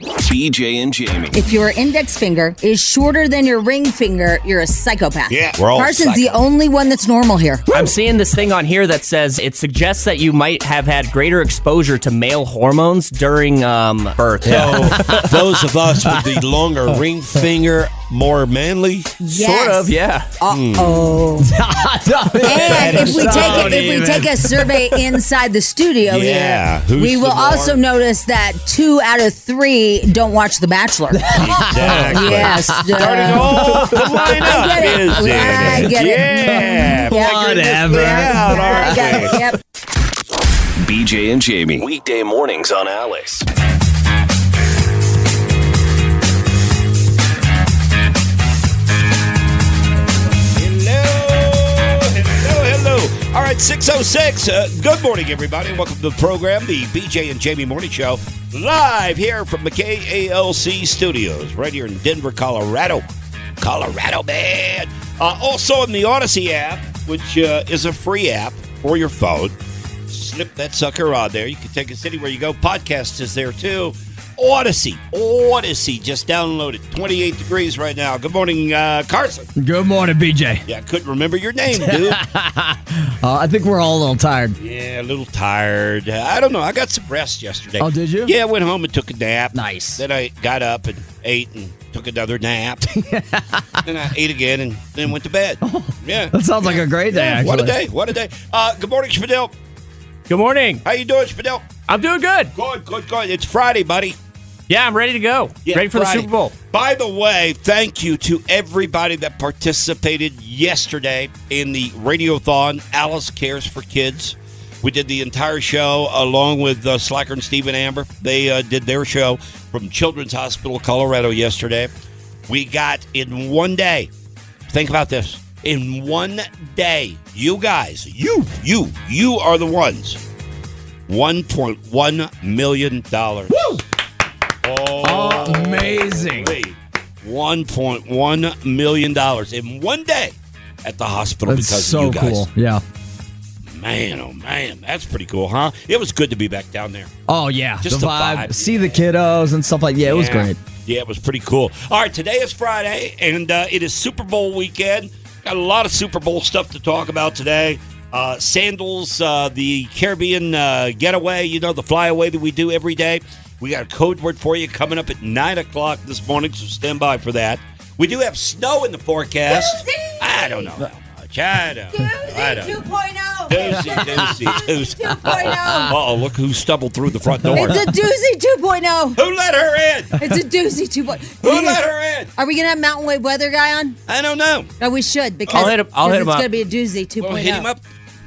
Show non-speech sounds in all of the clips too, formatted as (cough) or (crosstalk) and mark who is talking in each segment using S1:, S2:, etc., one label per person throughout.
S1: BJ and Jamie.
S2: If your index finger is shorter than your ring finger, you're a psychopath.
S1: Yeah.
S3: We're all
S2: Carson's the only one that's normal here.
S3: I'm seeing this thing on here that says it suggests that you might have had greater exposure to male hormones during um, birth.
S4: So those of us with the longer ring finger, more manly.
S2: Yes.
S3: Sort of, yeah. Hmm.
S2: Uh-oh.
S4: (laughs)
S2: and if we take a, if we take
S4: (laughs)
S2: a survey inside the studio
S4: Yeah,
S2: here,
S4: who's
S2: we will
S4: the more-
S2: also notice that two out of three don't watch The Bachelor.
S4: (laughs) Exactly.
S2: yes.
S4: Starting
S2: uh,
S4: off the lineup
S2: I get it.
S4: is in
S2: I get it.
S4: Yeah.
S2: Yeah.
S4: figuring this thing out,
S2: yeah, I
S4: aren't
S2: got
S4: we?
S2: it. Yep.
S1: BJ and Jamie. Weekday mornings on Alice.
S4: Hello, hello, hello. All right, 606. Uh, good morning, everybody. Welcome to the program, the BJ and Jamie Morning Show, live here from McKay ALC Studios, right here in Denver, Colorado. Colorado, man. Uh, also on the Odyssey app, which uh, is a free app for your phone. Slip that sucker on there. You can take us anywhere you go. Podcast is there too. Odyssey, Odyssey. Just download it. 28 degrees right now. Good morning, uh, Carson.
S5: Good morning, BJ.
S4: Yeah, I couldn't remember your
S5: (laughs)
S4: name,
S2: (laughs)
S4: dude.
S5: Uh, I think we're all a little tired.
S4: yeah, a little tired. Uh, I don't know. I got some rest yesterday.
S5: Oh, did you?
S4: Yeah, I went home and took a nap.
S5: Nice.
S4: Then I got up and ate and took another
S3: (laughs)
S4: nap. then I ate again and then went to bed.
S3: Oh,
S4: Yeah.
S5: That sounds like a great day.
S4: Yeah,
S5: actually.
S4: what a day. What a day. Uh, good morning, Spadil.
S3: Good morning.
S4: How you doing, Spadil?
S3: I'm doing good.
S4: Good, good, good. It's Friday, buddy.
S3: Yeah, I'm ready to go.
S4: Yeah,
S3: ready for
S4: Friday.
S3: the Super Bowl.
S4: By the way, thank you to everybody that participated yesterday in the radiothon. Alice Cares for Kids. We did the entire show along with uh, Slacker and Stephen Amber. They uh, did their show from Children's Hospital, Colorado, yesterday. We got in one day. Think about this. In one day, you guys, you, you, you are the ones. $1.1 million. Woo! Oh,
S5: Amazing.
S4: $1.1 million in one day at the hospital
S5: That's
S4: because
S5: so
S4: of you guys.
S5: cool. Yeah.
S4: Man, oh man, that's pretty cool, huh? It was good to be back down there.
S5: Oh yeah.
S4: Just
S5: the
S4: the
S5: vibe.
S4: vibe,
S5: See the kiddos and stuff like. Yeah, it was great.
S4: Yeah, it was pretty cool. All right, today is Friday, and uh, it is Super Bowl weekend. Got a lot of Super Bowl stuff to talk about today. Uh, sandals, uh, the Caribbean uh, getaway, you know, the flyaway that we do every day. We got a code word for you coming up at 9 o'clock this morning, so stand by for that. We do have snow in the forecast. I don't know how much. I don't know. I don't know.
S2: 2.0.
S4: Doozy,
S2: (laughs)
S4: doozy, doozy.
S2: 2.0.
S4: Uh-oh, look who stumbled through the front door.
S2: oh. It's a doozy 2.0.
S4: Who let her in?
S2: It's a doozy oh. 2.0.
S4: Who let her in?
S2: Are we going to have Mountain Wave Weather Guy on?
S4: I don't know.
S2: No, we should because
S3: I'll hit him- I'll hit him
S2: because it's
S3: up.
S2: going to be a doozy 2.0.
S4: Well, hit him up.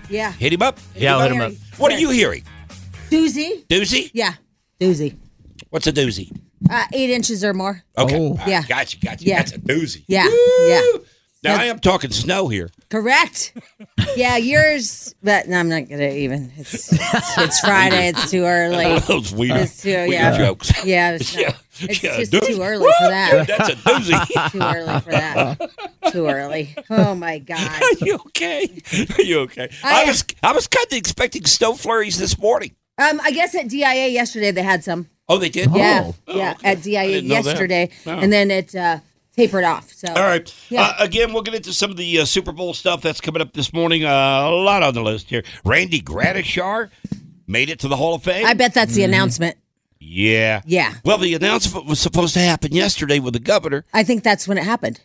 S2: Yeah.
S4: Hit him up.
S3: Yeah, I'll hit him up.
S4: What are you hearing?
S2: Doozy?
S4: Doozy?
S2: Yeah. Doozy.
S4: What's a doozy?
S2: Uh, eight inches or more.
S4: Okay.
S5: Oh.
S4: All right,
S2: Yeah.
S4: Gotcha. Gotcha.
S2: Yeah.
S4: That's a doozy.
S2: Yeah. Yeah.
S4: Now I am talking snow here.
S2: Correct. Yeah, yours, but no, I'm not gonna even. It's, it's, it's Friday. It's too
S4: (laughs)
S2: early.
S4: Those weird,
S2: It's too,
S4: weird
S2: yeah.
S4: jokes.
S2: Yeah, it's,
S4: (laughs)
S2: not,
S4: Yeah.
S2: it's
S4: Yeah,
S2: just
S4: doozy.
S2: too early for that.
S4: That's a doozy.
S2: (laughs) Too early for that. Too early. Oh my god.
S4: Are (laughs) you okay? (laughs) Are you okay?
S2: I
S4: I,
S2: am.
S4: was I was kind of expecting snow flurries this morning.
S2: Um, I guess at DIA yesterday they had some.
S4: Oh, they did.
S2: Yeah,
S4: Oh,
S2: yeah.
S4: okay.
S2: At
S4: I
S2: DIA
S4: didn't know that.
S2: yesterday,
S4: No.
S2: and then it uh, tapered off. So
S4: All right.
S2: Yeah.
S4: Uh, again, we'll get into some of the uh, Super Bowl stuff that's coming up this morning. Uh, a lot on the list here. Randy Gratishar made it to the Hall of Fame. Mm-hmm.
S2: I bet that's the announcement.
S4: Yeah.
S2: Yeah.
S4: Well, the announcement was supposed to happen yesterday with the governor.
S2: I think that's when it happened.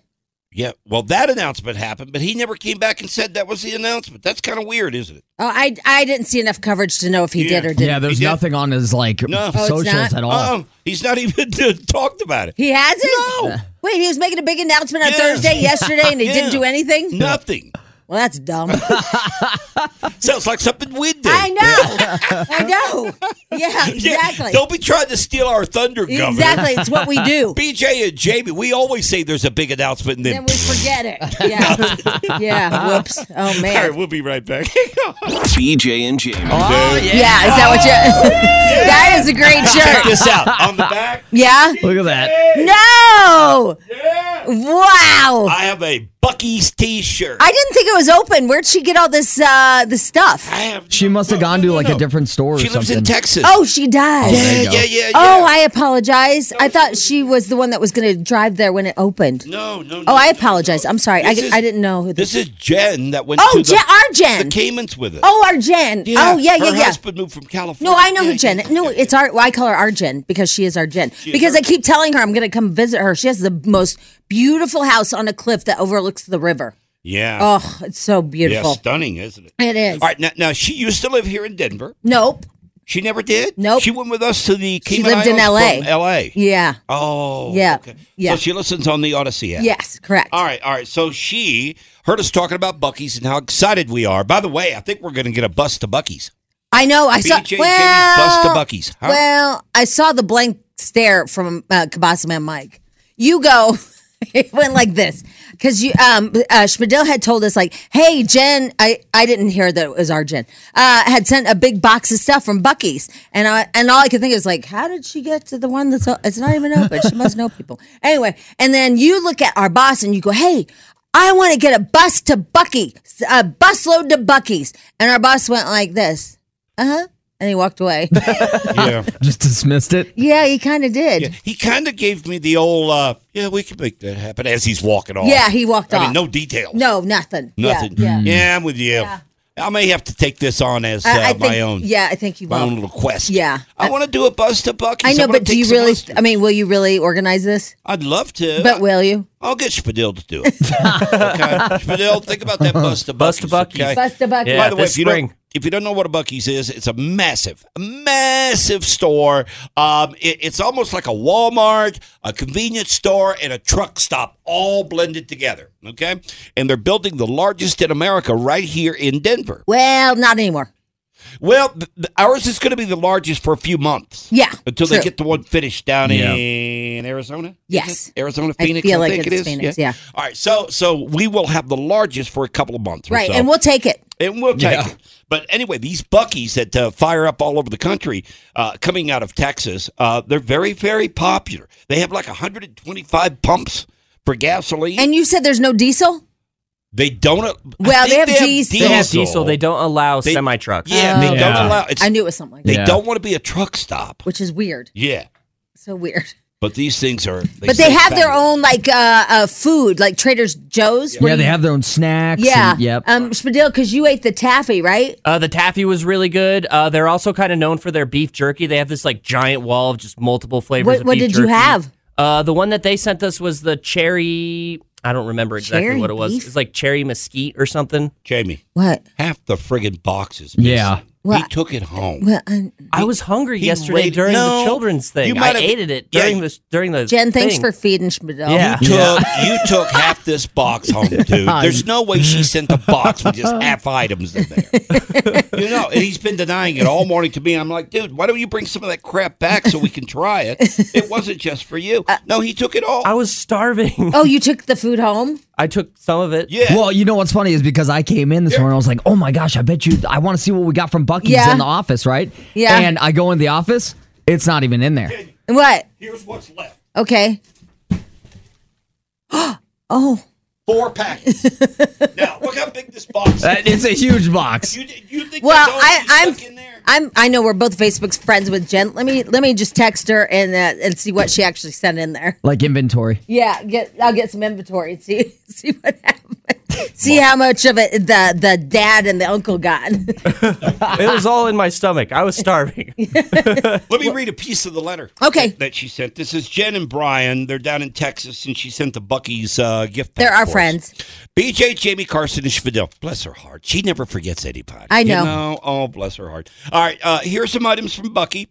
S4: Yeah. Well, that announcement happened, but he never came back and said that was the announcement. That's kind of weird, isn't it?
S2: Oh, I I didn't see enough coverage to know if he
S4: Yeah.
S2: did or didn't.
S5: Yeah, there's
S4: He did.
S5: nothing on his like
S4: No. Oh, it's
S5: socials
S2: not?
S5: at all.
S4: Uh-uh. He's not even (laughs) talked about it.
S2: He hasn't. Uh,
S4: No.
S2: Wait, he was making a big announcement on
S4: Yeah. (laughs)
S2: Thursday, yesterday, and he
S4: Yeah.
S2: didn't do anything.
S4: Nothing.
S2: Well, that's dumb.
S4: (laughs) Sounds like something we did.
S2: I know. I know. Yeah,
S4: (laughs) Yeah,
S2: (laughs) exactly.
S4: Don't be trying to steal our thunder, governor.
S2: exactly. It's what we
S4: (laughs)
S2: do.
S4: BJ and Jamie, we always say there's a big announcement, and then, (laughs)
S2: Then we forget it. Yeah. (laughs) yeah. Whoops. Oh
S4: all
S2: man.
S4: right, we'll be right back. (laughs) Oh,
S1: BJ and Jamie.
S2: yeah. Is that what
S4: (laughs)
S2: you? that is a great
S4: Check
S2: shirt.
S4: this out on
S2: (laughs)
S4: the back.
S2: Yeah.
S5: Look at that.
S2: No. Wow.
S4: I have a Bucky's T-shirt.
S2: I didn't think it was open. Where'd she get all this uh this stuff?
S4: I have.
S5: She must have
S4: No,
S5: gone
S4: no,
S5: to
S4: no,
S5: like
S4: no.
S5: a different store or
S4: She lives
S5: something.
S4: in Texas.
S2: Oh, she does.
S4: yeah,
S5: you go.
S4: yeah, yeah, yeah.
S2: Oh, I apologize. I thought she was the one that was going to drive there when it opened.
S4: no, no. no
S2: Oh, I
S4: no, no.
S2: apologize. I'm sorry. I,
S4: This is-
S2: I didn't know who
S4: This is Jen that went.
S2: Oh,
S4: to the,
S2: Jen- our Jen.
S4: The Caymans with us.
S2: Oh, our Jen. oh, yeah,
S4: her
S2: yeah, yeah.
S4: husband moved from California.
S2: No, I know
S4: Yeah,
S2: who Jen.
S4: yeah,
S2: No,
S4: yeah.
S2: it's our. Well, I call her our Jen because she is our Jen.
S4: is
S2: because
S4: our-
S2: I keep telling her I'm going to come visit her. She has the most beautiful house on a cliff that overlooks the river.
S4: yeah.
S2: Oh, it's so
S4: yeah,
S2: beautiful.
S4: stunning, isn't it?
S2: It is.
S4: All right, now, now she used to live here in Denver.
S2: Nope.
S4: She never did.
S2: Nope.
S4: She went with us to the.
S2: She
S4: Cayman
S2: lived in
S4: Islands
S2: LA.
S4: From L.A.
S2: Yeah.
S4: Oh,
S2: Yeah,
S4: okay.
S2: yeah.
S4: So she listens on the Odyssey app.
S2: Yes. Correct.
S4: All right, all right. So she heard us talking about Bucky's and how excited we are. By the way, I think we're going to get a bus to Bucky's.
S2: I know. Oh, I saw.
S4: BJ
S2: well,
S4: Jamie's bus to Bucky's. Huh?
S2: Well, I saw the blank stare from uh, Kabasa Man Mike. You go. (laughs) it went like this because you, um, uh, Schmidl had told us like, "Hey, Jen, I, I didn't hear that it was our Jen. Uh, had sent a big box of stuff from Bucky's, and I and all I could think is like, how did she get to the one that's o- it's not even open? She must know people (laughs) anyway. And then you look at our boss and you go, "Hey, I want to get a bus to Bucky, a busload to Bucky's," and our boss went like this, uh huh, and he walked away. (laughs)
S4: Yeah.
S5: Just dismissed it.
S2: Yeah, he kind of did. Yeah.
S4: He kind of gave me the old, uh, yeah, we can make that happen as he's walking off.
S2: he walked
S4: I
S2: off.
S4: mean, no details.
S2: no, nothing. Yeah,
S4: Nothing.
S2: Yeah,
S4: I'm with you. I may have to take this on as uh,
S2: I, I
S4: my
S2: think,
S4: own
S2: Yeah, I think you
S4: my own
S2: will.
S4: little quest.
S2: Yeah.
S4: I want to do a bus to Bucky's.
S2: I know,
S4: wanna
S2: but do
S4: take
S2: you
S4: some
S2: really?
S4: listeners.
S2: I mean, will you really organize this?
S4: I'd love to.
S2: But will you?
S4: I'll get Spadil to do it. okay. Spadil, think about that bus to
S3: Bus to
S4: Buc-ee's,
S3: Buc-ee's.
S4: okay?
S2: Bust a bucket.
S3: Yeah.
S4: By the way,
S3: this
S4: if you, don't,
S3: spring.
S4: if you don't know what a Bucky's is, it's a massive, massive store. Um, it- it's almost like a Walmart, a convenience store, and a truck stop all blended together. Okay, and they're building the largest in America right here in Denver.
S2: Well, not anymore.
S4: Well, th- th- ours is going to be the largest for a few months.
S2: Yeah,
S4: Until they
S2: true.
S4: get the one finished down
S5: Yeah.
S4: in Arizona? Is
S2: Yes.
S4: it? Arizona,
S2: I
S4: Phoenix, I,
S2: feel like
S4: think
S2: it's
S4: it is.
S2: Phoenix, yeah.
S4: All right. So so we will have the largest for a couple of months. or
S2: Right,
S4: so.
S2: and we'll take it.
S4: And we'll take
S5: Yeah.
S4: it. But anyway, these Buckies that uh, fire up all over the country uh, coming out of Texas, uh, they're very, very popular. They have like 125 pumps for gasoline.
S2: And you said there's no diesel.
S4: (laughs) they don't. I
S2: Well, they
S4: think
S2: have diesel. Oh.
S3: They have diesel. They don't allow
S4: They-
S3: semi trucks.
S4: Yeah, they don't
S5: Yeah.
S4: allow. Uh, It's,
S2: I knew it was something like
S4: they
S2: that,
S5: Yeah.
S4: don't want to be a truck stop.
S2: which is weird.
S4: Yeah.
S2: So weird.
S4: But these things are. They
S2: but they
S4: stay
S2: have their
S4: fabulous.
S2: own like uh, uh food, like Trader Joe's. where
S5: Yeah, they
S2: you-
S5: have their own snacks. and-
S2: Yeah.
S5: yep.
S2: Um, Spadil, because you ate the taffy, right?
S3: Uh, the taffy was really good. Uh, they're also kind of known for their beef jerky. They have this like giant wall of just multiple flavors.
S2: What-
S3: of
S2: what
S3: beef
S2: did you
S3: jerky.
S2: have?
S3: Uh, the one that they sent us was the cherry. I don't remember exactly
S2: Cherry
S3: what it was.
S2: beef?
S3: It's like cherry mesquite or something.
S4: Jamie,
S2: What?
S4: half the friggin' boxes.
S5: Yeah.
S4: He
S2: What?
S4: took it home.
S2: Well, um,
S3: I was hungry
S4: he
S3: yesterday
S4: waited-
S3: during
S4: No,
S3: the children's
S4: you
S3: thing. I
S4: might have-
S3: ate it
S4: Yeah,
S3: during
S4: you-
S3: this during the
S2: Jen, thanks
S3: thing.
S2: for feeding Spadil.
S3: Yeah.
S4: Oh, took you took half this box home, dude. There's no way she sent the box with just half items in there. you know, and he's been denying it all morning to me. I'm like, dude, why don't you bring some of that crap back so we can try it? It wasn't just for you. No, he took it all.
S3: I was starving. (laughs)
S2: Oh, you took the food home?
S3: I took (laughs) some of it.
S4: yeah.
S5: Well, you know what's funny is because I came in this morning, I was like, "Oh my gosh, I bet you, I want to see what we got from Bucky's
S2: Yeah.
S5: in the office, right?"
S2: Yeah.
S5: And I go in the office, it's not even in there.
S2: What?
S4: Here's what's left.
S2: Okay. (gasps) oh,
S4: Four
S2: (laughs)
S4: packets. now, look how big this box is.
S5: That- It's a huge box.
S4: You, you think
S2: well,
S4: that's all
S2: I,
S4: you
S2: I'm,
S4: stuck in there?
S2: I'm, I know we're both Facebook's friends with Jen. Let me, let me just text her and uh, and see what she actually sent in there.
S5: Like inventory.
S2: Yeah, get, I'll get some inventory and (laughs) see, see what happens. See how much of it the the dad and the uncle got.
S3: (laughs)
S2: (laughs)
S3: It was all in my stomach. (laughs) I was starving.
S4: Let me read a piece of the letter.
S2: Okay.
S4: That she sent. This is Jen and Brian. They're down in Texas, and she sent the Bucky's uh, gift. pack
S2: They're our
S4: for us.
S2: friends.
S4: BJ, Jamie Carson, and Fidel. Bless her heart. She never forgets anybody.
S2: I
S4: You
S2: know.
S4: Oh, bless her heart. All right. Uh, here are some items from Bucky.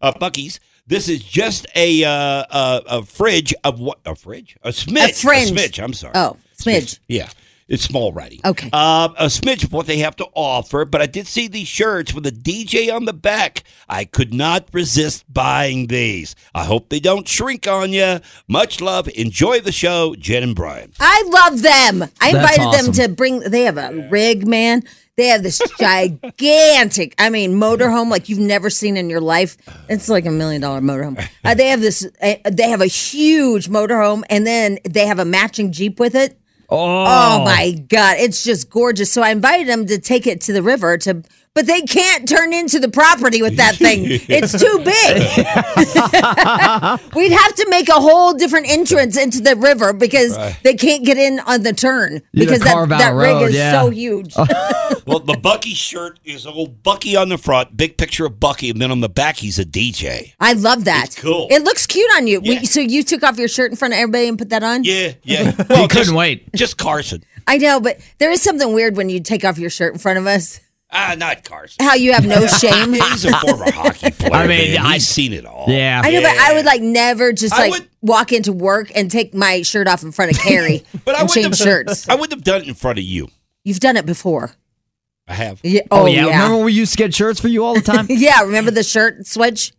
S4: Uh, Bucky's. This is just a uh, a, a fridge of what? A fridge? A smidge.
S2: fringe.
S4: A smidge. I'm sorry.
S2: Oh, smidge.
S4: Yeah. It's small writing.
S2: Okay.
S4: Uh, a smidge of what they have to offer, but I did see these shirts with a DJ on the back. I could not resist buying these. I hope they don't shrink on you. Much love. Enjoy the show, Jen and Brian.
S2: I love them. I
S5: That's
S2: invited
S5: awesome.
S2: them to bring. They have a rig, man. They have this gigantic, I mean, motorhome like you've never seen in your life. It's like a million dollar motorhome. Uh, they have this. Uh, they have a huge motorhome, and then they have a matching jeep with it. Oh. my god, it's just gorgeous. So I invited them to take it to the river to, but they can't turn into the property with
S5: (laughs)
S2: that thing. It's too big. (laughs) We'd have to make a whole different entrance into the river because they can't get in on the turn
S5: You gotta
S2: because that,
S5: carve out
S2: that
S5: a
S2: rig
S5: road,
S2: is
S5: yeah. (laughs)
S2: so huge. (laughs)
S4: well, the Bucky shirt is old Bucky on the front, big picture of Bucky, and then on the back, he's a DJ.
S2: I love that.
S4: It's cool.
S2: It looks cute on you. We-
S4: Yeah.
S2: so you took off your shirt in front of everybody and put that on?
S4: Yeah,
S5: (laughs)
S4: yeah.
S5: He couldn't
S4: just-
S5: wait.
S4: Just Carson.
S2: I know, but there is something weird when you take off your shirt in front of us.
S4: Ah, not Carson.
S2: How you
S4: (laughs)
S2: have no shame.
S4: He's a
S2: (laughs)
S4: former hockey player.
S5: (laughs)
S4: I
S5: I
S4: mean,
S5: mean, I-
S4: he's seen it all.
S5: Yeah.
S2: I know, but I would like never just
S4: I
S2: like
S4: would-
S2: walk into work and take my shirt off in front of Carrie
S4: (laughs) But I
S2: and
S4: wouldn't
S2: change
S4: have-
S2: shirts.
S4: I wouldn't have done it in front of you.
S2: You've done it before.
S4: I have.
S2: Yeah,
S5: Oh, yeah. Remember when we used to get shirts for you all the time?
S2: (laughs) Yeah, remember the shirt switch?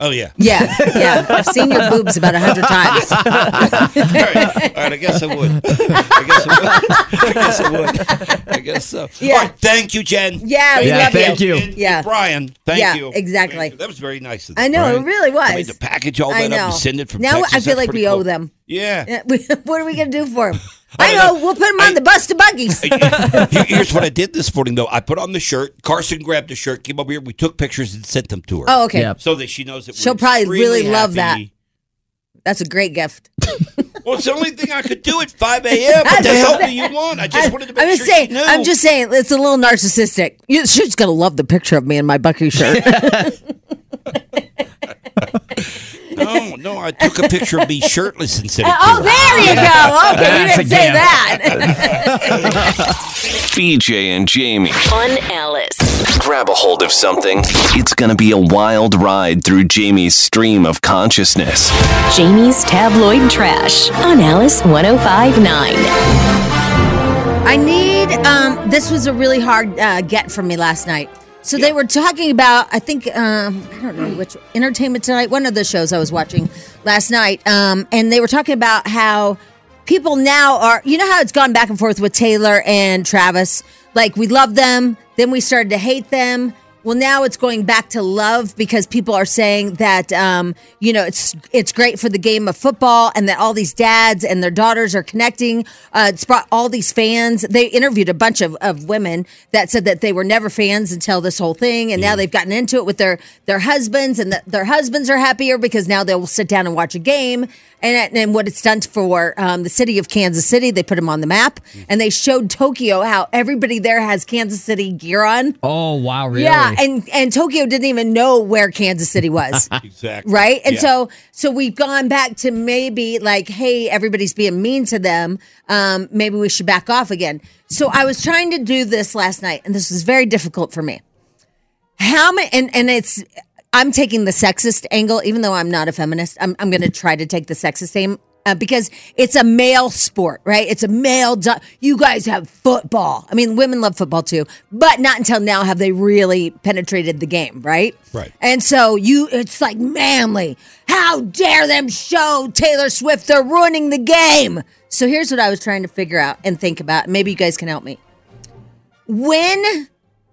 S4: Oh yeah. (laughs)
S2: Yeah, yeah. I've seen your boobs about a hundred times.
S4: All right. All right, I guess I would. I guess I would. I guess I would. I guess so.
S2: Yeah.
S4: All right, thank you, Jen.
S2: Yeah, we
S5: Yeah,
S2: love
S5: thank you.
S4: And- and
S2: Yeah.
S4: Brian, thank
S2: Yeah,
S4: you.
S2: exactly.
S4: Thank you. That was very nice of them.
S2: I know, it
S4: Brian.
S2: really was.
S4: I mean, to package all
S2: I
S4: that up
S2: know.
S4: and send it from
S2: Now
S4: Texas,
S2: I feel
S4: that's
S2: like
S4: pretty
S2: we owe
S4: cool. (laughs)
S2: them.
S4: Yeah.
S2: Yeah, we- (laughs) what are we gonna do for them?
S4: I
S2: I
S4: don't
S2: know.
S4: know.
S2: We'll put them on
S4: I-
S2: the bus
S4: (laughs)
S2: to buggies.
S4: Here- Here's what I did this morning, though. I put on the shirt. Carson grabbed the shirt, came over here. We took pictures and sent them to her.
S2: Oh, okay.
S5: Yeah.
S4: So that she knows that we're
S2: She'll probably really
S4: extremely
S2: love
S4: happy.
S2: That's a great gift.
S4: Well, it's the only thing I could do at 5 a.m. What the hell do you want? I just wanted to make
S2: I'm
S4: sure
S2: just saying.
S4: she knew.
S2: I'm just saying. It's a little narcissistic. You, she's gonna love the picture of me in my Bucky
S4: (laughs)
S2: shirt.
S4: No, no, I took a picture of me shirtless and sent it to
S2: (laughs) oh,
S4: her.
S2: there you go. Okay, you
S5: That's a
S2: didn't say
S5: gift.
S2: that.
S1: BJ and Jamie.
S6: On Alice.
S1: Grab a hold of something. It's going to be a wild ride through Jamie's stream of consciousness.
S7: Jamie's Tabloid Trash on Alice 1059.
S2: I need. Um, this was a really hard uh, get for me last night. So they were talking about. I think um, I don't know which Entertainment Tonight, one of the shows I was watching last night, um, and they were talking about how people now are. You know how it's gone back and forth with Taylor and Travis. Like we love them, then we started to hate them. Well, now it's going back to love because people are saying that um, you know it's it's great for the game of football, and that all these dads and their daughters are connecting. Uh, it's brought all these fans. They interviewed a bunch of, of women that said that they were never fans until this whole thing, and now they've gotten into it with their their husbands, and that their husbands are happier because now they'll sit down and watch a game. And and what it's done for um, the city of Kansas City, they put them on the map,
S5: Mm.
S2: and they showed Tokyo how everybody there has Kansas City gear on.
S5: Oh, wow. Really?
S2: Yeah, and and Tokyo didn't even know where Kansas City
S5: (laughs)
S2: was.
S4: (laughs) Exactly.
S2: Right. And
S4: Yeah.
S2: so so we've gone back to maybe like, hey, everybody's being mean to them. Um, maybe we should back off again. So I was trying to do this last night, and this was very difficult for me. How many and, and it's I'm taking the sexist angle, even though I'm not a feminist. I'm I'm gonna try to take the sexist aim. Uh, because it's a male sport, right? It's a male. Do- you guys have football. I mean, women love football too, but not until now have they really penetrated the game, right?
S4: Right.
S2: And so you, it's like manly. How dare them show Taylor Swift? They're ruining the game. So here's what I was trying to figure out and think about. Maybe you guys can help me. When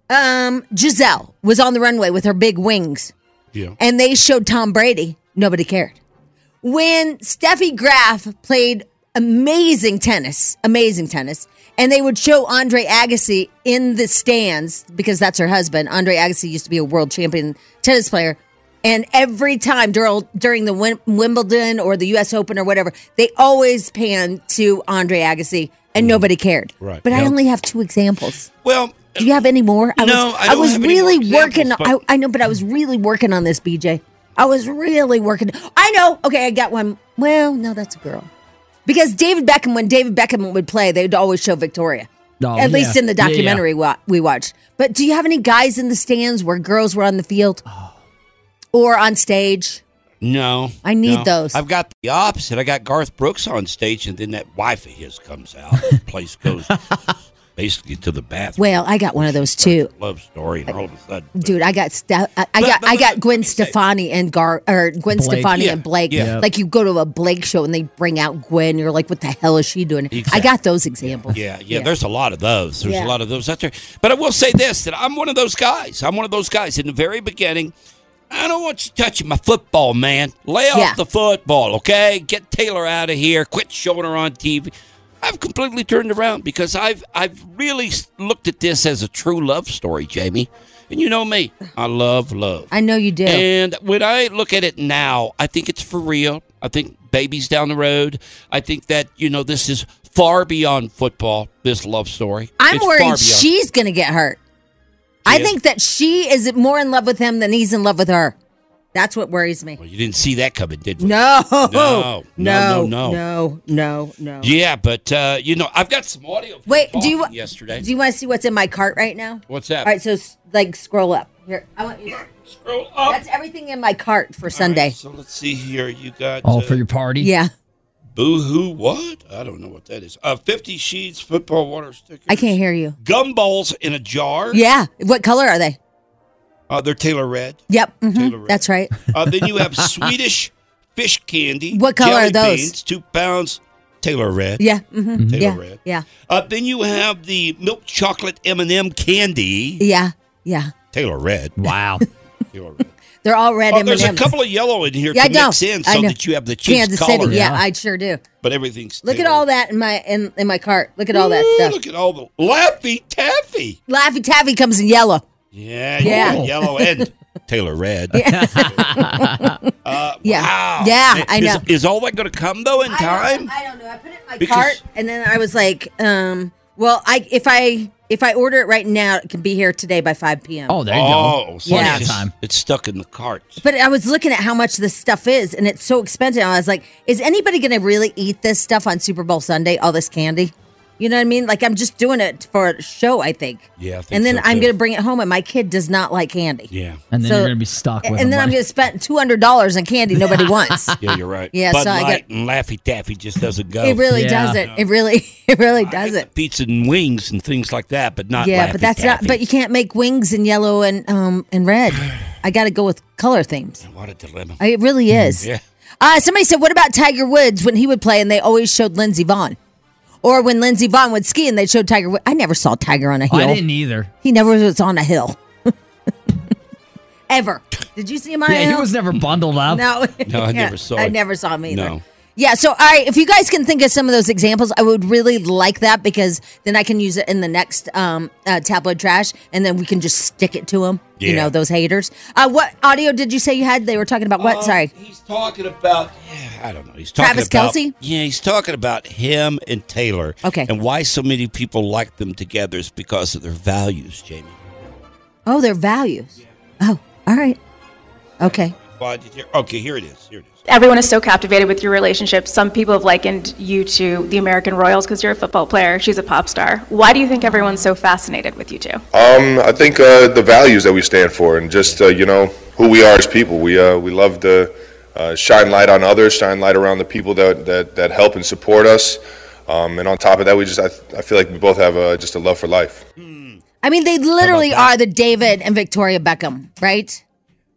S2: um, Giselle was on the runway with her big wings,
S4: Yeah.
S2: and they showed Tom Brady, nobody cared. When Steffi Graf played amazing tennis, amazing tennis, and they would show Andre Agassi in the stands because that's her husband. Andre Agassi used to be a world champion tennis player. And every time during, during the Wim- Wimbledon or the US Open or whatever, they always pan to Andre Agassi and nobody cared.
S4: Right.
S2: But I
S4: Yeah.
S2: only have two examples.
S4: Well,
S2: Do you have any more? I
S4: No,
S2: was,
S4: I don't
S2: was
S4: have any more
S2: really
S4: examples,
S2: working.
S4: but-
S2: I, I know, but I was really working on this, BJ. I was really working. I know. Okay, I got one. Well, no, that's a girl. Because David Beckham, when David Beckham would play, they'd always show Victoria.
S5: Oh,
S2: At least
S5: yeah.
S2: in the
S5: Yeah, yeah.
S2: documentary wa- we watched. But do you have any guys in the stands where girls were on the field
S5: Oh.
S2: or on stage?
S4: (laughs) no.
S2: I need
S4: no.
S2: those.
S4: I've got the opposite. I got Garth Brooks on stage, and then that wife of his comes out. The place
S2: (laughs)
S4: goes basically to the bathroom.
S2: Well, I got one of those too.
S4: Love story, and all of a sudden,
S2: Dude, I got sta I, I
S4: But-
S2: got
S4: but
S2: I got
S4: listen,
S2: Gwen
S4: let me say-
S2: Stefani and Gar or Gwen
S5: Blake.
S2: Stefani
S4: Yeah,
S2: and Blake.
S4: yeah.
S2: Like you go to a Blake show and they bring out Gwen. You're like, what the hell is she doing? I got those examples.
S4: Yeah, yeah, There's a lot of those. There's
S2: Yeah.
S4: a lot of those out there. But I will say this: that I'm one of those guys. I'm one of those guys. In the very beginning, I don't want you touching my football, man. Lay off
S2: Yeah.
S4: the football, okay? Get Taylor out of here. Quit showing her on TV. I've completely turned around because I've I've really s- looked at this as a true love story, Jamie. And you know me, I love love.
S2: I know you do.
S4: And when I look at it now, I think it's for real. I think babies down the road. I think that, you know, this is far beyond football, this love story.
S2: I'm
S4: It's far
S2: worried
S4: beyond-
S2: she's gonna get hurt. I
S4: Yeah.
S2: think that she is more in love with him than he's in love with her. That's what worries me.
S4: Well, you didn't see that coming, did you?
S2: No.
S4: No, no, no, no.
S2: (laughs) No. No. No.
S4: Yeah, but, uh, you know, I've got some audio. from
S2: Wait, do
S4: talking
S2: you
S4: Yesterday.
S2: Do you want to see what's in my cart right now?
S4: What's that?
S2: All right, so s- like scroll up. Here. I want you
S4: Scroll up.
S2: That's everything in my cart for Sunday.
S4: So let's see here. You got
S5: All
S4: uh,
S5: for your party.
S2: Yeah.
S4: Boo Hoo What? I don't know what that is. Uh, 50 Sheets football water stickers.
S2: I can't hear you.
S4: Gumballs in a jar.
S2: Yeah. What color are they?
S4: Uh, they're Taylor Red.
S2: Yep. mhm,
S4: Taylor Red.
S2: That's right.
S4: Uh, then you
S2: (laughs)
S4: have Swedish fish candy.
S2: What color
S4: jelly
S2: are those?
S4: Beans, two pounds. Taylor red.
S2: Yeah. hmm
S4: Taylor
S2: Yeah.
S4: red.
S2: Yeah.
S4: Uh, then you have the milk chocolate M and m candy.
S2: Yeah. Yeah.
S4: Taylor red.
S5: Wow.
S4: (laughs) Taylor red.
S2: They're all red
S4: Oh,
S2: M&Ms.
S4: there's a couple of yellow in here
S2: yeah, I
S4: to
S2: know.
S4: mix in,
S2: I
S4: so
S2: know.
S4: that you have the cheese
S2: Kansas
S4: color.
S2: City. Yeah, I sure do.
S4: But everything's.
S2: Look at
S4: Taylor
S2: all
S4: Red.
S2: that in my in, in my cart. Look at all that
S4: Ooh,
S2: stuff.
S4: Look at all the Laffy Taffy.
S2: Laffy Taffy comes in yellow.
S4: Yeah,
S2: Yeah.
S4: yeah, yellow and Taylor Red. (laughs)
S2: (laughs)
S4: uh,
S2: Yeah.
S4: wow.
S2: Yeah, I
S4: Is-
S2: know.
S4: Is, all that going to come though in
S2: I
S4: time?
S2: don't, I don't know. I put it in my
S4: Because-
S2: cart, and then I was like, um, "Well, I if I if I order it right now, it can be here today by five p.m."
S5: Oh, there you
S4: oh,
S5: go.
S4: so
S5: Plenty
S2: Yeah.
S5: of
S4: it's,
S5: time.
S4: it's stuck in the cart.
S2: But I was looking at how much this stuff is, and it's so expensive. I was like, "Is anybody going to really eat this stuff on Super Bowl Sunday? All this candy?" You know what I mean? Like I'm just doing it for a show, I think.
S4: Yeah, I think
S2: and then
S4: so,
S2: I'm
S4: too.
S2: going to bring it home, and my kid does not like candy.
S4: Yeah.
S5: And then
S2: So-
S5: you're gonna be stuck with.
S2: And then I'm going to spend two hundred dollars on
S4: (laughs)
S2: candy nobody wants.
S4: Yeah, you're right.
S2: Yeah,
S4: Bud
S2: so I
S4: Light
S2: got-
S4: and Laffy Taffy just doesn't go.
S2: It really
S5: Yeah.
S2: doesn't. It really, (laughs) it really
S4: I like the
S2: doesn't.
S4: Pizza and wings and things like that, but not.
S2: Yeah,
S4: Laffy
S2: but that's
S4: Taffy.
S2: not. But you can't make wings in yellow and um and red.
S4: (sighs)
S2: I got to go with color themes.
S4: What a dilemma.
S2: I- It really is.
S4: Yeah.
S2: Uh, somebody said, "What about Tiger Woods when he would play and they always showed Lindsey Vaughn, or when Lindsey Vaughn would ski and they showed Tiger Woods? I never saw Tiger on a hill.
S5: I didn't e- either.
S2: He never was on a hill, (laughs) ever. Did you see him on a
S5: Yeah, he
S2: hill?
S5: was never bundled up.
S2: uh, (laughs) No,
S4: No, I
S2: Yeah.
S4: never saw
S2: I
S4: it.
S2: never saw him either.
S4: No. (laughs)
S2: Yeah, so all right, if you guys can think of some of those examples, I would really like that because then I can use it in the next um, uh, tabloid trash, and then we can just stick it to them. You
S4: Yeah.
S2: know those haters. Uh, what audio did you say you had? They were talking about what?
S4: Uh,
S2: Sorry.
S4: He's talking about. Yeah, I don't know. He's talking
S2: Travis
S4: about,
S2: Kelce?
S4: Yeah, he's talking about him and Taylor.
S2: Okay.
S4: And why so many people like them together is because of their values, Jamie.
S2: Oh, their values. Oh, all right. Okay.
S4: Why did you, okay, here it is. Here it is.
S8: Everyone is so captivated with your relationship. Some people have likened you to the American Royals because you're a football player. She's a pop star. Why do you think everyone's so fascinated with you two?
S9: Um, I think uh, the values that we stand for, and just uh, you know who we are as people. We uh, we love to uh, shine light on others, shine light around the people that that, that help and support us. Um, and on top of that, we just I, I feel like we both have uh, just a love for life.
S2: I mean, they literally are the David and Victoria Beckham, right?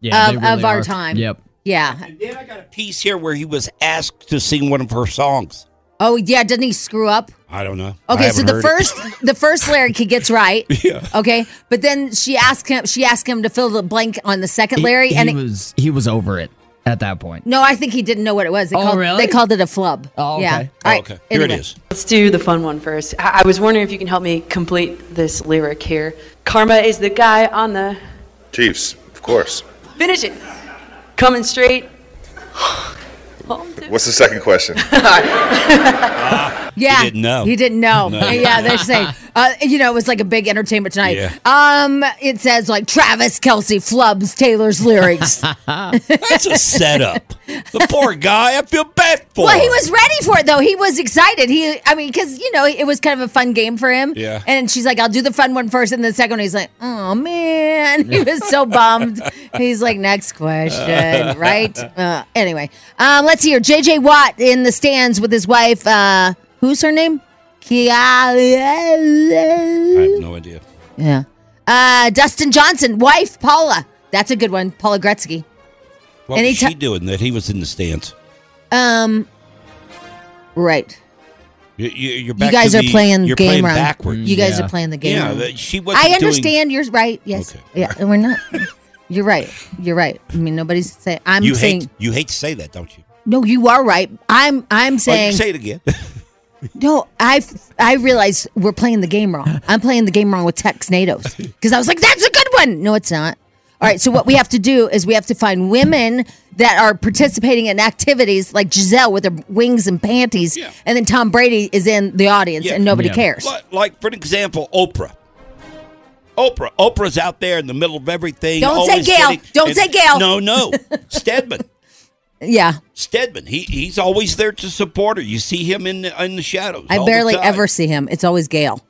S5: Yeah,
S2: Of-
S5: they really
S2: of our
S5: are.
S2: time.
S5: Yep.
S2: Yeah.
S4: And then I got a piece here where he was asked to sing one of her songs.
S2: Oh, yeah. Doesn't he screw up?
S4: I don't know. I
S2: Okay, so
S4: haven't
S2: the
S4: heard it.
S2: first the first lyric he gets right. Yeah. Okay, but then she asked him she asked him to fill the blank on the second lyric,
S5: he,
S2: and
S5: he
S2: it,
S5: was he was over it at that point.
S2: no, I think he didn't know what it was. They
S5: Oh,
S2: called,
S5: really?
S2: They called it a flub.
S5: Oh, okay.
S2: yeah.
S5: Oh,
S2: All right,
S4: okay, here
S2: anyway.
S4: it is.
S8: Let's do the fun one first. I, I was wondering if you can help me complete this lyric here. Karma is the guy on the
S9: Chiefs, of course.
S8: finish it, coming straight.
S9: What's the second question?
S2: Yeah,
S9: He didn't know.
S2: He didn't know. (laughs)
S9: No.
S2: Yeah, they're saying, uh, you know, it was like a big entertainment tonight.
S9: Yeah.
S2: Um, it says like Travis Kelsey flubs Taylor's lyrics.
S4: (laughs)
S5: (laughs)
S4: That's a setup. The poor guy. I feel bad for.
S2: Well, he
S4: him.
S2: was ready for it though. He was excited. He, I mean, because you know, it was kind of a fun game for him.
S4: Yeah.
S2: And she's like, "I'll do the fun one first, and the second one. He's like, "Oh man," (laughs) he was so bummed. He's like, "Next
S4: (laughs)
S2: question, right?" Uh, anyway, um, let's hear JJ Watt in the stands with his wife. Uh, who's her name? Kiala.
S4: I have no idea.
S2: Yeah. Uh, Dustin Johnson, wife Paula. That's a good one. Paula Gretzky.
S4: What
S2: And he
S4: was
S2: ta-
S4: she doing that he was in the stands?
S2: Um. Right.
S4: You, you, you're
S2: You
S4: back
S2: guys
S4: to
S2: are
S4: the-
S2: playing
S4: you're
S2: game
S4: playing
S2: wrong.
S4: backwards.
S2: You guys are playing the game
S4: Yeah,
S2: wrong.
S4: that- she was.
S2: I understand. You're right. Yes.
S4: Okay.
S2: Yeah. and We're not. You're right. You're right. I mean, nobody's saying. I'm
S4: you
S2: saying.
S4: hate. You hate to say that, don't you?
S2: No, you are right. I'm.
S4: Oh,
S2: I'm
S4: you
S2: saying.
S4: can say it again.
S2: no, I. I realize we're playing the game wrong. I'm playing the game wrong with Tex Natos because I was like, that's a good one. No, it's not. All right. So what we have to do is we have to find women that are participating in activities like Giselle with her wings and panties, and then Tom Brady is in the audience (laughs) and nobody cares.
S4: Li- Like, for an example, Oprah. Oprah. Oprah's out there in the middle of everything.
S2: Don't say
S4: always
S2: Gail.
S4: getting-
S2: Don't
S4: and-
S2: say Gail.
S4: No,
S2: (laughs)
S4: no. Stedman.
S2: Yeah.
S4: Stedman. He he's always there to support her. You see him in the, in the shadows.
S2: I
S4: all the
S2: barely
S4: time.
S2: ever see him. It's always Gail.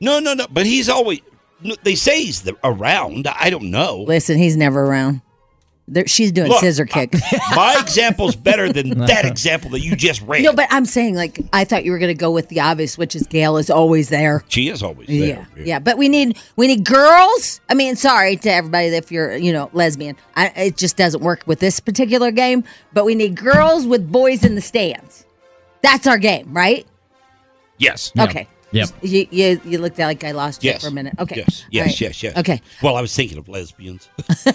S4: No, no, no. But he's always. no, They say he's the, around. I don't know.
S2: Listen, he's never around. There, she's doing
S4: Look,
S2: scissor kick. (laughs)
S4: My example's better than that example that you just ran.
S2: no, but I'm saying like I thought you were gonna go with the obvious, which is Gail is always there.
S4: She is always there.
S2: Yeah, yeah. But we need we need girls. I mean, sorry to everybody if you're you know lesbian. I, it just doesn't work with this particular game. But we need girls with boys in the stands. That's our game, right?
S4: Yes.
S2: Okay. You, you you looked at like I lost you
S4: Yes.
S2: for a minute. Okay.
S4: Yes. Yes.
S2: All right.
S4: Yes. Yes.
S2: Okay.
S4: Well, I was thinking of
S2: (laughs)
S4: lesbians. (laughs)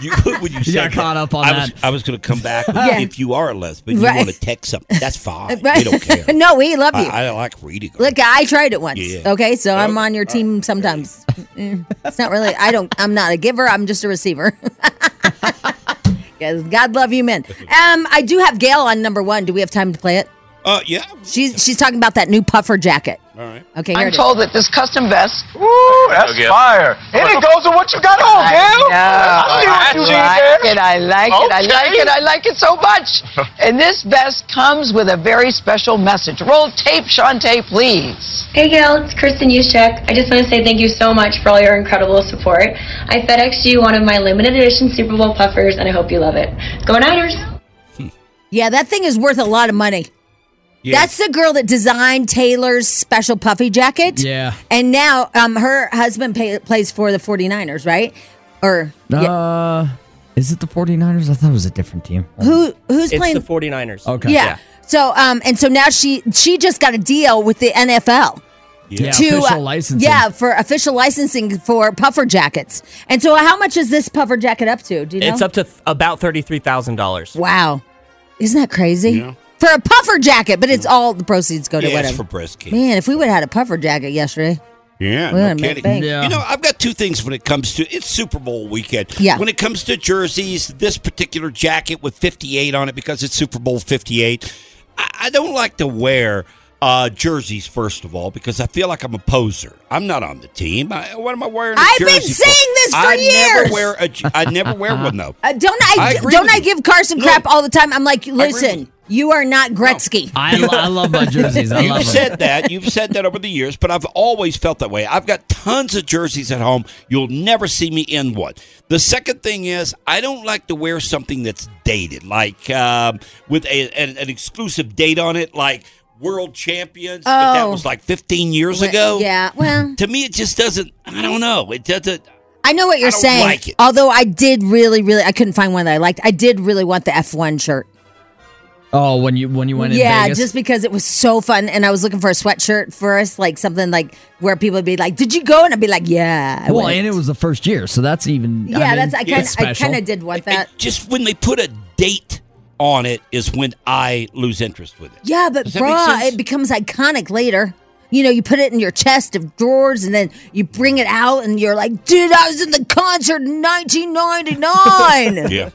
S4: you, when you
S5: You
S4: said
S5: got caught
S4: that,
S5: up on
S4: I was,
S5: that.
S4: I was going to come
S2: (laughs)
S4: back. with,
S2: Yeah.
S4: If you are a lesbian,
S2: Right.
S4: you want to text something. That's fine.
S2: (laughs) Right.
S4: We don't care.
S2: no, we love you.
S4: I, I like reading.
S2: Look, I tried it once.
S4: Yeah.
S2: Okay, so I'm on your team sometimes. Mm, it's not really. I don't. I'm not a giver. I'm just a receiver. (laughs) 'Cause God love you, men. Um, I do have Gail on number one. Do we have time to play it?
S4: Uh, yeah.
S2: She's she's talking about that new puffer jacket.
S4: All right.
S2: Okay. Here
S10: I'm
S2: it is.
S10: told that this custom vest. Ooh,
S11: that's Go, Gail. fire. And it goes with what you got on, Gail. I see what you did
S10: I like
S11: there.
S10: it. I like it. I like
S11: Okay.
S10: it. I like it so
S11: (laughs)
S10: much. and this vest comes with a very special message. Roll tape, Shantae, please.
S12: Hey Gail, it's Kristen Yuschek. I just want to say thank you so much for all your incredible support. I FedExed you one of my limited edition Super Bowl puffers, and I hope you love it. Go Niners!
S2: Yeah, that thing is worth a lot of money.
S12: Yeah.
S2: That's the girl that designed Taylor's special puffy jacket.
S5: Yeah.
S2: And now um, her husband pay, plays for the 49ers, right? Or
S5: Uh, is it the 49ers? I thought it was a different team.
S2: who who's
S3: it's
S2: playing
S3: the 49ers.
S5: Okay.
S2: Yeah. So um and so now she she just got a deal with the NFL.
S5: Yeah, official licensing.
S2: uh, Yeah, for official licensing for puffer jackets. And so how much is this puffer jacket up to? Do you know?
S3: It's up to th- about thirty-three thousand dollars.
S2: Wow. Isn't that crazy? For a puffer jacket, but it's all the proceeds go to
S4: Yeah, it's
S2: whatever.
S4: for breast cancer.
S2: Man, if we would have had a puffer jacket yesterday.
S4: Yeah,
S2: We
S4: no
S2: would've made
S4: kidding.
S2: bank.
S4: You know, I've got two things when it comes to it's Super Bowl weekend.
S2: Yeah.
S4: When it comes to jerseys, this particular jacket with 58 on it because it's Super Bowl 58. I, I don't like to wear uh, jerseys first of all because I feel like I'm a poser. I'm not on the team. I, what am I wearing? a
S2: I've been
S4: jersey
S2: saying this for
S4: I
S2: years.
S4: Never wear a, j- I never wear one
S2: (laughs)
S4: though.
S2: Uh, don't
S4: I
S2: I,
S4: agree
S2: don't
S4: with
S2: I
S4: you.
S2: give Carson crap all the time? I'm like, listen, you are not Gretzky.
S5: I, lo- I love my jerseys. I
S4: you've
S5: love them.
S4: said that. You've said that over the years, but I've always felt that way. I've got tons of jerseys at home. You'll never see me in one. The second thing is, I don't like to wear something that's dated, like um, with a, an, an exclusive date on it, like world champions. But that
S2: Oh.
S4: was like 15 years
S2: Well,
S4: ago.
S2: yeah, well-
S4: to me, it just doesn't. I don't know. It doesn't.
S2: I know what you're
S4: don't
S2: saying.
S4: like it.
S2: Although I did really, really, I couldn't find one that I liked. I did really want the F1 shirt.
S5: Oh, when you when you went in
S2: yeah,
S5: Vegas?
S2: just because it was so fun, and I was looking for a sweatshirt first, like something like where people would be like, "Did you go?" And I'd be like, "Yeah." I
S5: well,
S2: went."
S5: and it was the first year, so that's even.
S2: yeah,
S5: I mean,
S2: that's I kind
S5: it's
S2: (laughs) I
S5: special.
S2: kind of did want that.
S4: Just when they put a date on it is when I lose interest with it.
S2: yeah, but
S4: that make
S2: bruh,
S4: sense?
S2: it becomes iconic later. You know, you put it in your chest of drawers and then you bring it out and you're like, dude, I was in the concert in
S4: (laughs)
S2: 1999.
S4: Yeah.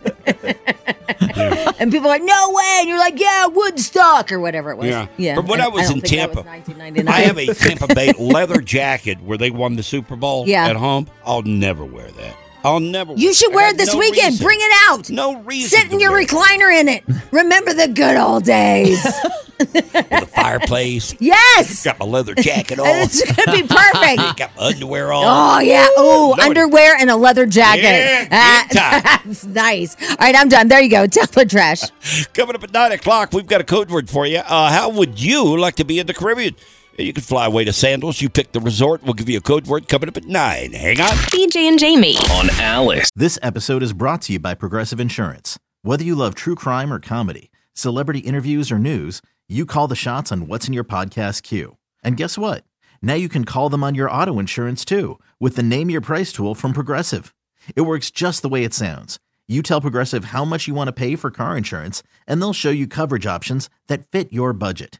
S2: And people are like, no way. And you're like, yeah, Woodstock or whatever it was.
S4: Yeah. But when I, was
S2: don't
S4: in
S2: think that
S4: Tampa,
S2: was 1999.
S4: I have
S2: (laughs)
S4: a Tampa Bay leather jacket where they won the Super Bowl
S2: Yeah.
S4: at home. I'll never wear that. I'll never wear
S2: You should
S4: I
S2: wear
S4: got
S2: it this
S4: no
S2: weekend.
S4: reason.
S2: Bring it out.
S4: No reason.
S2: Sit in your recliner in it. Remember the good
S4: (laughs)
S2: old days.
S4: the fireplace.
S2: (laughs) Yes.
S4: Got my leather
S2: (laughs)
S4: jacket on.
S2: It's gonna be
S4: (laughs)
S2: perfect.
S4: Got my underwear on.
S2: Oh yeah. Oh, underwear and a leather jacket.
S4: Yeah, good
S2: Ah, (laughs)
S4: time.
S2: that's nice. All right, I'm done. There you go. Tell the trash.
S4: Coming up at 9 o'clock, we've got a code word for you. Uh, how would you like to be in the Caribbean? You can fly away to Sandals. You pick the resort. We'll give you a code word coming up at 9. Hang on.
S13: BJ and Jamie.
S14: on Alice. This episode is brought to you by Progressive Insurance. Whether you love true crime or comedy, celebrity interviews or news, you call the shots on what's in your podcast queue. And guess what? Now you can call them on your auto insurance too with the Name Your Price tool from Progressive. It works just the way it sounds. You tell Progressive how much you want to pay for car insurance, and they'll show you coverage options that fit your budget.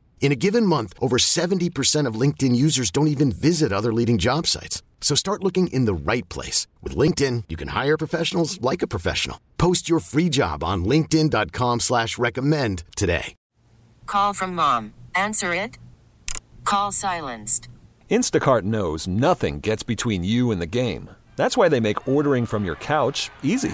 S15: In a given month, over 70% of LinkedIn users don't even visit other leading job sites. So start looking in the right place. With LinkedIn, you can hire professionals like a professional. Post your free job on linkedin.com slash recommend today.
S6: Call from mom. Answer it. Call silenced.
S16: Instacart knows nothing gets between you and the game. That's why they make ordering from your couch easy.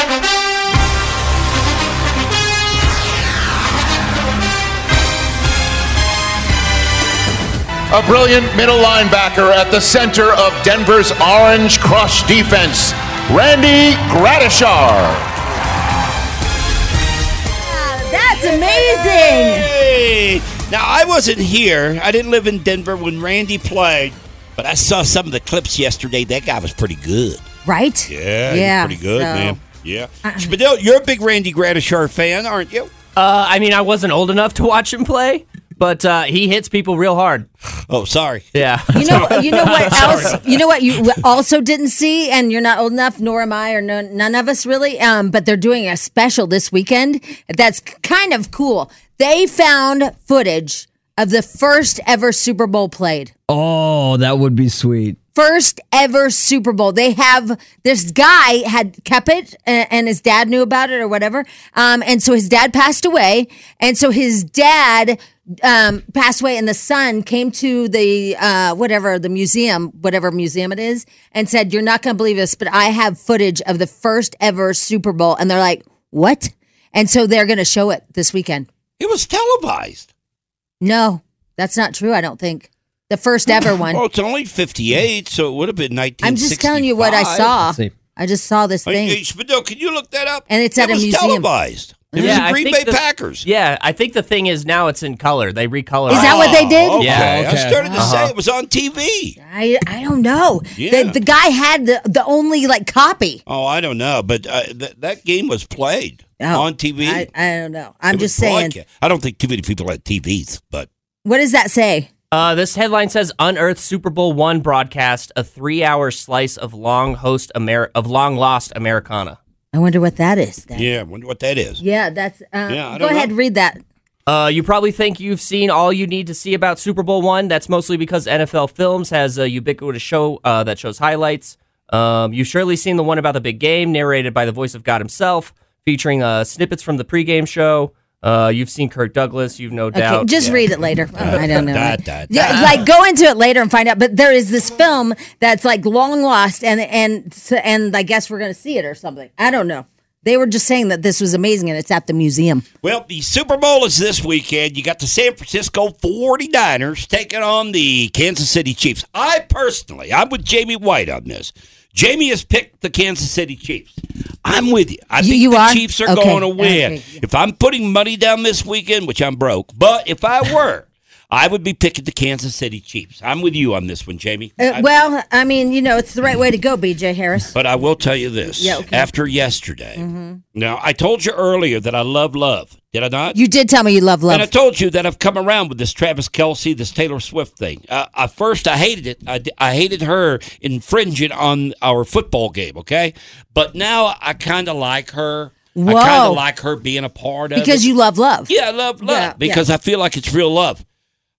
S17: A brilliant middle linebacker at the center of Denver's Orange Crush defense, Randy Gratishar.
S2: That's amazing.
S4: Hey! Now, I wasn't here. I didn't live in Denver when Randy played, but I saw some of the clips yesterday. That guy was pretty good.
S2: Right?
S4: Yeah, he was
S3: Yeah,
S4: pretty good,
S3: so-
S4: man. Yeah. Spadil, you're a big Randy Gratishar fan, aren't you?
S3: Uh, I mean, I wasn't old enough to watch him play, but uh, he hits people real hard.
S4: Oh, sorry.
S3: Yeah. (laughs)
S2: You know, (laughs) you know what else? You know what you also didn't see, and you're not old enough, nor am I, or no, none of us really. Um, but they're doing a special this weekend. That's kind of cool. They found footage of the first ever Super Bowl played.
S5: Oh, that would be sweet.
S2: First ever Super Bowl. They have this guy had kept it, and, and his dad knew about it or whatever. Um, and so his dad passed away, and so his dad um passed away, and the son came to the uh whatever the museum, whatever museum it is, and said, "You're not going to believe this, but I have footage of the first ever Super Bowl." And they're like, "What?" And so they're going to show it this weekend.
S4: It was televised.
S2: No, that's not true. I don't think the
S4: (laughs)
S2: first ever one.
S4: Well, Oh, it's only 58, so it would have been 1965.
S2: I'm just telling you what I saw.
S4: Let's see.
S2: I just saw this
S4: Hey, hey,
S2: thing.
S4: Spadil, can you look that up?
S2: And it's
S4: That
S2: at a
S4: was
S2: museum.
S4: televised. It was the Green Bay Packers.
S3: Yeah, I think the thing is now it's in color. They recolor.
S2: Is that what they did?
S4: Oh, Okay.
S3: Yeah.
S4: I started to say
S3: Uh-huh.
S4: it was on TV.
S2: I, I don't know.
S4: Yeah.
S2: The, the guy had the, the only like copy.
S4: Oh, I don't know, but uh, th- that game was played on TV.
S2: Oh, I, I don't know.
S4: It
S2: I'm
S4: was
S2: just saying.
S4: broadcast. I don't think too many people had TVs, but
S2: What does that say?
S3: Uh, this headline says unearthed Super Bowl one broadcast a three hour slice of long host Amer- of long lost Americana.
S2: I wonder what that is. Then.
S4: yeah, I wonder what that is.
S2: Yeah, that's. Uh,
S3: Yeah, I
S2: go
S3: don't
S2: ahead,
S3: know.
S2: read that.
S3: Uh, you probably think you've seen all you need to see about Super Bowl one. That's mostly because NFL Films has a ubiquitous show uh, that shows highlights. Um, you've surely seen the one about the big game, narrated by the voice of God himself, featuring uh, snippets from the pregame show. Uh, you've seen Kirk Douglas. You've no
S2: Okay,
S3: doubt.
S2: just read it later. Oh,
S4: (laughs)
S2: I don't know.
S3: Da, da,
S2: Yeah, like go into it later and find out. But there is this film that's like long lost, and and and I guess we're gonna see it or something. I don't know. They were just saying that this was amazing and it's at the museum.
S4: Well, the Super Bowl is this weekend. You got the San Francisco 49ers taking on the Kansas City Chiefs. I personally, I'm with Jamie White on this. Jamie has picked the Kansas City Chiefs. I'm with you. I think the Chiefs are
S11: Okay.
S4: going to win.
S11: Okay.
S4: If I'm putting money down this weekend, which I'm broke, but if I were, I would be picking the Kansas City Chiefs. I'm with you on this one, Jamie.
S2: Uh,
S4: I-
S2: well, I mean, you know, it's the right way to go, BJ Harris.
S4: but I will tell you this.
S2: Yeah, okay.
S4: After yesterday,
S2: hmm
S4: now I told you earlier that I love love. Did I not?
S2: You did tell me you love
S4: And I
S2: love.
S4: told you that I've come around with this Travis Kelsey, this Taylor Swift thing. Uh, at first, I hated it. I, d- I hated her infringing on our football game, okay? But now I kind of like her. I kind
S2: Whoa.
S4: of like her being a part of
S2: Because
S4: it.
S2: you love love.
S4: Yeah, I love love. Because I feel like it's real love.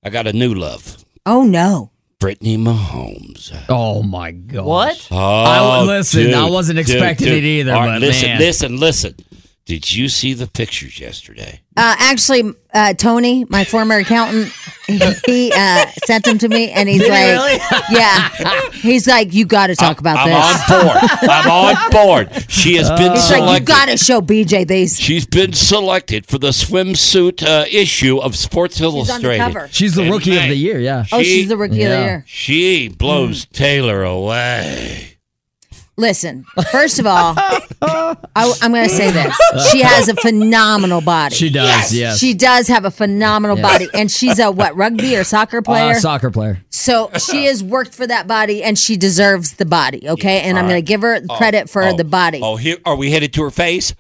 S4: I got a new love.
S2: Oh no.
S4: Brittany Mahomes.
S5: Oh my god.
S3: What?
S4: Oh,
S5: I- listen, I wasn't
S4: dude,
S5: expecting
S4: dude.
S5: it either,
S4: All right,
S5: but
S4: listen,
S5: man.
S4: listen, listen. Did you see the pictures yesterday?
S2: Uh, actually, uh, Tony, my former accountant, (laughs) he uh, sent them to me, and he's
S11: Did he
S2: like,
S11: really?
S2: (laughs) "Yeah." He's like, "You got to talk about
S4: I'm
S2: this."
S4: on board. I'm on board. She has been
S2: (laughs) He's
S4: selected.
S2: like, "You got to show BJ these."
S4: She's been selected for the swimsuit uh, issue of Sports Illustrated.
S2: cover.
S5: She's the
S4: And
S5: rookie of the year, yeah.
S2: Oh, she's the rookie of the year. Hmm.
S4: She blows Taylor away.
S2: Listen, first of all, I, am going to say this: she has a phenomenal body.
S5: She does, Yes. yes.
S2: She does have a phenomenal
S5: Yes.
S2: body, and she's a what rugby or soccer player?
S5: Uh, soccer player.
S2: So
S4: (laughs)
S2: she has worked for that body, and she deserves the body. Okay, and I'm
S4: all
S2: going
S4: right.
S2: to give her
S4: Oh,
S2: credit for
S4: oh,
S2: the body,
S4: Oh, here are we headed to her (laughs) face?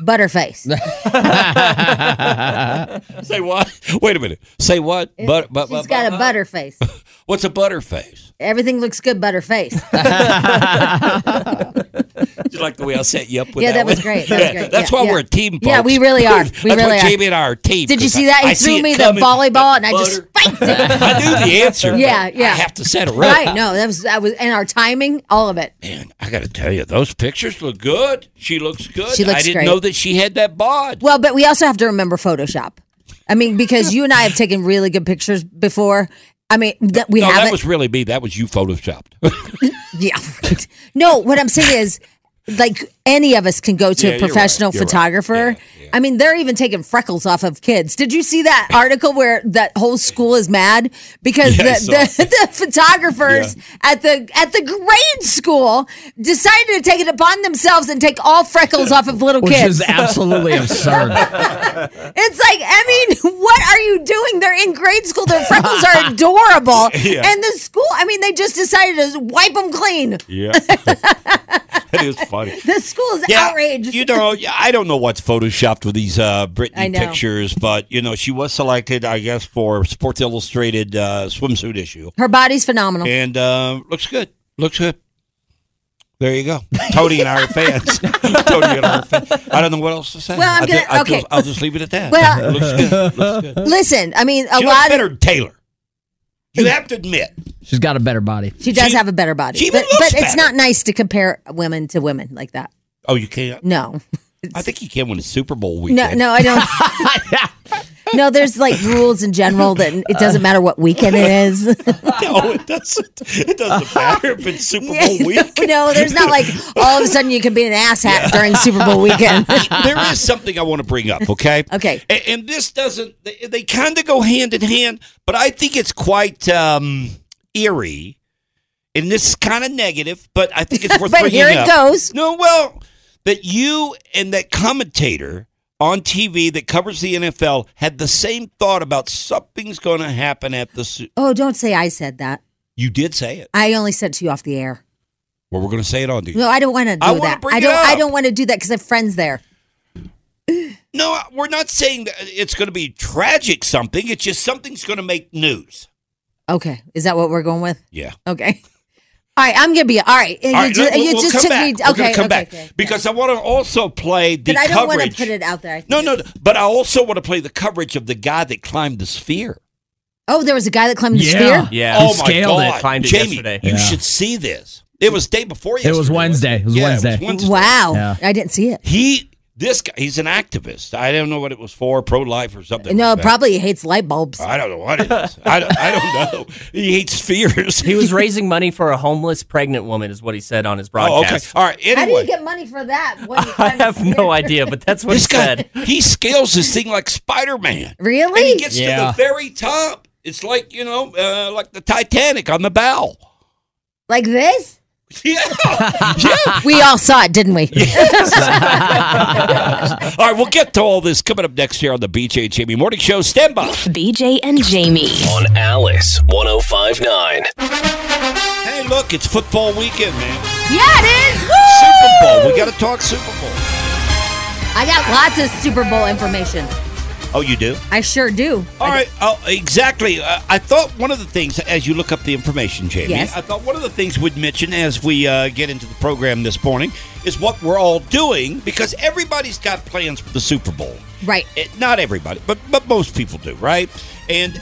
S2: butterface.
S4: (laughs) Say what? Wait a minute. Say what? But but
S2: She's got a butterface.
S4: what's a butterface?
S2: Everything looks good, butterface.
S4: (laughs) Did (laughs) you like the way I set you up with
S2: Yeah, that was
S4: one? (laughs)
S2: great. That was great.
S4: That's
S2: Yeah,
S4: why
S2: yeah.
S4: we're a team. Folks.
S2: Yeah, we
S4: (laughs)
S2: really are. We
S4: That's
S2: really
S4: why
S2: are.
S4: Jamie and I are a team.
S2: Did you
S4: 'cause
S2: see
S4: I-
S2: that? He
S4: I see
S2: threw
S4: it
S2: me
S4: coming.
S2: the volleyball, and I just spiked
S4: (laughs)
S2: it.
S4: I knew the answer. but
S2: (laughs) Yeah, yeah.
S4: I have to set her up.
S2: Right? No, that was that was, and our timing, all of it.
S4: I got to tell you, those pictures look good. She looks good.
S2: She looks
S4: I didn't
S2: great.
S4: know that she had that bod.
S2: Well, but we also have to remember Photoshop. I mean, because you and I have taken really good pictures before. I mean, that we
S4: no,
S2: haven't.
S4: that was really me. That was you photoshopped.
S2: yeah. (laughs) right. No, what I'm saying is, like any of us can go to
S4: Yeah,
S2: a
S4: you're right.
S2: professional
S4: You're right.
S2: photographer. I mean, they're even taking freckles off of kids. Did you see that article where that whole school is mad because
S11: Yeah, I
S2: the, the, the photographers
S11: Yeah.
S2: at the at the grade school decided to take it upon themselves and take all freckles off of little
S5: Which
S2: kids?
S5: is absolutely absurd.
S2: (laughs) It's like, I mean, what are you doing? They're in grade school. Their freckles
S4: (laughs)
S2: are adorable.
S4: Yeah.
S2: And the school, I mean, they just decided to wipe them clean.
S4: (laughs) (laughs) yeah, that is funny.
S2: The school is
S4: Yeah,
S2: outraged.
S4: You know, yeah, I don't know what's photoshopped with these uh,
S2: I
S4: Britney
S2: know.
S4: pictures, but you know, she was selected, I guess, for Sports Illustrated uh, swimsuit issue,
S2: Her body's phenomenal.
S4: and uh, looks good. Looks good. There you go. Tony and I are
S2: (laughs)
S4: fans. Tony and I are fans. I don't know what else to say.
S2: Well, I'm
S4: I ju-
S2: gonna-
S4: I
S2: okay.
S4: just- I'll just leave it at that.
S2: Well-
S4: looks good. Looks good.
S2: Listen, I mean, a
S4: she looks
S2: lot
S4: better
S2: of.
S4: than Taylor. You have to admit.
S5: She's got a better body.
S2: She does have a better body.
S4: she even
S2: but
S4: looks
S2: but it's
S4: better.
S2: not nice to compare women to women like that.
S4: Oh, you can't.
S2: No.
S4: I think you can win a Super Bowl
S2: No,
S4: weekend.
S2: no, I don't.
S4: (laughs)
S2: no, there's like rules in general that it doesn't matter what weekend it
S4: (laughs)
S2: is. (laughs)
S4: no, it doesn't. (laughs) It doesn't matter if it's Super Bowl week.
S2: no, there's not like all of a sudden you can be an asshat during Super Bowl weekend.
S4: (laughs) there is something I want to bring up, okay?
S2: (laughs) Okay.
S4: And, and this doesn't, they, they kind of go hand in hand, but I think it's quite um, eerie. And this is kind of negative, but I
S2: (laughs)
S4: think it's worth
S2: But
S4: bringing
S2: here it
S4: up.
S2: goes.
S4: No, well, that you and that commentator on TV that covers the NFL had the same thought about something's going to happen at the. Su-
S2: Oh, don't say I said that.
S4: You did say it.
S2: I only said to you off the air.
S4: Well, we're going to say it on to you.
S2: No, I don't want to do
S4: I wanna
S2: that.
S4: bring
S2: I
S4: it
S2: don't. I
S4: up.
S2: don't want to do that because I have friends there.
S4: No, we're not saying that it's going to be tragic something. It's just something's going to make news.
S2: Okay, is that what we're going with?
S4: Yeah.
S2: Okay. (laughs) All right, I'm gonna be all right. You,
S4: All right,
S2: ju-
S4: look, we'll-
S2: you
S4: we'll
S2: just
S4: come
S2: took
S4: back.
S2: me.
S4: We're gonna
S2: Okay,
S4: come
S2: okay,
S4: back
S2: okay.
S4: because I want to also play the
S2: But I don't want to
S4: coverage.
S2: put it out there. I-
S4: no, no, no, but I also want to play the coverage of the guy that climbed the sphere.
S2: Oh, there was a guy that climbed the sphere.
S3: Yeah.
S4: Oh
S3: He
S4: my
S3: scaled it,
S4: God,
S3: climbed it
S4: Jamie,
S3: yesterday.
S4: you
S3: Yeah.
S4: should see this. It was day before yesterday.
S5: It was Wednesday. It was
S4: Yeah, it was
S5: Wednesday.
S4: Wednesday.
S2: Wow,
S5: Yeah.
S2: I didn't see it.
S4: He This guy, he's an activist. I don't know what it was for, pro life or something.
S2: No,
S4: like that.
S2: probably he hates light bulbs.
S4: I don't know what it is. I don't, I don't know. He hates spheres.
S3: He
S4: (laughs)
S3: was raising money for a homeless pregnant woman, is what he said on his broadcast.
S4: Oh, All right.
S2: How do you get money for that? What,
S3: I have no idea, but that's what
S4: This
S3: he
S4: guy-
S3: said.
S4: He scales this thing like Spider Man.
S2: Really?
S4: he gets to
S3: Yeah.
S4: the (laughs) (laughs) very top. It's like you know, uh, like the Titanic on the bow.
S2: like this?
S4: Yeah.
S2: we all saw it, didn't we?
S4: All right, we'll get to all this coming up next here on the BJ and Jamie Morning Show. Stand by.
S13: BJ and Jamie.
S1: On Alice 1059.
S4: Hey, look, it's football weekend, man.
S2: (laughs) yeah, it is. Woo!
S4: Super Bowl. We got to talk Super Bowl.
S2: I got lots of Super Bowl information.
S4: Oh, you do?
S2: I sure do.
S4: All right, oh, exactly. Uh, I thought one of the things, as you look up the information, Jamie,
S2: Yes.
S4: I thought one of the things we'd mention as we uh, get into the program this morning is what we're all doing because everybody's got plans for the Super Bowl.
S2: Right.
S4: It, not everybody, but but most people do, right? And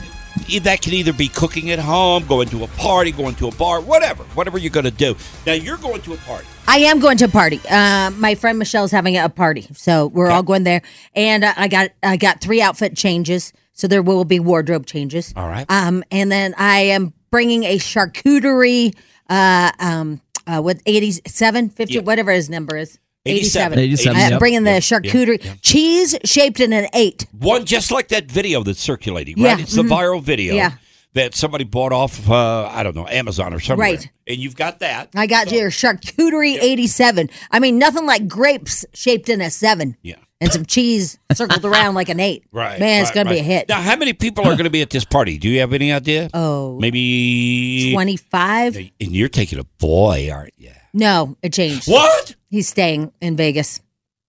S4: i- that can either be cooking at home, going to a party, going to a bar, whatever, whatever you're going to do. Now you're going to a party.
S2: I am going to a party. Uh, my friend Michelle's having a party, so we're all going there. And uh, I got I got three outfit changes, so there will be wardrobe changes. All
S4: right.
S2: Um, and then I am bringing a charcuterie. Uh, um, uh, with 87, 50, whatever his number is.
S4: 87.
S2: 87.
S4: 87,
S2: I'm
S4: yep.
S2: bringing the
S4: Yep, yep,
S2: charcuterie.
S4: yep.
S2: Cheese shaped in an eight.
S4: One just like that video that's circulating,
S2: Yeah,
S4: right? It's the
S2: mhm.
S4: viral video
S2: Yeah.
S4: that somebody bought off, of, uh, I don't know, Amazon or somewhere.
S2: Right.
S4: And you've got that.
S2: I got your charcuterie 87. I mean, nothing like grapes shaped in a seven.
S4: Yeah.
S2: And some cheese circled around like an eight.
S4: (laughs) Right.
S2: Man, it's
S4: right,
S2: going to be a
S4: right.
S2: hit.
S4: Now, how many people are going to be at this party? Do you have any idea?
S2: Oh.
S4: Maybe.
S2: 25?
S4: And you're taking a boy, aren't you?
S2: No, it changed.
S4: What?
S2: He's staying in Vegas.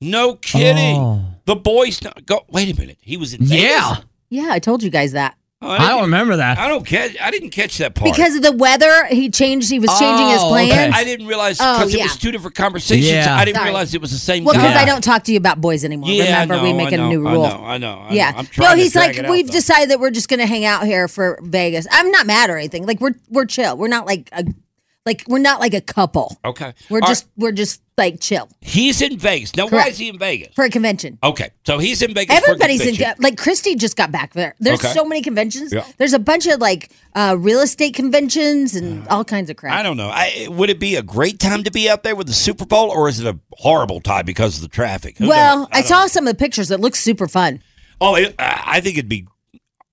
S4: No kidding. The boy's not. Go, wait a minute. He was in Vegas? Oh. Yeah.
S2: Yeah, I told you guys that.
S4: I don't remember that. I don't catch. I didn't catch that part.
S2: Because of the weather, he changed. He was changing
S4: Oh,
S2: his plans.
S4: I didn't realize
S2: Oh,
S4: because it
S2: yeah.
S4: was two different conversations.
S2: Yeah.
S4: I didn't
S2: Sorry.
S4: realize it was the same
S2: Well,
S4: guy.
S2: because I don't talk to you about boys anymore.
S4: Yeah, I
S2: Remember, we
S4: know,
S2: make
S4: I
S2: a
S4: know,
S2: new
S4: I
S2: rule.
S4: know, I know, I know.
S2: yeah.
S4: I'm trying
S2: no,
S4: to
S2: he's
S4: drag
S2: like,
S4: it out,
S2: we've
S4: though.
S2: decided that we're just going to hang out here for Vegas. I'm not mad or anything. Like we're we're chill. We're not like a like we're not like a couple.
S4: Okay.
S2: We're
S4: All
S2: just
S4: right.
S2: we're just like chill
S4: He's in Vegas. Now, why
S2: Correct.
S4: is he in Vegas?
S2: for a convention.
S4: Okay. So he's in Vegas. for a
S2: Everybody's in
S4: convention.
S2: like Christy just got back there. There's
S4: Okay.
S2: so many conventions.
S4: Yeah.
S2: There's a bunch of like uh, real estate conventions and all kinds of crap.
S4: I don't know. I, would it be a great time to be out there with the Super Bowl, or is it a horrible time because of the traffic? Who knows?
S2: well, I, saw some of the pictures. It looks super fun.
S4: oh, it, I I think it'd be.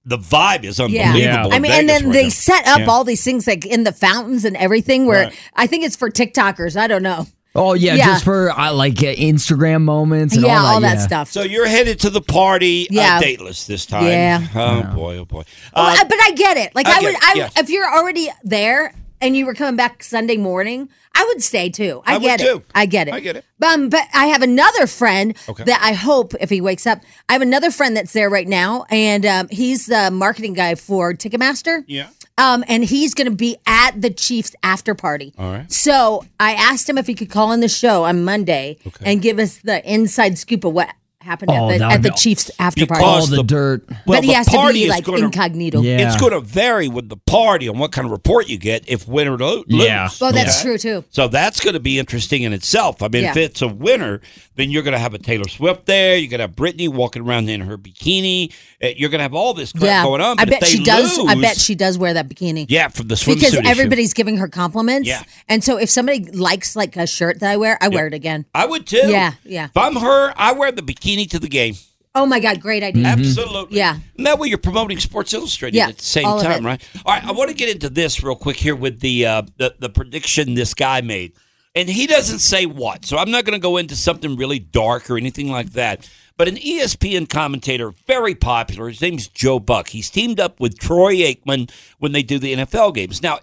S4: The vibe is
S2: Yeah.
S4: unbelievable. in
S2: I mean,
S4: Vegas
S2: and then
S4: right
S2: they
S4: now.
S2: set up
S4: Yeah.
S2: all these things like in the fountains and everything where
S5: Right.
S2: I think it's for TikTokers. I don't know.
S5: (laughs) Oh yeah,
S2: Yeah.
S5: just for uh, like uh, Instagram moments and
S2: Yeah,
S5: all that,
S2: all that
S5: yeah.
S2: stuff.
S4: So you're headed to the party,
S2: Yeah.
S4: uh, dateless this time.
S2: Yeah.
S4: Oh boy, oh boy.
S2: Well,
S4: Uh,
S2: I- but I get it. Like
S4: I
S2: I,
S4: get
S2: would,
S4: it,
S2: I would-
S4: yes.
S2: if you're already there and you were coming back Sunday morning, I would stay too. I,
S4: I would
S2: get it.
S4: too.
S2: I get it.
S4: I get it.
S2: Um, but I have another friend
S4: Okay.
S2: that I hope if he wakes up, I have another friend that's there right now, and um, he's the marketing guy for Ticketmaster.
S4: yeah.
S2: Um, and he's going to be at the Chiefs after party.
S4: All right.
S2: So I asked him if he could call on the show on Monday and give us the inside scoop of what happened
S5: Oh,
S2: at the,
S5: that
S2: at
S5: would
S2: the
S5: be
S2: Chiefs after party.
S4: Because
S5: all the, dirt.
S4: Well,
S2: but he
S4: the
S2: has to
S4: party
S2: be
S4: is
S2: like
S4: gonna-
S2: incognito.
S4: It's going to vary with the party on what kind of report you get if win or lo- lose.
S5: Yeah.
S2: Well, that's
S4: Okay?
S2: true too.
S4: So that's going to be interesting in itself. I mean, if
S2: Yeah.
S4: it's a winner, then you're going to have a Taylor Swift there. You're going to have Britney walking around in her bikini. Uh, You're going to have all this crap
S2: yeah,
S4: going on.
S2: I
S4: But if
S2: bet
S4: they
S2: she does. I
S4: lose-
S2: bet she does wear that bikini.
S4: Yeah, from the swimsuit.
S2: because
S4: issue.
S2: everybody's giving her compliments.
S4: Yeah.
S2: and so if somebody likes like a shirt that I wear, I wear it again.
S4: I would too.
S2: Yeah, yeah.
S4: If I'm her, I wear the bikini to the game.
S2: Oh my god, great idea!
S4: Mm-hmm. Absolutely.
S2: Yeah.
S4: And that way you're promoting Sports Illustrated
S2: Yeah,
S4: at the same
S2: all of
S4: time,
S2: it.
S4: right? All right, I want to get into this real quick here with the uh, the, the prediction this guy made. And he doesn't say what. So I'm not going to go into something really dark or anything like that. But an E ESPN commentator, very popular, his name's Joe Buck. He's teamed up with Troy Aikman when they do the NFL games. Now,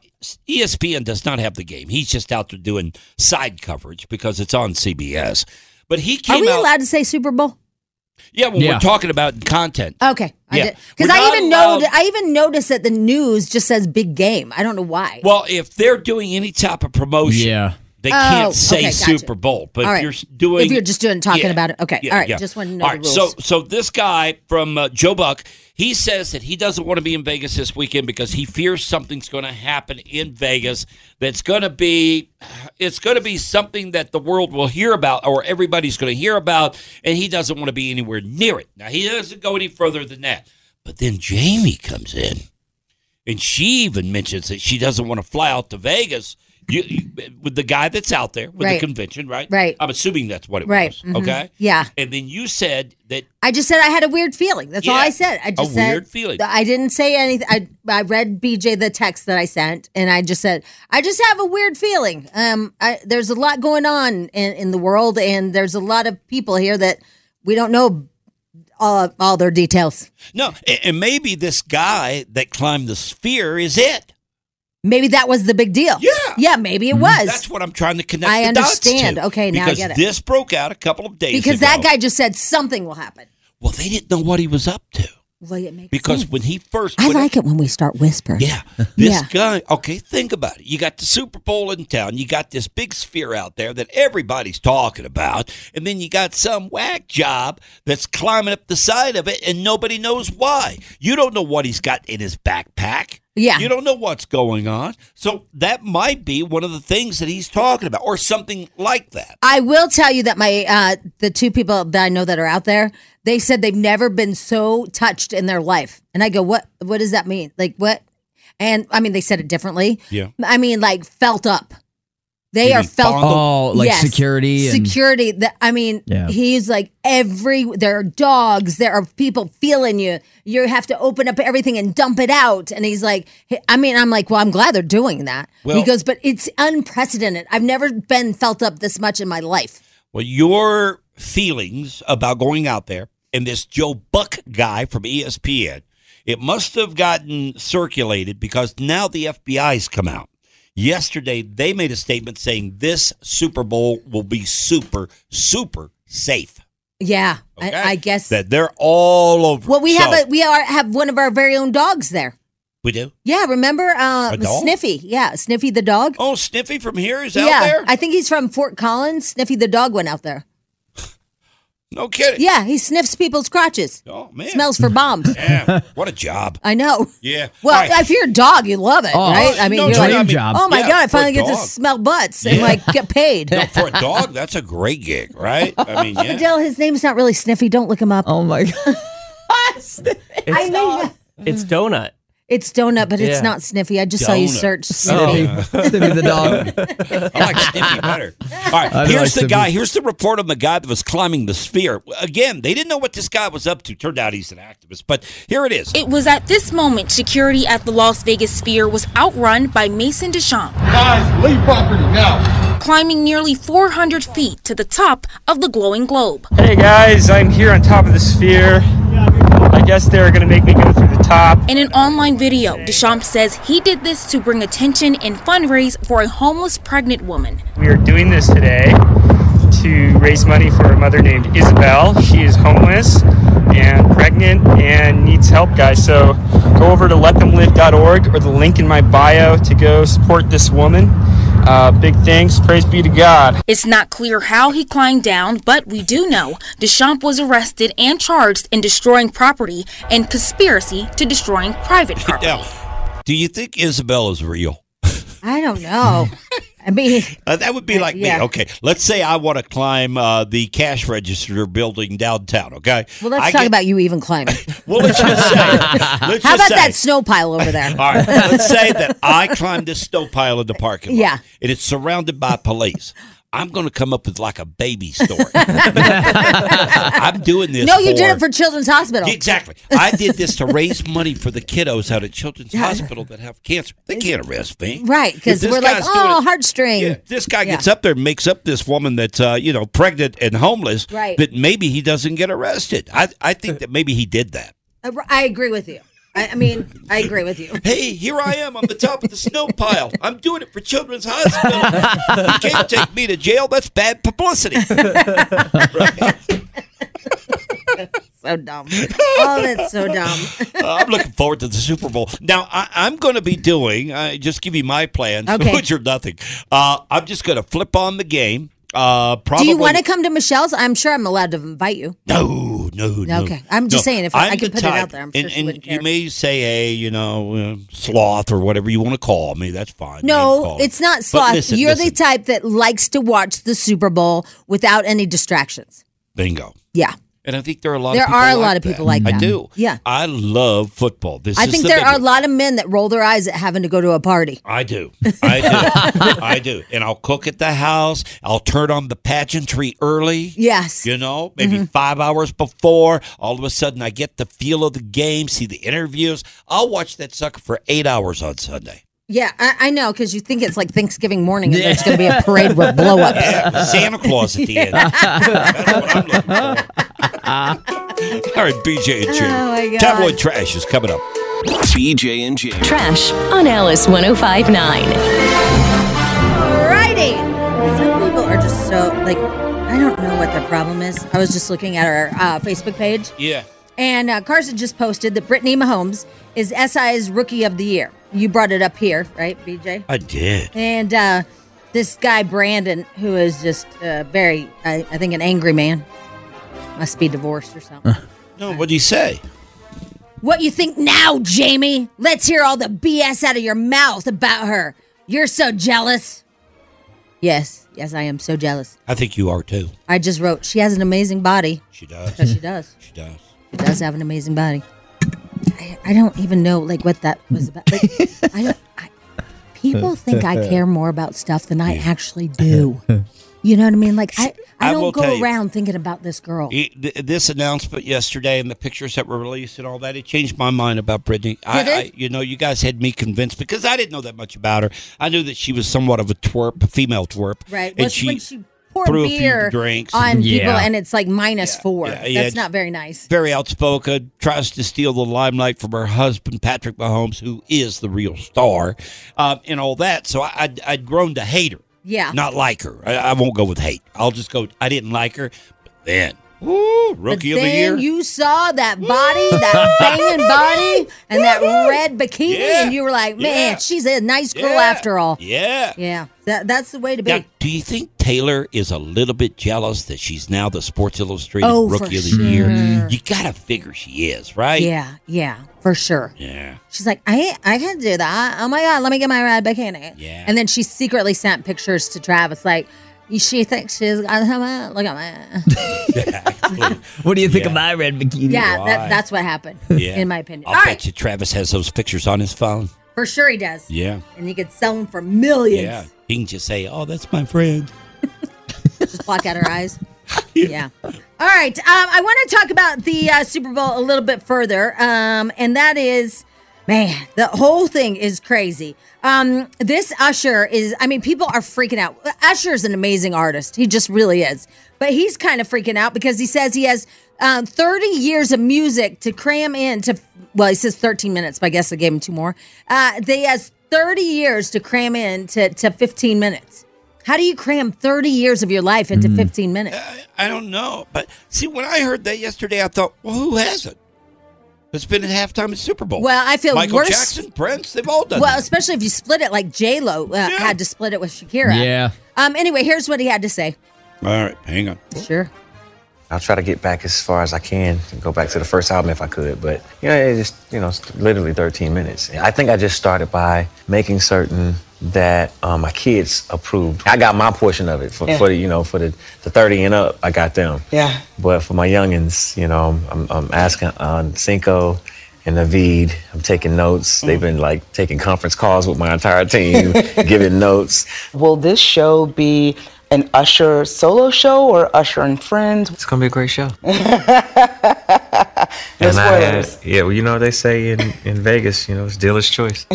S4: E ESPN does not have the game. He's just out there doing side coverage because it's on CBS. But he
S2: Are
S4: came
S2: we
S4: out.
S2: allowed to say Super Bowl?
S4: yeah, when
S5: Yeah.
S4: we're talking about content.
S2: Okay, I
S4: Yeah.
S2: did
S4: We're
S2: because I
S4: not
S2: even
S4: allowed-
S2: know I even noticed that the news just says big game. I don't know why.
S4: Well, if they're doing any type of promotion,
S5: yeah.
S4: They can't
S2: Oh,
S4: say
S2: okay, gotcha.
S4: Super Bowl, but
S2: All right.
S4: you're s- doing.
S2: If you're just doing talking
S4: Yeah,
S2: about it, okay.
S4: yeah,
S2: All right,
S4: yeah.
S2: just want to know
S4: All
S2: the
S4: right,
S2: rules.
S4: So, so this guy from uh, Joe Buck, he says that he doesn't want to be in Vegas this weekend because he fears something's going to happen in Vegas that's going to be, it's going to be something that the world will hear about or everybody's going to hear about, and he doesn't want to be anywhere near it. Now he doesn't go any further than that. But then Jamie comes in, and she even mentions that she doesn't want to fly out to Vegas. You, you- with the guy that's out there with
S2: Right.
S4: the convention, right?
S2: Right.
S4: I'm assuming that's what it
S2: Right,
S4: was.
S2: mhm.
S4: Okay.
S2: Yeah.
S4: And then you said that
S2: I just said I had a weird feeling. That's all
S4: Yeah,
S2: I said. I
S4: a
S2: just said
S4: weird feeling.
S2: I didn't say anything. I I read BJ the text that I sent, and I just said I just have a weird feeling. Um, I, there's a lot going on in, in the world, and there's a lot of people here that we don't know all all their details.
S4: no, and, and maybe this guy that climbed the sphere is it.
S2: Maybe that was the big deal. Yeah, yeah, maybe it was.
S4: Mm-hmm. That's what I'm trying to connect.
S2: I
S4: the dots to,
S2: understand. Okay, now I
S4: because
S2: get it.
S4: This broke out a couple of days
S2: because
S4: ago.
S2: that guy just said something will happen.
S4: Well, they didn't know what he was up to
S2: Well, it makes
S4: because
S2: sense.
S4: when he first
S2: I
S4: went
S2: like it when we start whispering.
S4: Yeah, This guy, okay, think about it. You got the Super Bowl in town. You got this big sphere out there that everybody's talking about. And then you got some whack job that's climbing up the side of it and nobody knows why. You don't know what he's got in his backpack.
S2: Yeah.
S4: You don't know what's going on. So that might be one of the things that he's talking about or something like that.
S2: I will tell you that my uh, the two people that I know that are out there, they said they've never been so touched in their life. And I go, what What does that mean? Like what? And I mean, they said it differently.
S5: Yeah.
S2: I mean, like felt up. They
S5: You
S2: are
S5: mean
S2: felt
S5: fondled? Oh, like
S2: Yes.
S5: security and-
S2: security. That I mean,
S5: Yeah.
S2: he's like every. There are dogs. There are people feeling you. You have to open up everything and dump it out. And he's like, I mean, I'm like, well, I'm glad they're doing that.
S4: Well-
S2: he goes, but it's unprecedented. I've never been felt up this much in my life.
S4: Well, your feelings about going out there and this Joe Buck guy from E ESPN, it must have gotten circulated because now the FBI's come out. Yesterday, they made a statement saying this Super Bowl will be super, super safe.
S2: Yeah, I, I guess.
S4: That they're all over.
S2: well, we
S4: So-
S2: have a we are have one of our very own dogs there.
S4: we do.
S2: Yeah, remember uh,
S4: A dog?
S2: Sniffy? Yeah, Sniffy the dog.
S4: Oh, Sniffy from here is
S2: yeah,
S4: out there.
S2: I think he's from Fort Collins. Sniffy the dog went out there.
S4: No kidding.
S2: Yeah, he sniffs people's crotches.
S4: Oh man,
S2: smells for bombs.
S4: (laughs)
S2: (laughs)
S4: Yeah, what a job.
S2: I know.
S4: Yeah.
S2: Well,
S4: All right.
S2: if you're a dog, you love it,
S4: Oh,
S2: right? I mean,
S4: no,
S2: you're
S4: no,
S2: like,
S4: I mean- Job.
S2: oh my
S4: Yeah,
S2: god, I
S4: for a
S2: finally get to
S4: dog.
S2: smell butts and
S4: Yeah.
S2: like get paid.
S4: No, for a
S2: (laughs)
S4: dog, that's a great gig, right? I mean, yeah.
S2: Adele, his name's not really Sniffy. Don't look him up. Oh my god. I mean,
S3: It's donut.
S2: (laughs) it's donut, but it's
S3: Yeah.
S2: not Sniffy. I just saw you
S3: Donut.
S2: search
S3: Sniffy.
S2: Sniffy.
S5: Sniffy the dog.
S4: Oh, (laughs) I like Snippy better. All
S5: I
S4: right,
S5: do like
S4: here's the
S5: Snippy.
S4: guy. Here's the report on the guy that was climbing the sphere. Again, they didn't know what this guy was up to. Turned out he's an activist, but here it is.
S13: It was at this moment security at the Las Vegas Sphere was outrun by Mason Deschamps. Guys, leave property now. Climbing nearly 400 feet to the top of the glowing globe.
S18: Hey guys, I'm here on top of the sphere. I guess they're gonna make me go through the top.
S13: In an online video, Deschamps says he did this to bring attention and fundraise for a homeless pregnant woman.
S18: We are doing this today to raise money for a mother named Isabel. She is homeless and pregnant and needs help, guys. So go over to letthemlive.org or the link in my bio to go support this woman. Uh, big thanks. Praise be to God.
S13: It's not clear how he climbed down, but we do know Deschamps was arrested and charged in destroying property and conspiracy to destroying private property.
S4: Now, do you think Isabel is real?
S2: I don't know. I mean,
S4: Uh, that would be like
S2: yeah.
S4: me. Okay, let's say I want to climb uh, the cash register building downtown. Okay,
S2: well, let's
S4: I
S2: talk
S4: get-
S2: about you even climbing.
S4: (laughs) Well, let's just
S2: (laughs)
S4: say. let's
S2: How
S4: just
S2: about
S4: say-
S2: that snow pile over there?
S4: All right, let's
S2: (laughs)
S4: say that I climbed this snow pile in the parking lot.
S2: Yeah.
S4: and it's surrounded by police. I'm going to come up with like a baby
S2: (laughs)
S4: story. I'm doing this.
S2: No, you did it for Children's Hospital.
S4: Exactly. I did this to raise money for the kiddos out at Children's
S2: Yeah.
S4: Hospital that have cancer. They can't arrest me. If
S2: Right, because
S4: this
S2: we're like,
S4: guy's doing
S2: oh,
S4: it-
S2: heartstring.
S4: Yeah, if this guy gets up there and makes up this woman that's uh, you know pregnant and homeless.
S2: Right.
S4: That maybe he doesn't get arrested. I I think that maybe he did that.
S2: I Uh, I agree with you. I, I mean, I agree with you.
S4: Hey, here I am on the top of the snow pile. I'm doing it for Children's Hospital. You can't take me to jail. That's bad publicity.
S2: so dumb. Oh, that's so dumb.
S4: Uh, I'm looking forward to the Super Bowl. Now, I, I'm going to be doing, I just give you my plans,
S2: Okay.
S4: which are nothing. Uh, I'm just going to flip on the game. Uh, probably,
S2: Do you want to come to Michelle's? I'm sure I'm allowed to invite you.
S4: No, no, no.
S2: Okay. I'm just saying, if I- I could
S4: the
S2: put it
S4: type-
S2: out there, I'm sure
S4: and,
S2: she
S4: and
S2: wouldn't
S4: You may say, hey, you know, uh, sloth or whatever you want to call me. That's fine. You can
S2: No,
S4: call me.
S2: it's not
S4: But
S2: sloth.
S4: listen,
S2: You're
S4: listen.
S2: the type that likes to watch the Super Bowl without any distractions.
S4: Bingo.
S2: Yeah.
S4: And I think there are a lot.
S2: There
S4: of people
S2: are a
S4: like
S2: lot of people like
S4: I
S2: that.
S4: do.
S2: Yeah.
S4: I love football. This
S2: I
S4: is
S2: think
S4: the
S2: there
S4: big
S2: are a
S4: one.
S2: lot of men that roll their eyes at having to go to a party.
S4: I do. I
S2: (laughs)
S4: do. I do. And I'll cook at the house. I'll turn on the pageantry early.
S2: Yes.
S4: You know, maybe
S2: Mhm.
S4: five hours before. All of a sudden, I get the feel of the game, see the interviews. I'll watch that sucker for eight hours on Sunday.
S2: Yeah, I, I know because you think it's like Thanksgiving morning and there's going to be a parade
S4: (laughs)
S2: with blow ups.
S4: Yeah, Santa Claus at the end. (laughs)
S2: (laughs)
S4: All right, BJ and Jim.
S1: Oh, my God.
S4: Tabloid trash is coming up.
S1: BJ and Jamie.
S7: Trash on Alice 1059.
S2: Alrighty. Some people are just so like, I don't know what their problem is. I was just looking at our uh, Facebook page,
S4: Yeah.
S2: and uh, Carson just posted that Brittany Mahomes is SI's Rookie of the Year. You brought it up here, right, BJ?
S4: I did.
S2: And uh, this guy Brandon, who is just uh, very, I, I think, an angry man, must be divorced or something.
S4: No, what do you say?
S2: What you think now, Jamie? Let's hear all the BS out of your mouth about her. You're so jealous. Yes, yes, I am so jealous.
S4: I think you are too.
S2: I just wrote, she has an amazing body.
S4: She does.
S2: Because she does.
S4: She does.
S2: She does have an amazing body. I, I don't even know like what that was about. Like, I don't, I, people think I care more about stuff than I actually do. You know what I mean? Like I,
S4: I
S2: I
S4: will
S2: don't
S4: tell
S2: go
S4: you-
S2: around thinking about this girl.
S4: It- th- this announcement yesterday and the pictures that were released and all that, it changed my mind about Brittany. I,
S2: Did
S4: I,
S2: it?
S4: you know, you guys had me convinced because I didn't know that much about her. I knew that she was somewhat of a twerp, a female twerp.
S2: Right.
S4: And
S2: Well,
S4: she,
S2: when she poured
S4: threw a few
S2: beer
S4: drinks
S2: on
S4: and-
S2: people
S4: Yeah.
S2: and it's like minus four.
S4: yeah, yeah,
S2: That's
S4: it's-
S2: not very nice.
S4: very outspoken, tries to steal the limelight from her husband, Patrick Mahomes, who is the real star, um, and all that. So I, I'd, I'd grown to hate her.
S2: Yeah.
S4: Not like her. I, I won't go with hate. I'll just go, I didn't like her. But then, woo, rookie
S2: but
S4: of the
S2: then
S4: year.
S2: you saw that body, that
S4: (laughs)
S2: banging body, and that red bikini, and you were like, "Man, she's a nice girl after all."
S4: yeah.
S2: Yeah, that, that's the way to be.
S4: Now, do you think Taylor is a little bit jealous that she's now the Sports Illustrated
S2: Oh, for
S4: Rookie of the
S2: sure.
S4: Year? You gotta figure she is, right?
S2: Yeah, yeah, for sure.
S4: Yeah.
S2: She's like, "I, I can do that. Oh my god, let me get my red bikini."
S4: Yeah.
S2: And then she secretly sent pictures to Travis, like, "She thinks she's look at my."
S5: What do you think of my red bikini?
S2: Yeah, that, that's what happened.
S4: (laughs) Yeah.
S2: in my opinion.
S4: I'll
S2: all
S4: bet
S2: right,
S4: you Travis has those pictures on his phone.
S2: for sure he does,
S4: Yeah.
S2: and you could sell them for millions.
S4: Yeah. He can just say, Oh, that's my friend.
S2: just block out her eyes. Yeah. All right. Um, I want to talk about the uh, Super Bowl a little bit further, um, and that is, man, the whole thing is crazy. Um, this Usher is. I mean, people are freaking out. Usher is an amazing artist. He just really is. But he's kind of freaking out because he says he has um, 30 years of music to cram in to. Well, he says 13 minutes, but I guess they gave him two more. Uh, they has 30 years to cram in to, to 15 minutes. How do you cram 30 years of your life into
S4: Mm.
S2: 15 minutes?
S4: I don't know. But see, when I heard that yesterday, I thought, Well, who hasn't? It's been at halftime at Super Bowl.
S2: Well, I feel
S4: Michael
S2: worse-
S4: Jackson, Prince, they've all done
S2: Well,
S4: that.
S2: especially if you split it like J Lo uh, had to split it with Shakira.
S4: Yeah.
S2: Um. Anyway, here's what he had to say.
S4: All right, hang on.
S2: Sure.
S19: I'll try to get back as far as I can and go back to the first album if I could. But, you know, it's just, you know, it's literally 13 minutes. I think I just started by making certain that um, my kids approved. I got my portion of it for,
S20: Yeah.
S19: for the, you know, for the, the 30 and up, I got them.
S20: Yeah.
S19: But for my youngins, you know, I'm, I'm asking on Cinco and Navid. I'm taking notes. They've
S20: Mm.
S19: been like taking conference calls with my entire team, (laughs) giving notes.
S20: Will this show be an Usher solo show or Usher and Friends?
S19: It's gonna be a great show.
S20: No
S19: And I had-
S20: spoilers.
S19: yeah, well, you know what they say in, in Vegas, you know, it's dealer's choice.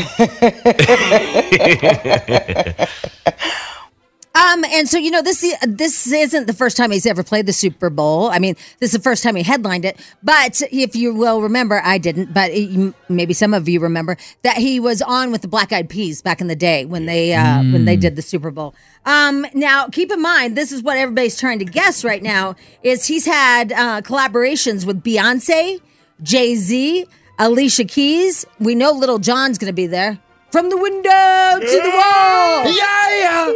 S2: Um. And so you know this i- this isn't the first time he's ever played the Super Bowl. I mean, this is the first time he headlined it. But if you will remember, I didn't, but it, you- maybe some of you remember that he was on with the Black Eyed Peas back in the day when they uh, when they
S21: Mm.
S2: did the Super Bowl. Um. Now keep in mind, this is what everybody's trying to guess right now is he's had uh, collaborations with Beyonce, Jay Z. Alicia Keys. We know Little John's going to be there. From the window to the wall.
S4: Yeah.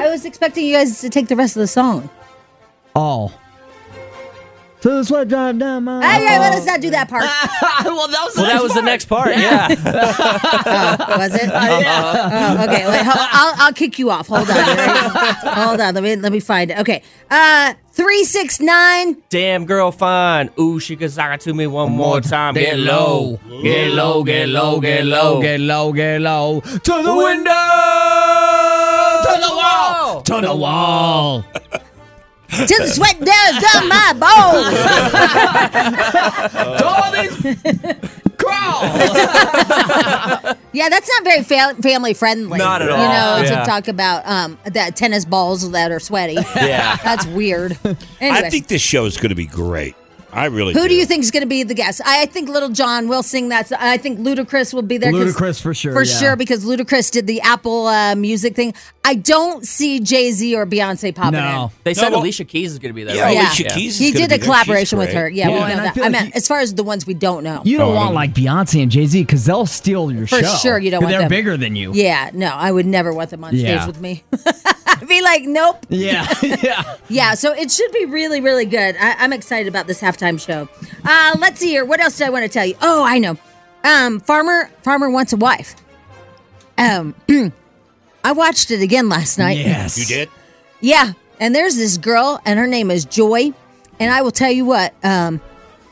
S2: I was expecting you guys to take the rest of the song.
S5: All. Oh. To the sweat drive down my.
S2: Hey, hey, let us not do that part.
S5: Oh. (laughs) well, that was
S3: Well, that was the next part. Yeah.
S2: (laughs) was it?
S3: Uh-huh.
S2: Oh, okay, wait, ho- I'll, I'll kick you off. Hold on.
S5: (laughs)
S2: Hold on. Let me let me find it. Okay. Uh 369
S3: Damn girl, fine. Ooh, she could suck it to me one more time. Get low, get low, get low, get low,
S5: get low, get low. To the
S3: window,
S5: to
S3: the wall,
S5: to the
S2: (laughs)
S5: wall.
S2: to the sweat does down my bones. (laughs) yeah, that's not very fa- family friendly.
S3: Not at
S2: You
S3: all.
S2: know,
S3: Yeah.
S2: to talk about um that tennis balls that
S3: (laughs)
S2: are sweaty.
S4: Yeah.
S2: (laughs) That's weird. Anyway.
S4: I think this show is going to be great. I really
S2: who do you think is going to be the guest? I I think Little John will sing that. so- I think Ludacris will be there. 'cause-
S5: Ludacris for sure,
S2: For
S5: yeah.
S2: sure, because Ludacris did the Apple uh, music thing. I don't see Jay Z or Beyonce popping in.
S3: They said
S5: well-
S3: Alicia Keys is going to be there.
S5: Yeah,
S3: right?
S5: Alicia Keys is
S2: He
S5: gonna be
S2: did a
S5: there. She's
S2: collaboration with
S5: great. Oh,
S2: her. Yeah,
S5: Yeah,
S2: we
S5: and
S2: know
S5: I
S2: that.
S5: feel
S2: I
S5: like
S2: mean, as far as the ones we don't know.
S5: You
S4: Oh,
S5: don't want like Beyonce and Jay Z because they'll steal your
S2: For
S5: show.
S2: sure you don't want
S5: They're
S2: them.
S5: bigger than you.
S2: Yeah, no, I would never want them on
S5: Yeah.
S2: stage with me. (laughs) I'd be like, nope. (laughs)
S5: Yeah. yeah.
S2: Yeah, so it should be really, really good. I- I'm excited about this halftime show. Uh, let's see here. What else do I want to tell you? Oh, I know. Um, farmer, farmer wants a wife. Um, (clears throat) I watched it again last night.
S4: You did?
S2: Yeah, and there's this girl, and her name is Joy. And I will tell you what, um,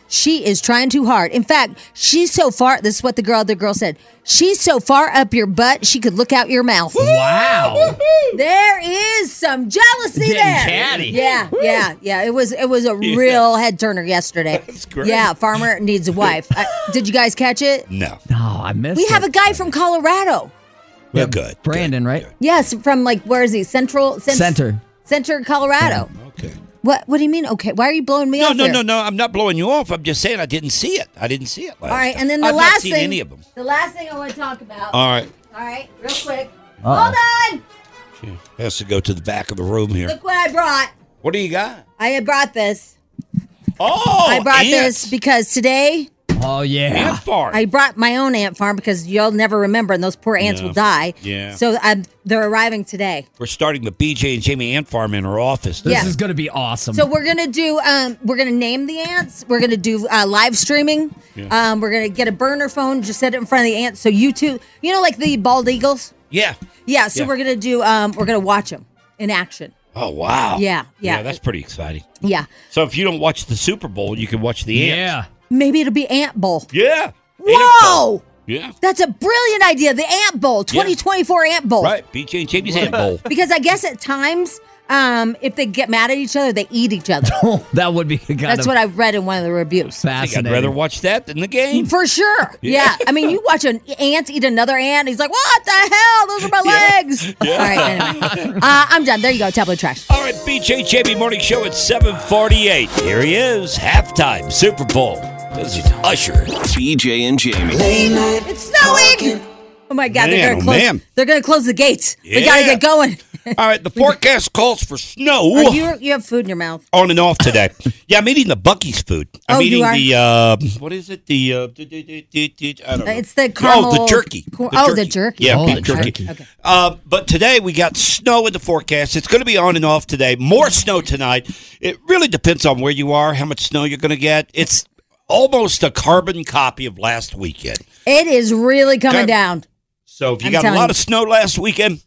S2: she is trying too hard. In fact, she's so far. This is what the girl, the girl said. She's so far up your butt, she could look out your mouth.
S5: Wow.
S2: (laughs) There is some jealousy
S5: Getting
S2: there.
S5: catty.
S2: Yeah, yeah, yeah. It was it was a real head
S5: (laughs)
S2: turner yesterday.
S5: great.
S2: Yeah, farmer needs a wife. Uh, did you guys catch it?
S4: No.
S5: No, I missed
S2: We
S5: it.
S2: have a guy from Colorado.
S4: Well, good.
S5: Brandon, right?
S2: Yes, from like where is he? Central cent-
S5: Center.
S2: Center Colorado.
S4: Hmm, Okay.
S2: What What do you mean? Okay, why are you blowing me
S4: No,
S2: off?
S4: no,
S2: there?
S4: no, no. I'm not blowing you off. I'm just saying I didn't see it. I didn't see it. Last
S2: All right,
S4: time.
S2: and then the
S4: I've
S2: last
S4: not seen
S2: thing.
S4: any of them.
S2: The last thing I want to talk about.
S4: All right.
S2: All right, real quick.
S4: Uh-oh.
S2: Hold on.
S4: Has to go to the back of the room here.
S2: Look what I brought.
S4: What do you got?
S2: I had brought this.
S4: Oh,
S2: I brought
S4: ants.
S2: this because today
S5: Oh yeah.
S4: Ant farm.
S2: I brought my own ant farm because y'all never remember, and those poor ants
S4: No.
S2: will die.
S4: Yeah.
S2: So I'm, they're arriving today.
S4: We're starting the BJ and Jamie Ant Farm in her office.
S2: This Yeah.
S5: This is gonna be awesome.
S2: So we're gonna do. Um, we're gonna name the ants. We're gonna do uh, live streaming.
S4: Yeah.
S2: Um, we're gonna get a burner phone, just set it in front of the ants, so you two, you know, like the bald eagles.
S4: Yeah.
S2: Yeah. So
S4: Yeah.
S2: we're gonna do. Um, we're gonna watch them in action.
S4: Oh wow.
S2: Yeah, yeah.
S4: that's pretty exciting.
S2: Yeah.
S4: So if you don't watch the Super Bowl, you can watch the ants.
S2: Maybe it'll be Ant Bowl.
S4: Yeah. Yeah.
S2: Whoa!
S4: Yeah.
S2: That's a brilliant idea. The Ant Bowl, 2024 Ant Bowl.
S4: Right. (laughs) BJ and Jamie's Ant
S2: (laughs)
S4: Bowl.
S2: Because I guess at times, um, if they get mad at each other, they eat
S4: (laughs)
S2: each
S4: Oh
S2: other.
S5: that would be kind
S2: That's
S5: of
S2: what I read in one of the reviews.
S4: I think I'd
S5: fascinating.
S4: rather watch that than the game.
S2: For sure. Yeah. I mean, you watch an ant eat another ant. He's like, what the hell? Those are my
S4: (laughs)
S2: legs. (laughs) All right. Anyway, uh, I'm done. There you go. Tablet trash.
S4: All right, BJ Jamie Morning Show at 748. Here he is, halftime Super Bowl. This is Usher.
S1: BJ and Jamie.
S2: It's snowing. Oh my
S4: Man,
S2: God. they're going
S4: oh,
S2: to close.
S4: man.
S2: They're going to close the gates. We got to
S4: Yeah.
S2: get going.
S4: All
S2: (laughs)
S4: right, the forecast calls for snow
S2: Are you, you have food in your mouth.
S4: on and off today. yeah, I'm eating the Bucky's food. I'm
S2: Oh, you
S4: eating
S2: are?
S4: the uh, what is it? The uh, d- d- d- d- d- I don't know.
S2: It's the caramel.
S4: Oh, the jerky.
S2: cor- oh, the jerky.
S4: Yeah,
S2: Oh,
S4: beef
S2: the
S4: jerky.
S2: Okay.
S4: Uh, but today we got snow in the forecast. It's going to be on and off today. More snow tonight. It really depends on where you are, how much snow you're going to get. It's almost a carbon copy of last weekend.
S2: It is really coming
S4: Okay.
S2: down.
S4: So if you
S2: I'm
S4: got a
S2: telling
S4: lot
S2: you.
S4: of snow last weekend,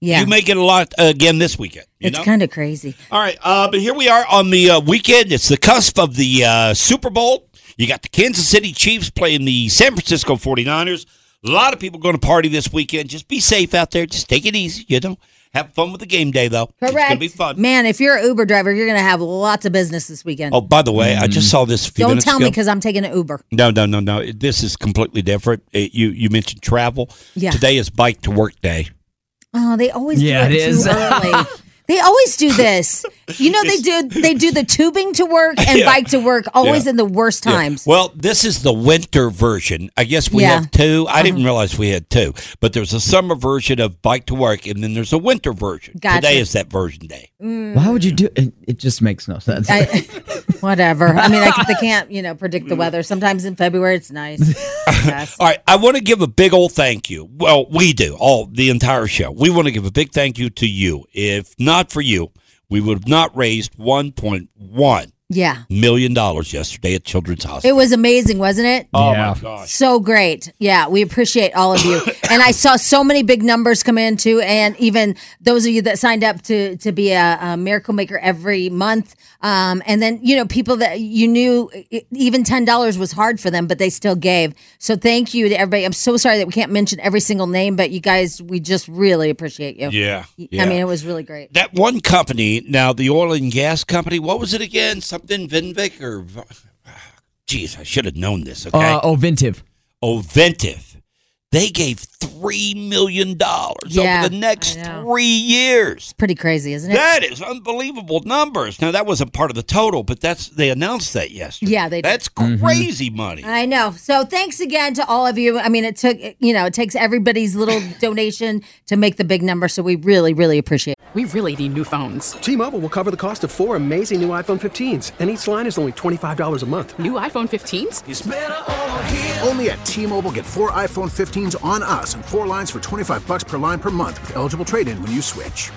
S2: Yeah.
S4: you may get a lot uh, again this weekend. You
S2: it's
S4: know?
S2: kind of crazy.
S4: All right, uh, but here we are on the uh, weekend. It's the cusp of the uh, Super Bowl. You got the Kansas City Chiefs playing the San Francisco 49ers. A lot of people going to party this weekend. Just be safe out there. Just take it easy, you know. Have fun with the game day, though. It's going to
S2: Correct.
S4: be fun.
S2: Man, if you're an Uber driver, you're going to have lots of business this weekend.
S4: Oh, by the way, I just saw this a few
S2: Don't
S4: minutes
S2: tell
S4: ago.
S2: me because I'm taking an Uber.
S4: no, no, no, no. This is completely different. It, you you mentioned travel.
S2: Yeah.
S4: Today is bike to work day.
S2: Oh, they always
S5: Yeah,
S2: do it,
S5: it is.
S2: too early. They always do this. You know they do they do the tubing to work and
S4: Yeah.
S2: bike to work always
S4: Yeah.
S2: in the worst
S4: Yeah.
S2: times.
S4: Well, this is the winter version. I guess we
S2: Yeah. Uh-huh.
S4: have two. I didn't realize we had two, but there's a summer version of Bike to Work, and then there's a winter version.
S2: Gotcha.
S4: Today is that version day.
S5: Why would you do it? It just makes no sense.
S2: Mm. I, (laughs) whatever. I mean, I, they can't, you know, predict the weather. Sometimes in February it's nice.
S4: (laughs) All right, I want to give a big old thank you. Well, we do all the entire show. We want to give a big thank you to you. If not for you, we would have not raised one point one
S2: Yeah.
S4: million dollars yesterday at Children's Hospital.
S2: It was amazing, wasn't it?
S4: Oh my gosh!
S2: So great. Yeah, we appreciate all
S4: (coughs)
S2: of you. and I saw so many big numbers come in too. And even those of you that signed up to to be a, a miracle maker every month. Um, and then, you know, people that you knew e- even $10 was hard for them, but they still gave. So thank you to everybody. I'm so sorry that we can't mention every single name, but you guys, we just really appreciate you.
S4: Yeah,
S2: I
S4: yeah.
S2: mean, it was really great.
S4: That one company, now the oil and gas company, what was it again? Something Vinvic or (sighs) Jeez, I should have known this, okay?
S2: oh.
S5: Uh, Oventive.
S4: Oventive. They gave three million dollars
S2: Yeah,
S4: over the next three years.
S2: Pretty crazy, isn't it?
S4: That is unbelievable numbers. Now that wasn't part of the total, but that's they announced that yesterday.
S2: Yeah, they did.
S4: That's crazy money.
S2: I know. So thanks again to all of you. I mean, it took you know, it takes
S4: (laughs)
S2: everybody's little donation to make the big number. So we really, really appreciate. it.
S21: We really need new phones. T-Mobile will cover the cost of four amazing new iPhone 15s, and each line is only twenty-five dollars a month.
S22: New iPhone 15s?
S23: Only at T-Mobile, get four iPhone 15s on us and four lines for 25 bucks per line per month with eligible trade-in when you switch.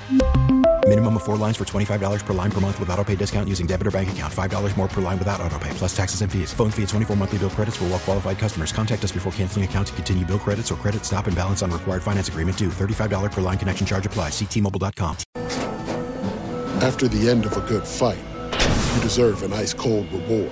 S24: Minimum of four lines for $25 per line per month with auto pay discount using debit or bank account. $5 more per line without auto pay, plus taxes and fees. Phone fee at 24 monthly bill credits for all qualified customers. Contact us before canceling account to continue bill credits or credit stop and balance on required finance agreement due. $35 per line connection charge apply. Ctmobile.com.
S25: After the end of a good fight, you deserve an ice cold reward.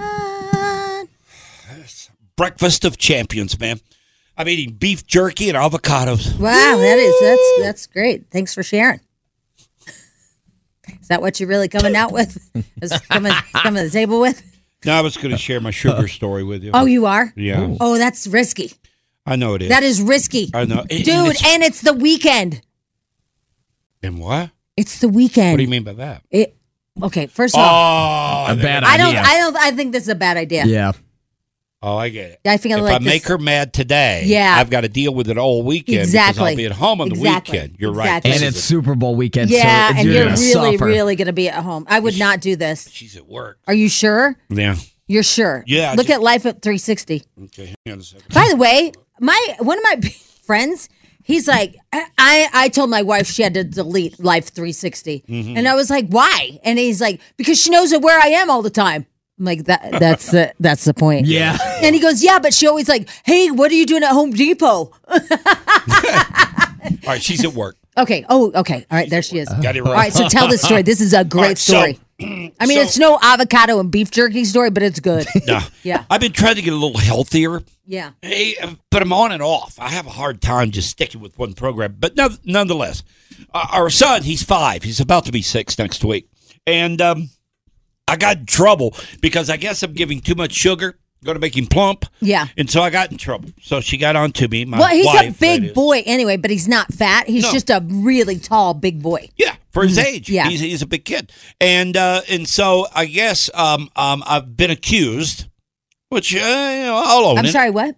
S4: breakfast of champions, man. I'm eating beef jerky and avocados.
S2: Wow, that is that's that's great. Thanks for sharing. Is that what you're really coming
S4: (laughs)
S2: out with? Is coming coming to the table with?
S4: Now I was gonna share my (laughs) sugar story with you.
S2: Oh, you are.
S4: Yeah.
S2: Oh, that's risky.
S4: I know it is.
S2: That is risky.
S4: I know. It-
S2: dude.
S4: and it's-
S2: and it's the weekend.
S4: And what?
S2: It's the weekend.
S4: What do you mean by that?
S2: It. Okay. First
S4: oh,
S2: of all,
S4: a bad
S2: I don't. I don't. I think this is a bad idea.
S4: Oh, I get it.
S2: I think I
S4: if
S2: like
S4: I
S2: this-
S4: make her mad today,
S2: Yeah.
S4: I've got to deal with it all weekend because
S2: Exactly.
S4: I'll be at home on the
S2: Exactly.
S4: weekend. You're right.
S2: Exactly.
S4: This
S5: And
S4: is
S5: it's Super Bowl weekend,
S2: yeah,
S5: so
S2: and
S5: you're,
S2: you're
S5: gonna
S2: really,
S5: suffer.
S2: really going to be at home. I would not do this.
S4: She's at work.
S2: Are you sure?
S4: a- yeah.
S2: You're sure.
S4: Yeah, I
S2: Look
S4: ju-
S2: at life at 360.
S4: Okay, hang on a second.
S2: By the way, my one of my (laughs) friends, he's like, I I, I told my wife she had to delete Life 360,
S4: Mm-hmm.
S26: Mhm.
S2: and I was like, why? And he's like, because she knows where I am all the time. I'm like that.
S4: (laughs)
S2: That's the that's the point.
S26: Yeah.
S2: And he goes, yeah, but she always like, hey, what are you doing at Home Depot?
S4: All right, she's at (laughs) work.
S2: Okay. Oh, okay. All right. There she is.
S4: Got it right.
S2: All right. So tell this
S4: (laughs)
S2: story. This is a great
S4: All right, so- (clears throat)
S2: story. I mean,
S4: so-
S2: it's no avocado and beef jerky story, but it's good.
S4: (laughs) Nah.
S2: Yeah.
S4: I've been trying to get a little healthier.
S2: Yeah.
S4: Hey, uh, but I'm on and off. I have a hard time just sticking with one program. But no, nonetheless, uh, our son, he's five. He's about to be six next week. And um, I got in trouble because I guess I'm giving too much sugar, going to make him plump.
S2: Yeah.
S4: And so I got in trouble. So she got on to me, my
S2: well, he's
S4: wife.
S2: a
S4: that
S2: big
S4: is.
S2: boy anyway, but he's not fat. He's just a really tall, big boy. Mm-hmm.
S4: Yeah, for his age.
S2: Yeah.
S4: He's, he's a big kid. And uh, and so I guess um, um, I've been accused, which uh, you know, I'll own
S2: I'm
S4: it.
S2: sorry, what?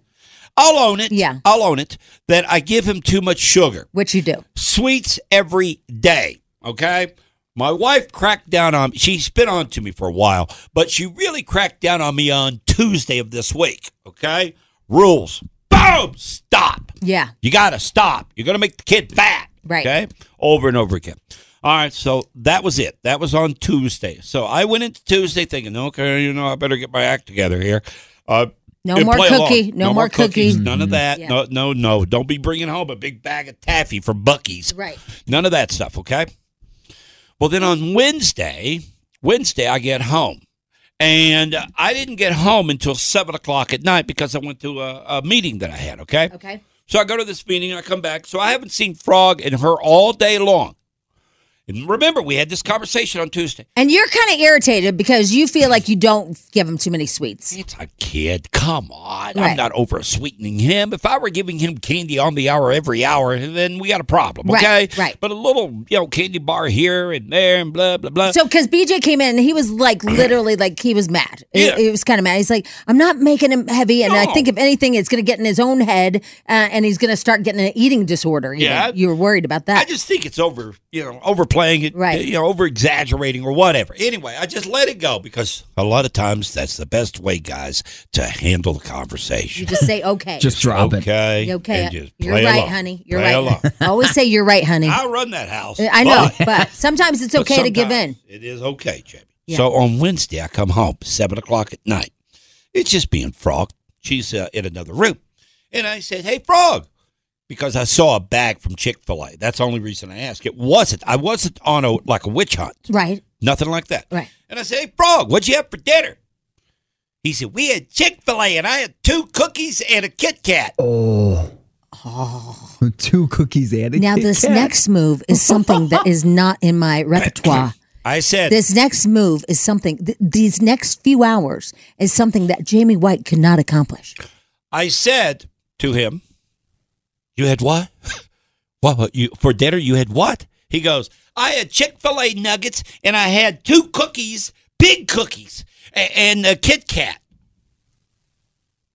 S4: I'll own it.
S2: Yeah.
S4: I'll own it that I give him too much sugar.
S2: Which you do.
S4: Sweets every day. Okay. My wife cracked down on she's been on to me for a while, but she really cracked down on me on Tuesday of this week. Okay. Rules. Boom. Stop.
S2: Yeah.
S4: You gotta stop. You're gonna make the kid fat.
S2: Right.
S4: Okay. Over and over again. All right, so that was it. That was on Tuesday. So I went into Tuesday thinking, okay, you know, I better get my act together here. Uh,
S2: No
S4: and
S2: more
S4: play along.
S2: cookie. No more cookie.
S4: None of that.
S2: Yeah.
S4: No, no, no. Don't be bringing home a big bag of taffy for Bucky's.
S2: Right.
S4: None of that stuff, okay? Well, then on Wednesday, Wednesday I get home. And I didn't get home until 7 o'clock at night because I went to a, a meeting that I had, okay?
S2: Okay.
S4: So I go to this meeting and I come back. So I haven't seen Frog and her all day long. And remember, we had this conversation on Tuesday.
S2: And you're kind of irritated because you feel like you don't give him too many sweets.
S4: Kid, come on. I'm
S2: Right.
S4: not over sweetening him. If I were giving him candy on the hour every hour, then we got a problem,
S2: Right,
S4: okay?
S2: right.
S4: But a little, you know, candy bar here and there and blah, blah, blah.
S2: So, uh, because BJ came in and he was like literally like he was mad. He-
S4: Yeah.
S2: He, was kind of mad. He's like, I'm not making him heavy. And I
S4: No.
S2: think if anything, it's going to get in his own head uh, and he's going to start getting an eating disorder. even.
S4: Yeah.
S2: You were worried about that.
S4: I just think it's over, you know, overplaying it, right. you know, over exaggerating or whatever. Anyway, I just let it go because a lot of times that's the best way, guys, to handle the conversation.
S2: you just
S4: (laughs)
S2: say, okay.
S4: okay, Okay.
S2: You okay.
S4: and just
S2: You're
S4: play
S2: right,
S4: along.
S2: honey. You're
S4: Play
S2: right.
S4: along.
S2: (laughs) Always say you're right, honey.
S4: I run that house.
S2: I know,
S4: but-
S2: but sometimes it's
S4: but
S2: okay to give in.
S4: sometimes It is okay, Jamie.
S2: Yeah.
S4: So on Wednesday, I come home, 7 o'clock at night. It's just being Frog. She's uh, in another room. And I said, hey, Frog, because I saw a bag from Chick fil A. That's the only reason I asked. It wasn't, I wasn't on a like a witch hunt.
S2: Right.
S4: Nothing like that.
S2: Right.
S4: And I said, hey, Frog, what'd you have for dinner? He said, we had Chick fil A and I had two cookies and a Kit Kat.
S5: Oh. (laughs) Two cookies and a
S2: Now,
S5: Kit
S2: this
S5: Kat.
S2: next move is something that is not
S4: (laughs)
S2: in my repertoire.
S4: I said,
S2: This next move is something, th- these next few hours is something that Jamie White could not accomplish.
S4: I said to him, "You had what? (laughs) what what, you for dinner? You had what?" He goes, "I had Chick Fil A nuggets and I had two cookies, big cookies, a- and a Kit Kat."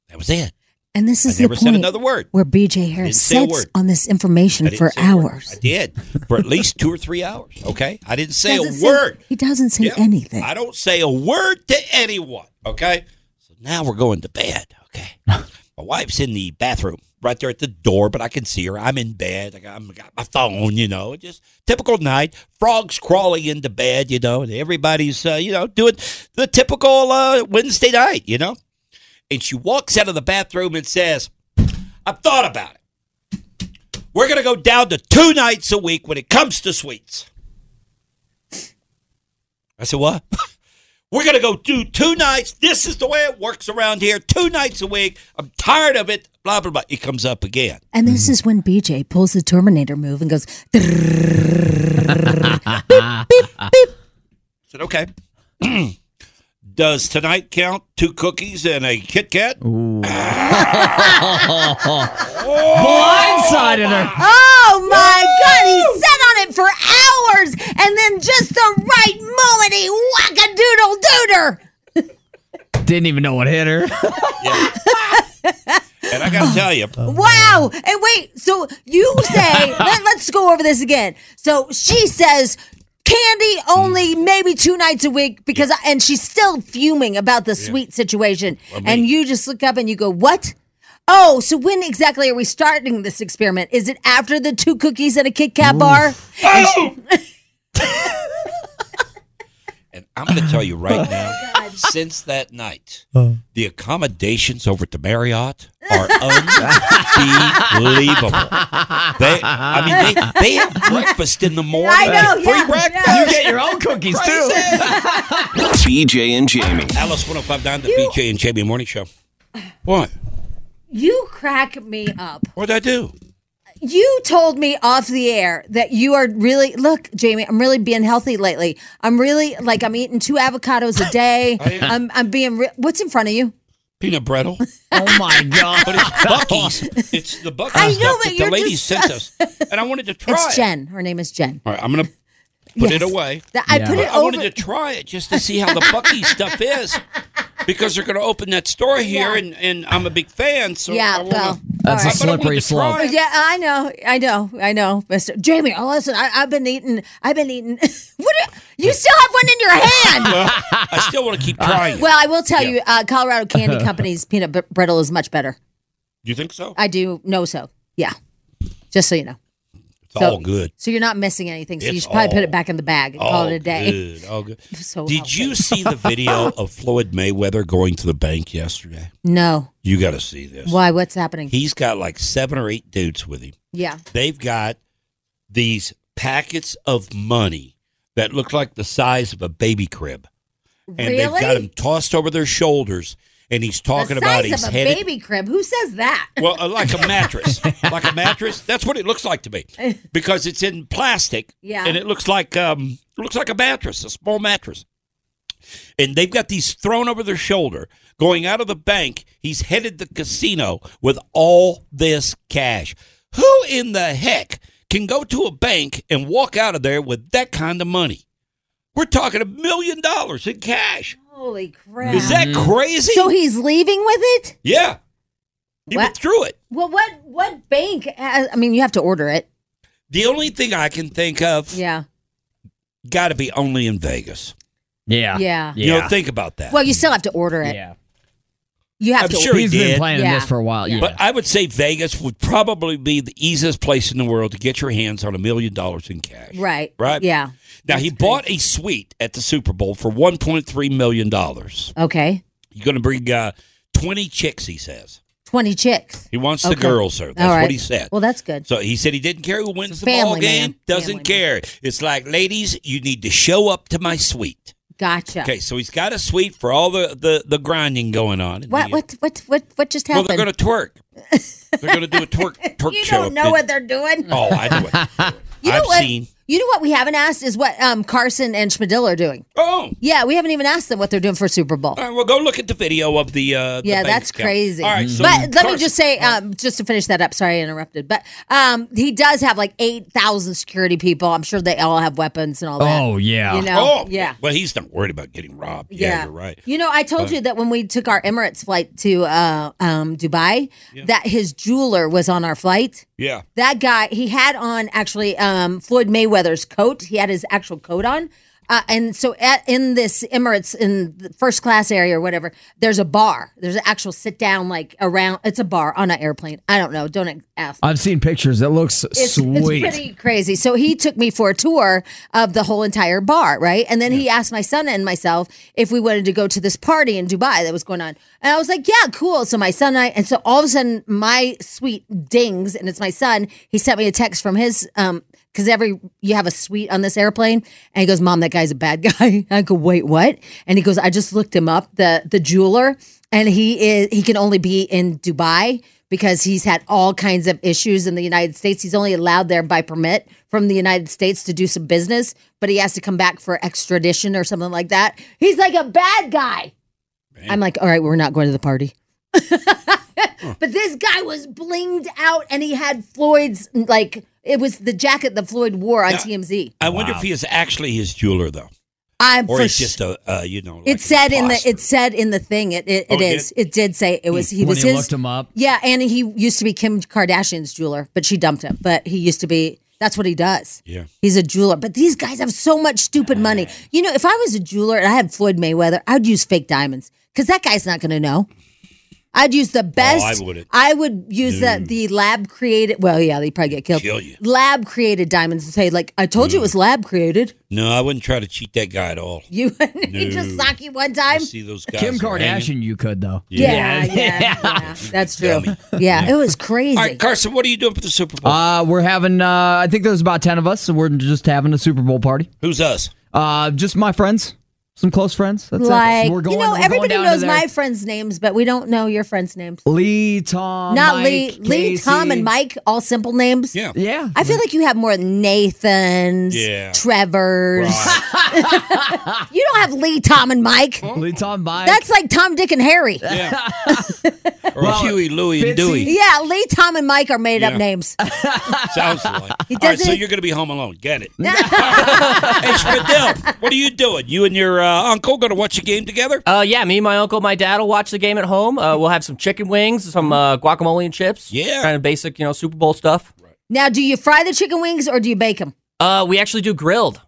S4: That was it.
S2: And this
S4: I
S2: is
S4: never
S2: the
S4: said
S2: point
S4: another word.
S2: where BJ Harris
S4: say a
S2: sits
S4: word.
S2: on this
S4: I
S2: information
S4: didn't
S2: for
S4: say a word.
S2: hours.
S4: I did for at least two or three hours. Okay, I didn't say
S2: Doesn't
S4: a word.
S2: He doesn't say anything.
S4: I don't say a word to anyone. Okay. So now we're going to bed. Okay. my wife's in the bathroom right there at the door, but I can see her. I'm in bed. I got, I'm got my phone, you know, just typical night. Frogs crawling into bed, you know, and everybody's, uh, you know, doing the typical uh, Wednesday night, you know. And she walks out of the bathroom and says, I've thought about it. We're going to go down to two nights a week when it comes to sweets. I said, What? We're going to go do two nights. This is the way it works around here. Two nights a week. I'm tired of it. Blah, blah, blah. It comes up again.
S2: and this is when BJ pulls the Terminator move and goes,
S4: I said, Okay. (clears throat) Does tonight count two cookies and a Kit Kat?
S5: Blindsided her.
S2: Oh my God, he sat on it for hours, and then just the right moment, he whack a doodle dooder.
S5: Didn't even know what hit
S4: (laughs)
S5: her.
S2: (laughs)
S4: And I got to tell you,
S2: Oh. Wow. And wait, so you say, let, us go over this again. So she says, candy only maybe two nights a week because, I, and she's still fuming about the sweet situation.
S8: Well, me.
S2: and you just look up and you go, what? Oh, so when exactly are we starting this experiment? Is it after the two cookies and a Kit Kat bar? And she-
S4: (laughs) I'm going to tell you right
S3: (laughs)
S4: now, since that night, the accommodations over at the Marriott are unbelievable. They, I mean, they, they have breakfast in the morning.
S2: I know,
S4: Free
S2: yeah,
S4: breakfast.
S2: yeah.
S5: You get your own cookies too.
S1: BJ and Jamie.
S4: Alice 1059, the BJ and Jamie Morning Show. What?
S2: you crack me up.
S4: What'd I do?
S2: You told me off the air that you are really look, Jamie. I'm really being healthy lately. I'm really like I'm eating two avocados a day.
S4: (laughs) I am.
S2: I'm I'm being re- what's in front of you?
S4: Peanut brittle.
S5: (laughs) Oh my god!
S4: But it's Bucky's. It's the Bucky's
S2: I know,
S4: stuff
S2: but
S4: that the
S2: you're
S4: lady
S2: just-
S4: sent us. And I wanted to try
S2: (laughs) It's
S4: it.
S2: Jen. Her name is Jen.
S4: All right, I'm going to put
S2: Yes.
S4: it away.
S2: That- I put
S4: But
S2: it
S4: I wanted
S2: over-
S4: to try it just to see how the Bucky stuff
S2: (laughs)
S4: is because they're going to open that store here, and, and I'm a big fan. So
S2: yeah,
S4: I wanna-
S2: well,
S5: That's a slippery slope.
S4: try
S2: yeah, I know, I know, I know, Mister Jamie. Oh, listen, I, I've been eating. I've been eating. (laughs) what? Are, you still have one in your hand?
S4: Well, I still want to
S2: (laughs)
S4: keep trying. it.
S2: Well, I will tell you, uh,
S4: (laughs)
S2: Colorado Candy Company's peanut br- brittle is much better.
S4: Oh. you think so?
S2: I do know so. Yeah, just so you know.
S4: It's all good.
S2: So you're not missing anything. So you
S4: It's
S2: should probably put
S4: all-
S2: it back in the bag and call
S4: all
S2: it a day.
S4: Oh, Good. All good.
S2: (laughs) So
S4: Did you see the
S2: (laughs)
S4: video of Floyd Mayweather going to the bank yesterday?
S2: No.
S4: You got to see this.
S2: Why? What's happening?
S4: He's got like seven or eight dudes with him.
S2: yeah.
S4: They've got these packets of money that look like the size of a baby crib. And they've got
S2: Really?
S4: them tossed over their shoulders. And he's talking
S2: the
S4: about
S2: size
S4: he's
S2: of a
S4: headed.
S2: baby crib. Who says that?
S4: Well, uh, like a
S2: (laughs)
S4: mattress, like a mattress. That's what it looks like to me, because it's in plastic.
S2: Yeah.
S4: and it looks like um, looks like a mattress, a small mattress. And they've got these thrown over their shoulder, going out of the bank. He's headed the casino with all this cash. Who in the heck can go to a bank and walk out of there with that kind of money? We're talking a million dollars in cash.
S2: Holy crap!
S4: Is that
S5: Mm-hmm.
S4: crazy?
S2: So he's leaving with it?
S4: Yeah, he
S2: What?
S4: withdrew it.
S2: Well, what what bank? Has, I mean, you have to order it.
S4: The only thing I can think of
S2: Yeah.
S4: got to be only in Vegas.
S5: Yeah.
S2: Yeah.
S4: You know,
S5: Yeah.
S4: think about that.
S2: Well, you still have to order it. Yeah. You have
S4: I'm
S2: to.
S4: sure he
S5: He's
S4: did.
S5: been planning
S2: Yeah.
S5: this for a while. Yeah.
S4: But I would say Vegas would probably be the easiest place in the world to get your hands on a million dollars in cash.
S2: Right.
S4: Right?
S2: Yeah.
S4: Now, he bought a suite at the Super Bowl for $1.3 million. He's
S2: Okay.
S4: going to bring uh, 20 chicks, he says.
S2: Twenty chicks.
S4: He wants the
S2: Okay.
S4: girls, sir. That's
S2: All
S4: what
S2: right.
S4: he said.
S2: Well, that's good.
S4: So he said he didn't care who wins
S2: It's
S4: the
S2: a
S4: ball
S2: family
S4: game.
S2: man.
S4: Doesn't care. It's like, ladies, you need to show up to my suite.
S2: Gotcha.
S4: Okay, so he's got a suite for all the the, the grinding going on. And the-
S2: What what what what what just
S4: Well,
S2: happened?
S4: they're going to twerk. They're going to do a twerk
S2: (laughs)
S4: twerk
S2: you
S4: show.
S2: don't know what they're doing.
S4: (laughs) Oh, I know what.
S2: (laughs) You know
S4: I've
S2: what?
S4: seen.
S2: You know what we haven't asked is what um, Carson and Schmidl are doing.
S4: Oh.
S2: Yeah, we haven't even asked them what they're doing for Super Bowl.
S4: All right, well, go look at the video of the. Uh, the
S2: yeah,
S4: bank
S2: that's
S4: account.
S2: crazy.
S4: All right, so
S2: but let me
S4: Carson-
S2: just say, um, just to finish that up. Sorry, I interrupted. But um, he does have like eight thousand security people. I'm sure they all have weapons and all that. you know,
S4: Oh,
S2: yeah.
S4: Well, he's not worried about getting robbed. Yeah,
S2: Yeah.
S4: you're right.
S2: You know, I told
S4: But-
S2: you that when we took our Emirates flight to uh, um, Dubai, that his jeweler was on our flight.
S4: Yeah.
S2: That guy, he had on actually um, Floyd Mayweather's coat. He had his actual coat on. Uh, and so at, in this Emirates, in the first class area or whatever, there's a bar. There's an actual sit down, like around, it's a bar on an airplane. I don't know. Don't ask.
S5: I've seen pictures. It looks
S2: It's, it's
S5: sweet.
S2: pretty crazy. So he took me for a tour of the whole entire bar, right? And then he asked my son and myself if we wanted to go to this party in Dubai that was going on. And I was like, yeah, cool. So my son and I, and so all of a sudden my suite dings and it's my son. He sent me a text from his, um, because every you have a suite on this airplane and he goes mom that guy's a bad (laughs) guy i go wait what and he goes i just looked him up the the jeweler and he is he can only be in dubai because he's had all kinds of issues in the united states he's only allowed there by permit from the united states to do some business but he has to come back for extradition or something like that he's like a bad guy i'm like all right we're not going to the party but this guy was blinged out and he had Floyd's, like, it was the jacket that Floyd wore on TMZ.
S4: I wonder if he is actually his jeweler though,
S2: I'm
S4: or
S2: for
S4: he's
S2: sure.
S4: just a uh, you know.
S2: it said in the it said in the thing it it,
S4: Oh,
S2: it
S4: it
S2: is it did say it was he
S5: When
S2: was
S5: he
S2: his
S5: looked him up.
S2: yeah and he used to be Kim Kardashian's jeweler but she dumped him but he used to be that's what he does
S4: Yeah.
S2: he's a jeweler but these guys have so much stupid money you know if I was a jeweler and I had Floyd Mayweather I'd use fake diamonds because that guy's not going to know I'd use the best
S4: Oh, wouldn't.
S2: I would use the the lab created well yeah they probably get killed
S4: Kill you.
S2: lab created diamonds and say like I told you it was lab created (laughs)
S4: No, I wouldn't try to cheat that guy at all.
S2: you he just
S4: No.
S2: sock you one time
S4: See those guys.
S5: Kim
S4: are hanging.
S5: Kardashian, you could though.
S2: Yeah, yeah,
S4: (laughs)
S2: yeah. That's true. Yeah, it was crazy.
S4: All right, Carson, what are you doing for the Super Bowl?
S5: Uh, we're having. Uh, I think there's about ten of us, so we're just having a Super Bowl party.
S4: Who's us?
S5: Uh, just my friends, some close friends. That's
S2: like
S5: it. We're going.
S2: you know,
S5: we're going
S2: everybody
S5: down to
S2: knows
S5: their-
S2: my friends' names, but we don't know your friends' names.
S5: Lee, Tom,
S2: Not
S5: Mike,
S2: Lee, Lee, Tom, and
S5: Casey. (laughs)
S2: Mike, all simple names.
S4: Yeah,
S5: yeah.
S2: I feel like you have more Nathans,
S5: Yeah.
S2: Trevors. (laughs) you don't have Lee, Tom, and Mike.
S5: Lee, Tom, Mike.
S2: That's like Tom, Dick, and Harry.
S4: Yeah. Or Huey, Louie, and (laughs) Dewey.
S2: Yeah, Lee, Tom, and Mike are made
S4: Yeah.
S2: up names.
S4: (laughs) Sounds like.
S2: He
S4: All right, so
S2: doesn't-
S4: you're going to be home alone. Get
S2: (laughs)
S4: it. hey, Spadil, what are you doing? You and your uh, uncle going to watch a game together?
S3: Uh, yeah, me, my uncle, my dad will watch the game at home. Uh, we'll have some chicken wings, some uh, guacamole and chips. Yeah, kind of basic, you know, Super Bowl stuff.
S2: Now, do you fry the chicken wings or do you bake them?
S3: Uh, we actually do grilled,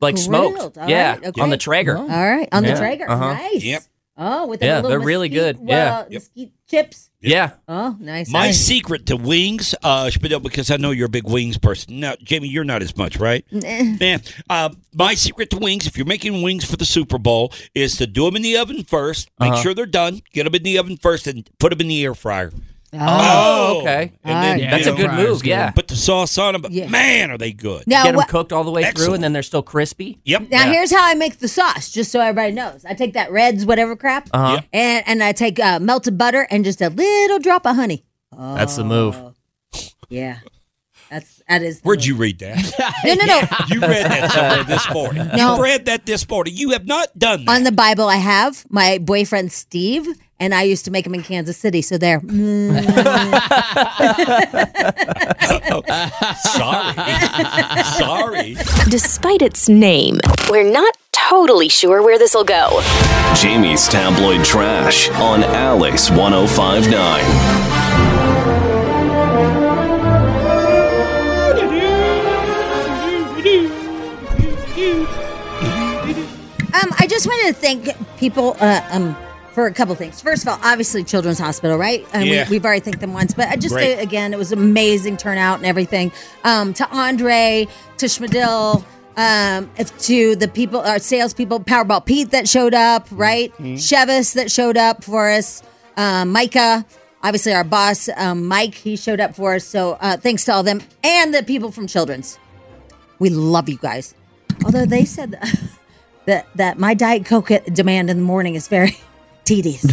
S3: like
S2: Grilled,
S3: smoked.
S2: all
S3: yeah,
S2: right, okay.
S3: on the Traeger.
S2: All right, on the
S3: Yeah.
S2: Traeger.
S3: Uh-huh.
S2: Nice.
S3: Yep.
S2: Oh, with the
S3: Yeah,
S2: little
S3: they're really
S2: mesquite-
S3: good. Yeah.
S2: well,
S3: Yep.
S2: mesquite chips.
S3: Yeah.
S2: Oh, nice.
S4: My
S2: Nice.
S4: secret to wings, uh, Spadil, because I know you're a big wings person. Now, Jamie, you're not as much, right?
S2: Nah.
S4: Man, uh, my secret to wings, if you're making wings for the Super Bowl, is to do them in the oven first. Make
S3: Uh-huh.
S4: sure they're done. Get them in the oven first, and put them in the air fryer.
S3: Oh, okay.
S4: And then,
S3: That's
S4: you
S3: a good
S4: know,
S3: move. Yeah.
S4: Put the sauce on them. But
S2: Yeah.
S4: man, are they good?
S2: Now,
S3: Get them
S2: what-
S3: cooked all the way through,
S4: Excellent.
S3: and then they're still crispy.
S4: Yep.
S2: Now here's how I make the sauce, just so everybody knows. I take that Reds whatever crap,
S3: Uh-huh. Yeah.
S2: and and I take uh, melted butter and just a little drop of honey.
S3: That's the move.
S2: Oh. Yeah, that's that is.
S4: Where'd you read that?
S2: No, no, no.
S4: (laughs) you read that somewhere this morning.
S2: No.
S4: You read that this morning. You have not done that.
S2: On the Bible, I have my boyfriend Steve, and I used to make him in Kansas City. So there. Mm.
S9: (laughs)
S4: Sorry. Sorry.
S8: Despite its name, we're not totally sure where this will go.
S1: Jamie's tabloid trash on Alice 1059.
S2: Um, I just wanted to thank people uh, um, for a couple things. First of all, obviously Children's Hospital, right? And
S9: Yeah.
S2: we, we've already thanked them once, but I just
S9: Great.
S2: uh, again, it was amazing turnout and everything. Um, to Andre, to Schmidl, um, if- to the people, our salespeople, Powerball Pete that showed up, right?
S9: Mhm.
S2: Chevis that showed up for us, um, Micah. Obviously, our boss, um, Mike, he showed up for us. So uh, thanks to all them and the people from Children's. We love you guys. Although they said (laughs) that, that, that my Diet Coke demand in the morning is very (laughs) tedious.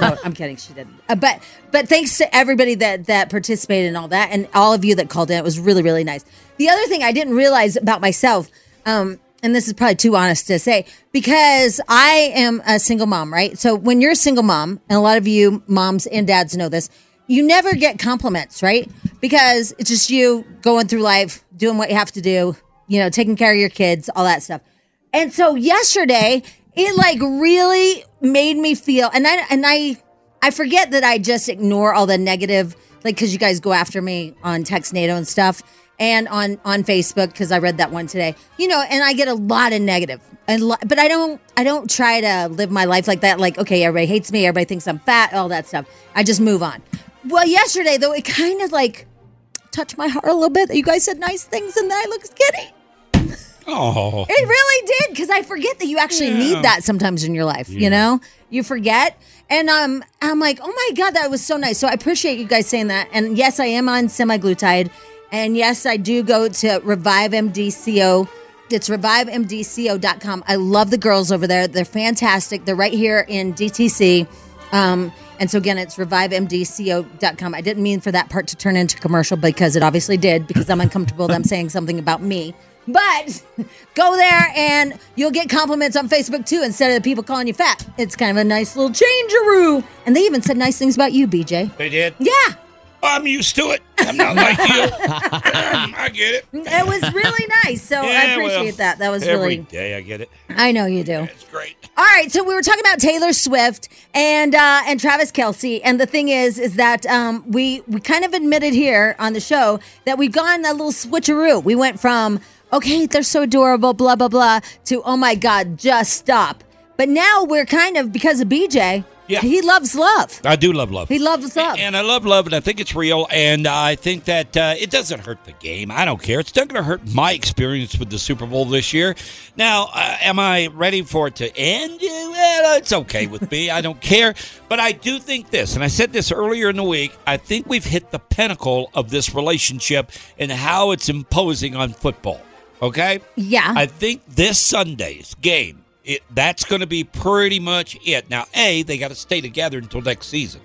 S2: no, I'm kidding. She didn't. Uh, but but thanks to everybody that that participated and all that, and all of you that called in. It was really really nice. The other thing I didn't realize about myself, um, and this is probably too honest to say, because I am a single mom, right? So when you're a single mom, and a lot of you moms and dads know this, you never get compliments, right? Because it's just you going through life, doing what you have to do, you know, taking care of your kids, all that stuff. And so yesterday, it like really made me feel and I and I I forget that I just ignore all the negative like cuz you guys go after me on Text NATO and stuff and on on Facebook cuz I read that one today. You know, and I get a lot of negative. And lo- but I don't I don't try to live my life like that like okay, everybody hates me, everybody thinks I'm fat, all that stuff. I just move on. Well, yesterday though it kind of like touched my heart a little bit that you guys said nice things and that I look skinny.
S4: Oh.
S2: It really did because I forget that you actually
S9: Yeah.
S2: need that sometimes in your life.
S9: Yeah.
S2: You know, you forget, and um, I'm like, oh my god, that was so nice. So I appreciate you guys saying that. And yes, I am on semi-glutide, and yes, I do go to Revive MDCO. It's revivemdco.com. I love the girls over there. They're fantastic. They're right here in DTC. Um, and so again, it's revivemdco.com. I didn't mean for that part to turn into commercial because it obviously did because I'm uncomfortable
S9: (laughs)
S2: them saying something about me. But go there and you'll get compliments on Facebook too instead of the people calling you fat. It's kind of a nice little changeroo. And they even said nice things about you, BJ.
S4: They did?
S2: Yeah.
S4: I'm used to it. I'm not
S2: (laughs)
S4: like you. I get it.
S2: It was really nice. So I
S4: Yeah, well,
S2: appreciate that. That was
S4: every
S2: really
S4: day I get it.
S2: I know you do.
S4: It's great.
S2: All right, so we were talking about Taylor Swift and uh, and Travis Kelsey, and the thing is, is that um, we we kind of admitted here on the show that we've gone that little switcheroo. We went from okay, they're so adorable, blah blah blah, to oh my god, just stop. But now we're kind of because of BJ,
S4: Yeah.
S2: he loves love.
S4: I do love love.
S2: He loves love.
S4: And I love love, and I think it's real. And I think that uh, it doesn't hurt the game. I don't care. It's not going to hurt my experience with the Super Bowl this year. Now, uh, am I ready for it to end? Yeah, well, It's okay with me. I don't care. But I do think this, and I said this earlier in the week. I think we've hit the pinnacle of this relationship and how it's imposing on football. Okay.
S2: Yeah.
S4: I think this Sunday's game, it, that's going to be pretty much it. Now, A, they got to stay together until next season.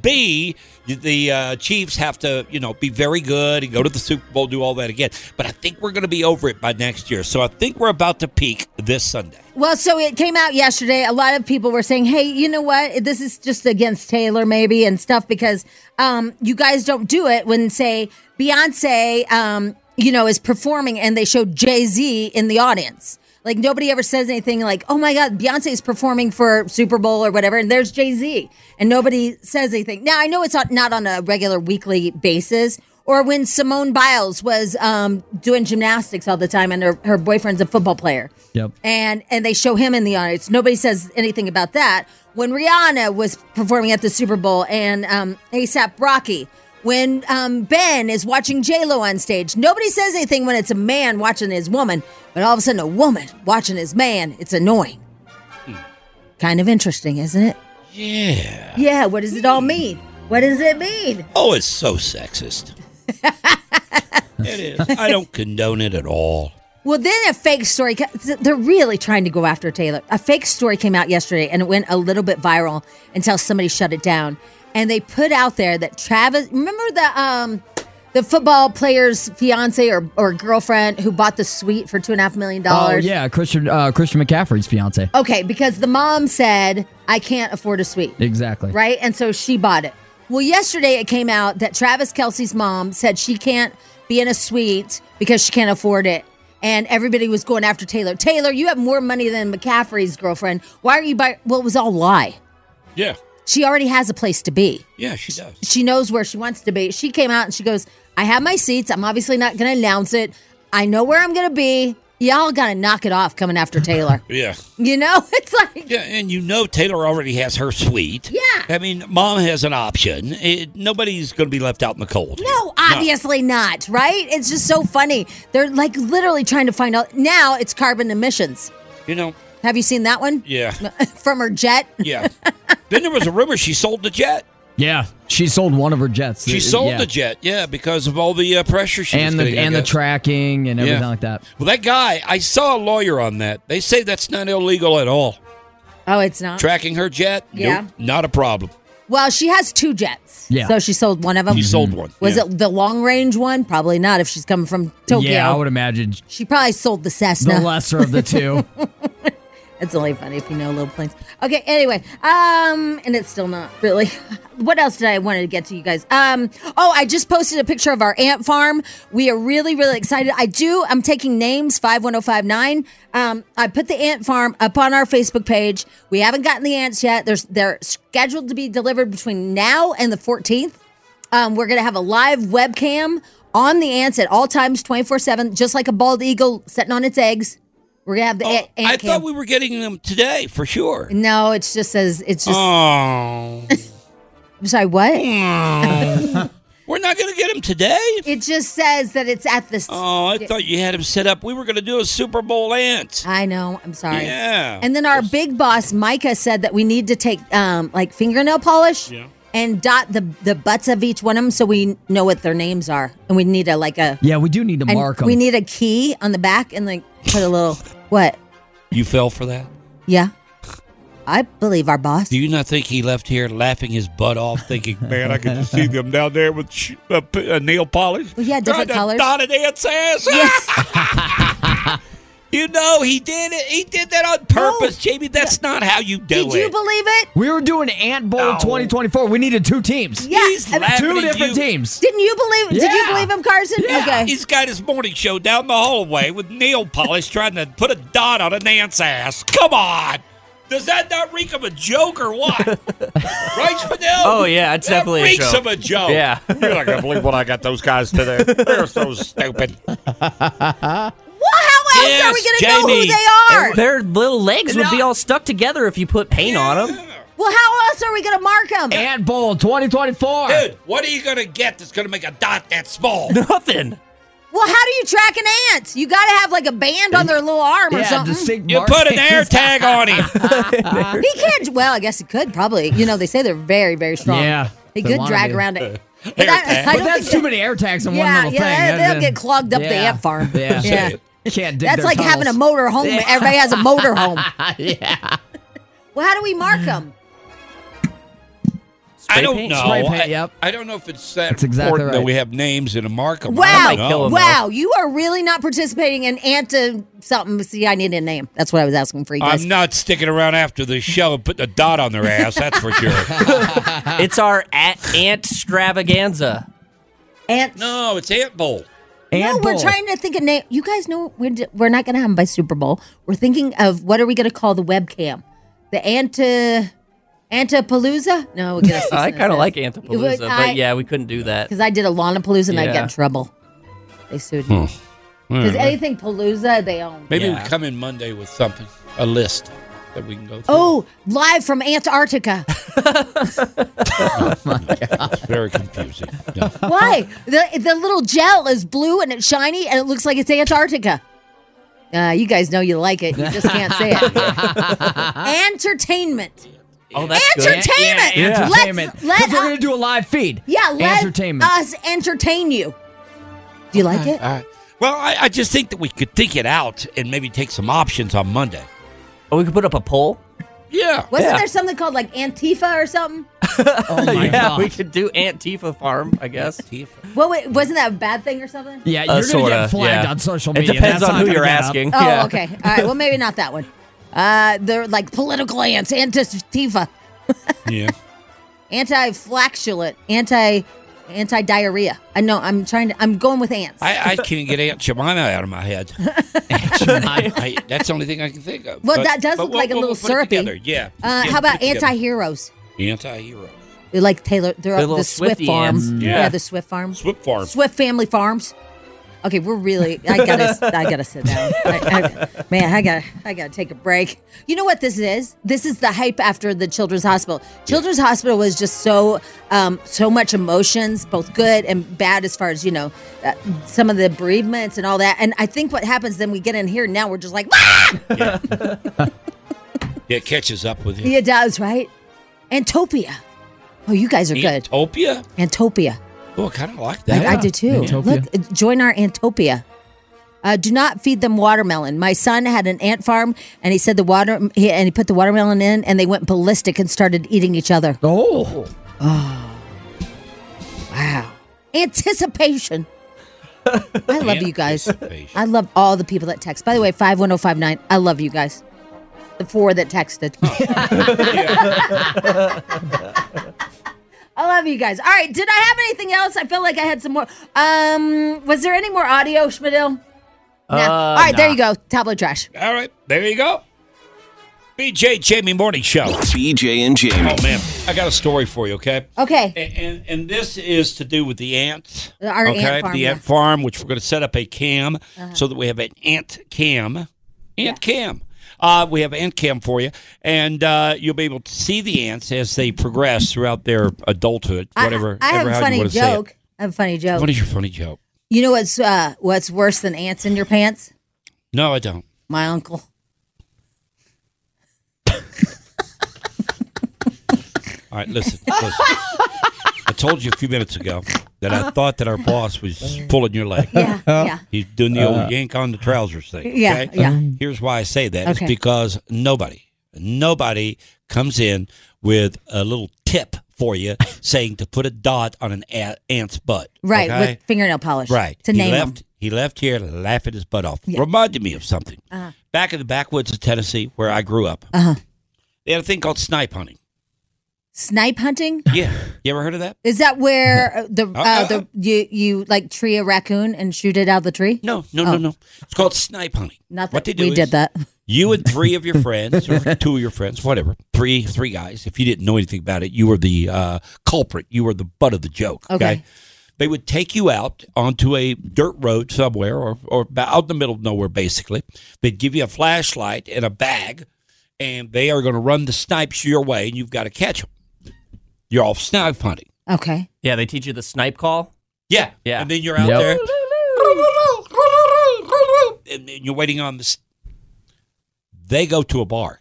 S4: B, the uh, Chiefs have to, you know, be very good and go to the Super Bowl, do all that again. But I think we're going to be over it by next year. So I think we're about to peak this Sunday.
S2: Well, so it came out yesterday. A lot of people were saying, "Hey, you know what? This is just against Taylor, maybe, and stuff," because um, you guys don't do it when, say, Beyonce, um, you know, is performing and they show Jay Z in the audience. Like nobody ever says anything like, "Oh my God, Beyonce is performing for Super Bowl or whatever," and there's Jay Z, and nobody says anything. Now I know it's not- not on a regular weekly basis Or when Simone Biles was um, doing gymnastics all the time, and her, her boyfriend's a football player,
S5: Yep.
S2: and and they show him in the audience. Nobody says anything about that. When Rihanna was performing at the Super Bowl, and um, ASAP Rocky. When um, Ben is watching J Lo on stage, nobody says anything when it's a man watching his woman, but all of a sudden a woman watching his man, it's annoying. Kind of interesting, isn't it?
S4: Yeah.
S2: Yeah, what does it all mean? What does it mean?
S4: Oh, it's so sexist. it is. I don't condone it at all.
S2: Well, then a fake story. ca- th- They're really trying to go after Taylor. A fake story came out yesterday and it went a little bit viral until somebody shut it down. And they put out there that Travis, remember the um, the football player's fiance or, or girlfriend who bought the suite for two and a half million
S5: Oh
S2: dollars? Oh.
S5: yeah, Christian uh, Christian McCaffrey's fiance.
S2: Okay, because the mom said, I can't afford a suite.
S5: Exactly.
S2: Right? And so she bought it. Well, yesterday it came out that Travis Kelsey's mom said she can't be in a suite because she can't afford it. And everybody was going after Taylor. Taylor, you have more money than McCaffrey's girlfriend. Why are you buying? Well, it was all lie.
S4: Yeah.
S2: She already has a place to be.
S4: Yeah, she does.
S2: She knows where she wants to be. She came out and she goes, I have my seats. I'm obviously not going to announce it. I know where I'm going to be. Y'all got to knock it off coming after Taylor.
S4: Yeah.
S2: you know, (laughs) it's like,
S4: Yeah, and you know Taylor already has her suite. Yeah. I mean, mom has an option. It, nobody's going to be left out in the cold.
S2: No, obviously not, right? It's just so funny. They're like literally trying to find out. Now it's carbon emissions.
S4: You know,
S2: Have you seen that one?
S4: yeah.
S2: (laughs) From her jet?
S4: Yeah. (laughs) then there was a rumor she sold the jet.
S5: Yeah, she sold one of her jets.
S4: She
S5: Uh,
S4: sold
S5: yeah.
S4: the jet, yeah, because of all the uh, pressure she was
S5: and
S4: getting,
S5: the
S4: I
S5: and the
S4: guess.
S5: tracking and
S4: Yeah.
S5: everything like that.
S4: Well, that guy, I saw a lawyer on that. They say that's not illegal at all.
S2: Oh, it's not.
S4: Tracking her jet,
S2: Yeah.
S4: nope, not a problem.
S2: well, she has two jets.
S4: Yeah.
S2: So she sold one of them.
S4: She sold one,
S2: Was
S4: yeah.
S2: it the long range one? Probably not if she's coming from Tokyo.
S5: Yeah, I would imagine
S2: She probably sold the Cessna.
S5: the lesser of the two.
S2: It's only funny if you know little planes. Okay, anyway, um, and it's still not really. (laughs) What else did I wanted to get to you guys? Um, oh, I just posted a picture of our ant farm. We are really, really excited. I do. I'm taking names five one zero five nine. Um, I put the ant farm up on our Facebook page. We haven't gotten the ants yet. There's they're scheduled to be delivered between now and the 14th. Um, we're going to have a live webcam on the ants at all times, 24 7, just like a bald eagle sitting on its eggs. We're going to have the ant, ant
S4: Oh, I
S2: cam.
S4: thought we were getting them today for sure.
S2: No, it's just says it's just.
S4: Oh, (laughs)
S2: I'm sorry, what?
S4: we're not going to get them today.
S2: It just says that it's at this.
S4: Oh, I thought you had them set up. We were going to do a Super Bowl ant.
S2: I know. I'm sorry.
S4: Yeah.
S2: And then our big boss Micah said that we need to take um like fingernail polish.
S4: Yeah.
S2: And dot the the butts of each one of them so we know what their names are, and we need a like a.
S5: Yeah, we do need to
S2: and
S5: mark them.
S2: We need a key on the back and like put a little (laughs) what?
S4: you fell for that.
S2: Yeah. I believe our boss.
S4: Do you not think he left here laughing his butt off, thinking, "Man, I can just see them down there with sh- uh, p- uh, nail polish."
S2: Well, yeah, different
S4: Trying to
S2: colors.
S4: dot an ant's ass. (laughs) you know he did it. He did that on purpose, Jamie. That's not how you do it.
S2: believe it?
S5: We were doing Ant Bowl 2024. We needed two teams.
S2: Yeah, He's I mean- laughing
S5: two
S2: at
S5: different
S4: you.
S5: teams.
S2: Didn't you believe? Did you
S5: Yeah.
S2: believe him, Carson? Okay.
S4: He's got his morning show down the hallway with nail polish (laughs) trying to put a dot on an ant's ass. Come on. Does that not reek of a joke or
S2: (laughs)
S4: what? right, Spadell?
S3: Oh, yeah, it's
S4: That
S3: definitely a
S4: reeks
S3: joke.
S4: of a joke.
S3: Yeah.
S4: You're not going to believe what I got those guys today. They're so
S2: (laughs)
S4: stupid.
S2: Well, how else are we going to know who they are?
S3: Their little legs would be all stuck together if you put paint on them.
S4: (laughs)
S2: Well, how else are we going to mark them?
S5: Ant Bowl 2024.
S4: Dude, what are you going to get that's going to make a dot that small?
S3: (laughs) Nothing.
S2: Well, how do you track an ant? You got to have like a band on their little arm or something.
S4: You put an air tag
S5: (laughs)
S4: on him.
S2: He can't. Well, I guess he could probably. You know, they say they're very, very strong.
S5: Yeah,
S2: he
S5: they
S2: could
S5: wanna
S2: drag
S5: be.
S4: (laughs)
S2: around (laughs) it.
S5: But,
S2: I- I don't
S5: that's
S2: think
S5: too
S2: they-
S5: many air tags on
S2: yeah,
S5: one little
S2: yeah,
S5: thing.
S2: they'll get clogged up the ant farm.
S5: Yeah,
S2: Yeah.
S5: can't. Dig
S2: That's
S5: their
S2: like having a
S5: tunnels.
S2: motor home.
S5: Yeah.
S2: Everybody has a motor home.
S5: (laughs) yeah.
S2: Well, how do we mark them?
S4: I don't
S5: paint?
S4: know.
S5: Spray paint,
S4: I, I don't know if it's that
S5: That's exactly
S4: important that
S5: right.
S4: we have names and a (laughs) mark on 'em. I
S2: Wow,
S4: don't know.
S2: wow, you are really not participating in ant to something. See, I need a name. That's what I was asking for you guys.
S4: I'm not sticking around after the show and putting a dot on their ass. That's for sure.
S5: (laughs)
S3: It's our at ant extravaganza.
S2: Ant.
S4: No, it's Ant Bowl.
S2: no, we're trying to think of name. You guys know we're d- we're not going to have them by Super Bowl. We're thinking of what are we going to call the webcam? The ant. Uh, Antapalooza?
S3: (laughs)
S2: No, we gotta
S3: I kind of like Antapalooza,
S2: Would I-
S3: but yeah, we couldn't do that.
S2: because I did a Lollapalooza and I got
S3: Yeah. (laughs)
S2: in trouble. They sued me.
S3: Hmm.
S2: Because anything Palooza, they own.
S4: Maybe we come in Monday with something, a list that we can go (laughs) through.
S2: Oh, live from Antarctica.
S4: It's very confusing. Yeah.
S2: Why? The the little gel is blue and it's shiny and it looks like it's Antarctica. Uh, you guys know you like it. You just can't say it. Entertainment.
S5: Oh,
S2: that's good. Entertainment!
S5: Yeah,
S2: Let's-
S5: entertainment. 'Cause
S2: let
S5: we're gonna do a live feed.
S2: Yeah, let
S5: entertainment.
S2: us entertain you. Do you like it?
S4: All right. Well, I, I just think that we could think it out and maybe take some options on Monday.
S3: Oh, we could put up a poll.
S4: Yeah.
S2: Wasn't there something called like Antifa
S4: (laughs)
S2: or something?
S5: (laughs)
S3: yeah, we could do Antifa Farm, I guess.
S2: What? wa- wasn't that a bad thing or something?
S3: Yeah,
S5: you're gonna get flagged on social media.
S3: Uh, It depends
S5: That's
S3: on
S5: not
S3: who
S5: gonna
S3: you're
S5: get out.
S3: asking.
S2: Oh,
S3: yeah.
S2: okay. All right. Well, maybe not that one. Uh, they're like political ants, Antifa, (laughs)
S4: Yeah.
S2: anti-flaxulent, anti, anti-diarrhea. I know. I'm trying to. I'm going with ants.
S4: I, I can't get Aunt Jemima out of my
S2: (laughs)
S4: head. I- that's the only thing I can think of.
S2: Well,
S4: But-
S2: that does
S4: but
S2: look
S4: we'll-
S2: like a
S4: we'll-
S2: little
S4: we'll put it
S2: syrupy.
S4: together. Yeah.
S2: Uh,
S4: Yeah,
S2: how about
S4: put it together.
S2: anti-heroes?
S4: Anti-hero.
S2: We like Taylor. They're,
S4: They're
S2: up
S4: little
S2: the Swift
S4: Swifty
S2: Farms.
S4: ants.
S2: Yeah.
S4: Yeah.
S2: the Swift Farms.
S4: Swift Farm.
S2: Swift Family Farms. Okay, we're really. I gotta. I gotta sit down. I, I, man, I gotta. I gotta take a break. You know what this is? This is the hype after the Children's Hospital. Children's Hospital was just so, um, so much emotions, both good and bad, as far as you know, uh, some of the bereavements and all that. And I think what happens then we get in here now we're just like, ah!
S4: Yeah, it catches up with you.
S2: it does right. Antopia. Oh, you guys are good.
S4: Utopia?
S2: Antopia.
S4: Oh, I kind of like
S2: I,
S4: that.
S2: I do too. Look, uh, join our Antopia. Uh, do not feed them watermelon. My son had an ant farm, and he said the water he, and he put the watermelon in, and they went ballistic and started eating each other.
S5: Oh,
S2: oh, wow!
S4: (laughs)
S2: Anticipation. I love you guys. I love all the people that text. By the way, five one zero five nine. I love you guys. The four that texted. (laughs) Oh,
S3: (laughs)
S5: (laughs)
S4: (laughs)
S2: I love you guys. All right, did I have anything else? I feel like I had some more. Um, was there any more audio, Schmidl? No. All right, there you go. Tablet trash.
S4: Uh, All right, there you go. BJ Jamie Morning Show.
S27: BJ and Jamie.
S4: Oh man, I got a story for you. Okay.
S2: Okay.
S4: And and, and this is to do with the ants.
S2: Uh, Our ant
S4: okay,
S2: farm, Uh-huh.
S4: the
S2: yeah.
S4: ant farm, which we're going to set up a cam so that we have an ant cam, ant cam. Uh, we have ant cam for you, and uh, you'll be able to see the ants as they progress throughout their adulthood, whatever.
S2: I have
S4: ever
S2: a
S4: how you
S2: funny
S4: wanna say it.
S2: joke. I have a funny joke.
S4: What is your funny joke?
S2: You know what's uh, what's worse than ants in your pants?
S4: No, I don't.
S2: My uncle.
S4: All right, listen. listen. I told you a few minutes ago that I thought that our boss was pulling your leg.
S2: Yeah, yeah.
S4: He's doing the
S2: Uh.
S4: old yank on the trousers thing.
S2: Yeah,
S4: okay?
S2: yeah.
S4: Here's why I say that. It's
S2: Okay.
S4: because nobody, nobody comes in with a little tip for you saying to put a dot on an a- ant's butt.
S2: Right,
S4: okay?
S2: with fingernail polish.
S4: Right.
S2: To
S4: he
S2: name
S4: left,
S2: them.
S4: He left here laughing his butt off. Reminded me of something.
S2: Uh-huh.
S4: Back in the backwoods of Tennessee, where I grew up,
S2: Uh-huh.
S4: they had a thing called snipe hunting. (laughs)
S2: Snipe hunting?
S4: Yeah. You ever heard of that?
S2: Is that where uh, the
S4: Uh,
S2: uh,
S4: uh,
S2: the you you like tree a raccoon and shoot it out of the tree?
S4: No, no, no, no. It's called snipe hunting.
S2: Not
S4: What
S2: that
S4: they do
S2: Oh. we
S4: is-
S2: did that. (laughs)
S4: You and three of your friends, or (laughs) two of your friends, whatever, three three guys. If you didn't know anything about it, you were the uh, culprit. You were the butt of the joke. Okay.
S2: Okay.
S4: They would take you out onto a dirt road somewhere, or or ba- out in the middle of nowhere. Basically, they'd give you a flashlight and a bag, and they are going to run the snipes your way, and you've got to catch them. You're off snipe hunting.
S2: Okay.
S3: Yeah, they teach you the snipe call.
S4: Yeah.
S3: Yeah.
S4: And then you're out
S3: Yep.
S4: there. And then you're waiting on this. They go to a bar.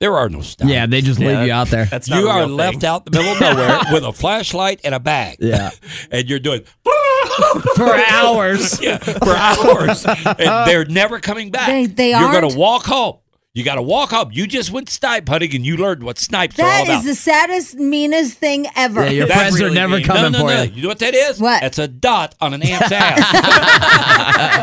S4: There are no stops.
S5: Yeah, they just leave you out there.
S3: That's
S4: you are left out in the middle
S5: (laughs)
S4: of nowhere with a flashlight and a bag.
S5: Yeah.
S4: (laughs) and you're doing
S5: (laughs) For hours.
S4: (laughs) yeah, for
S5: (laughs)
S4: hours. And they're never coming back.
S2: They- they
S4: You're
S2: aren't?
S4: going to walk home. You got to walk home. You just went snipe hunting and you learned what snipes are all
S2: That
S4: about.
S2: is the saddest, meanest thing ever.
S4: Yeah,
S5: your
S4: That's
S5: friends
S4: really
S5: are never
S4: mean.
S5: coming
S4: no, no,
S5: for
S4: no.
S5: you.
S4: You know what that is? What? That's a dot on an
S2: (laughs)
S4: ant's ass.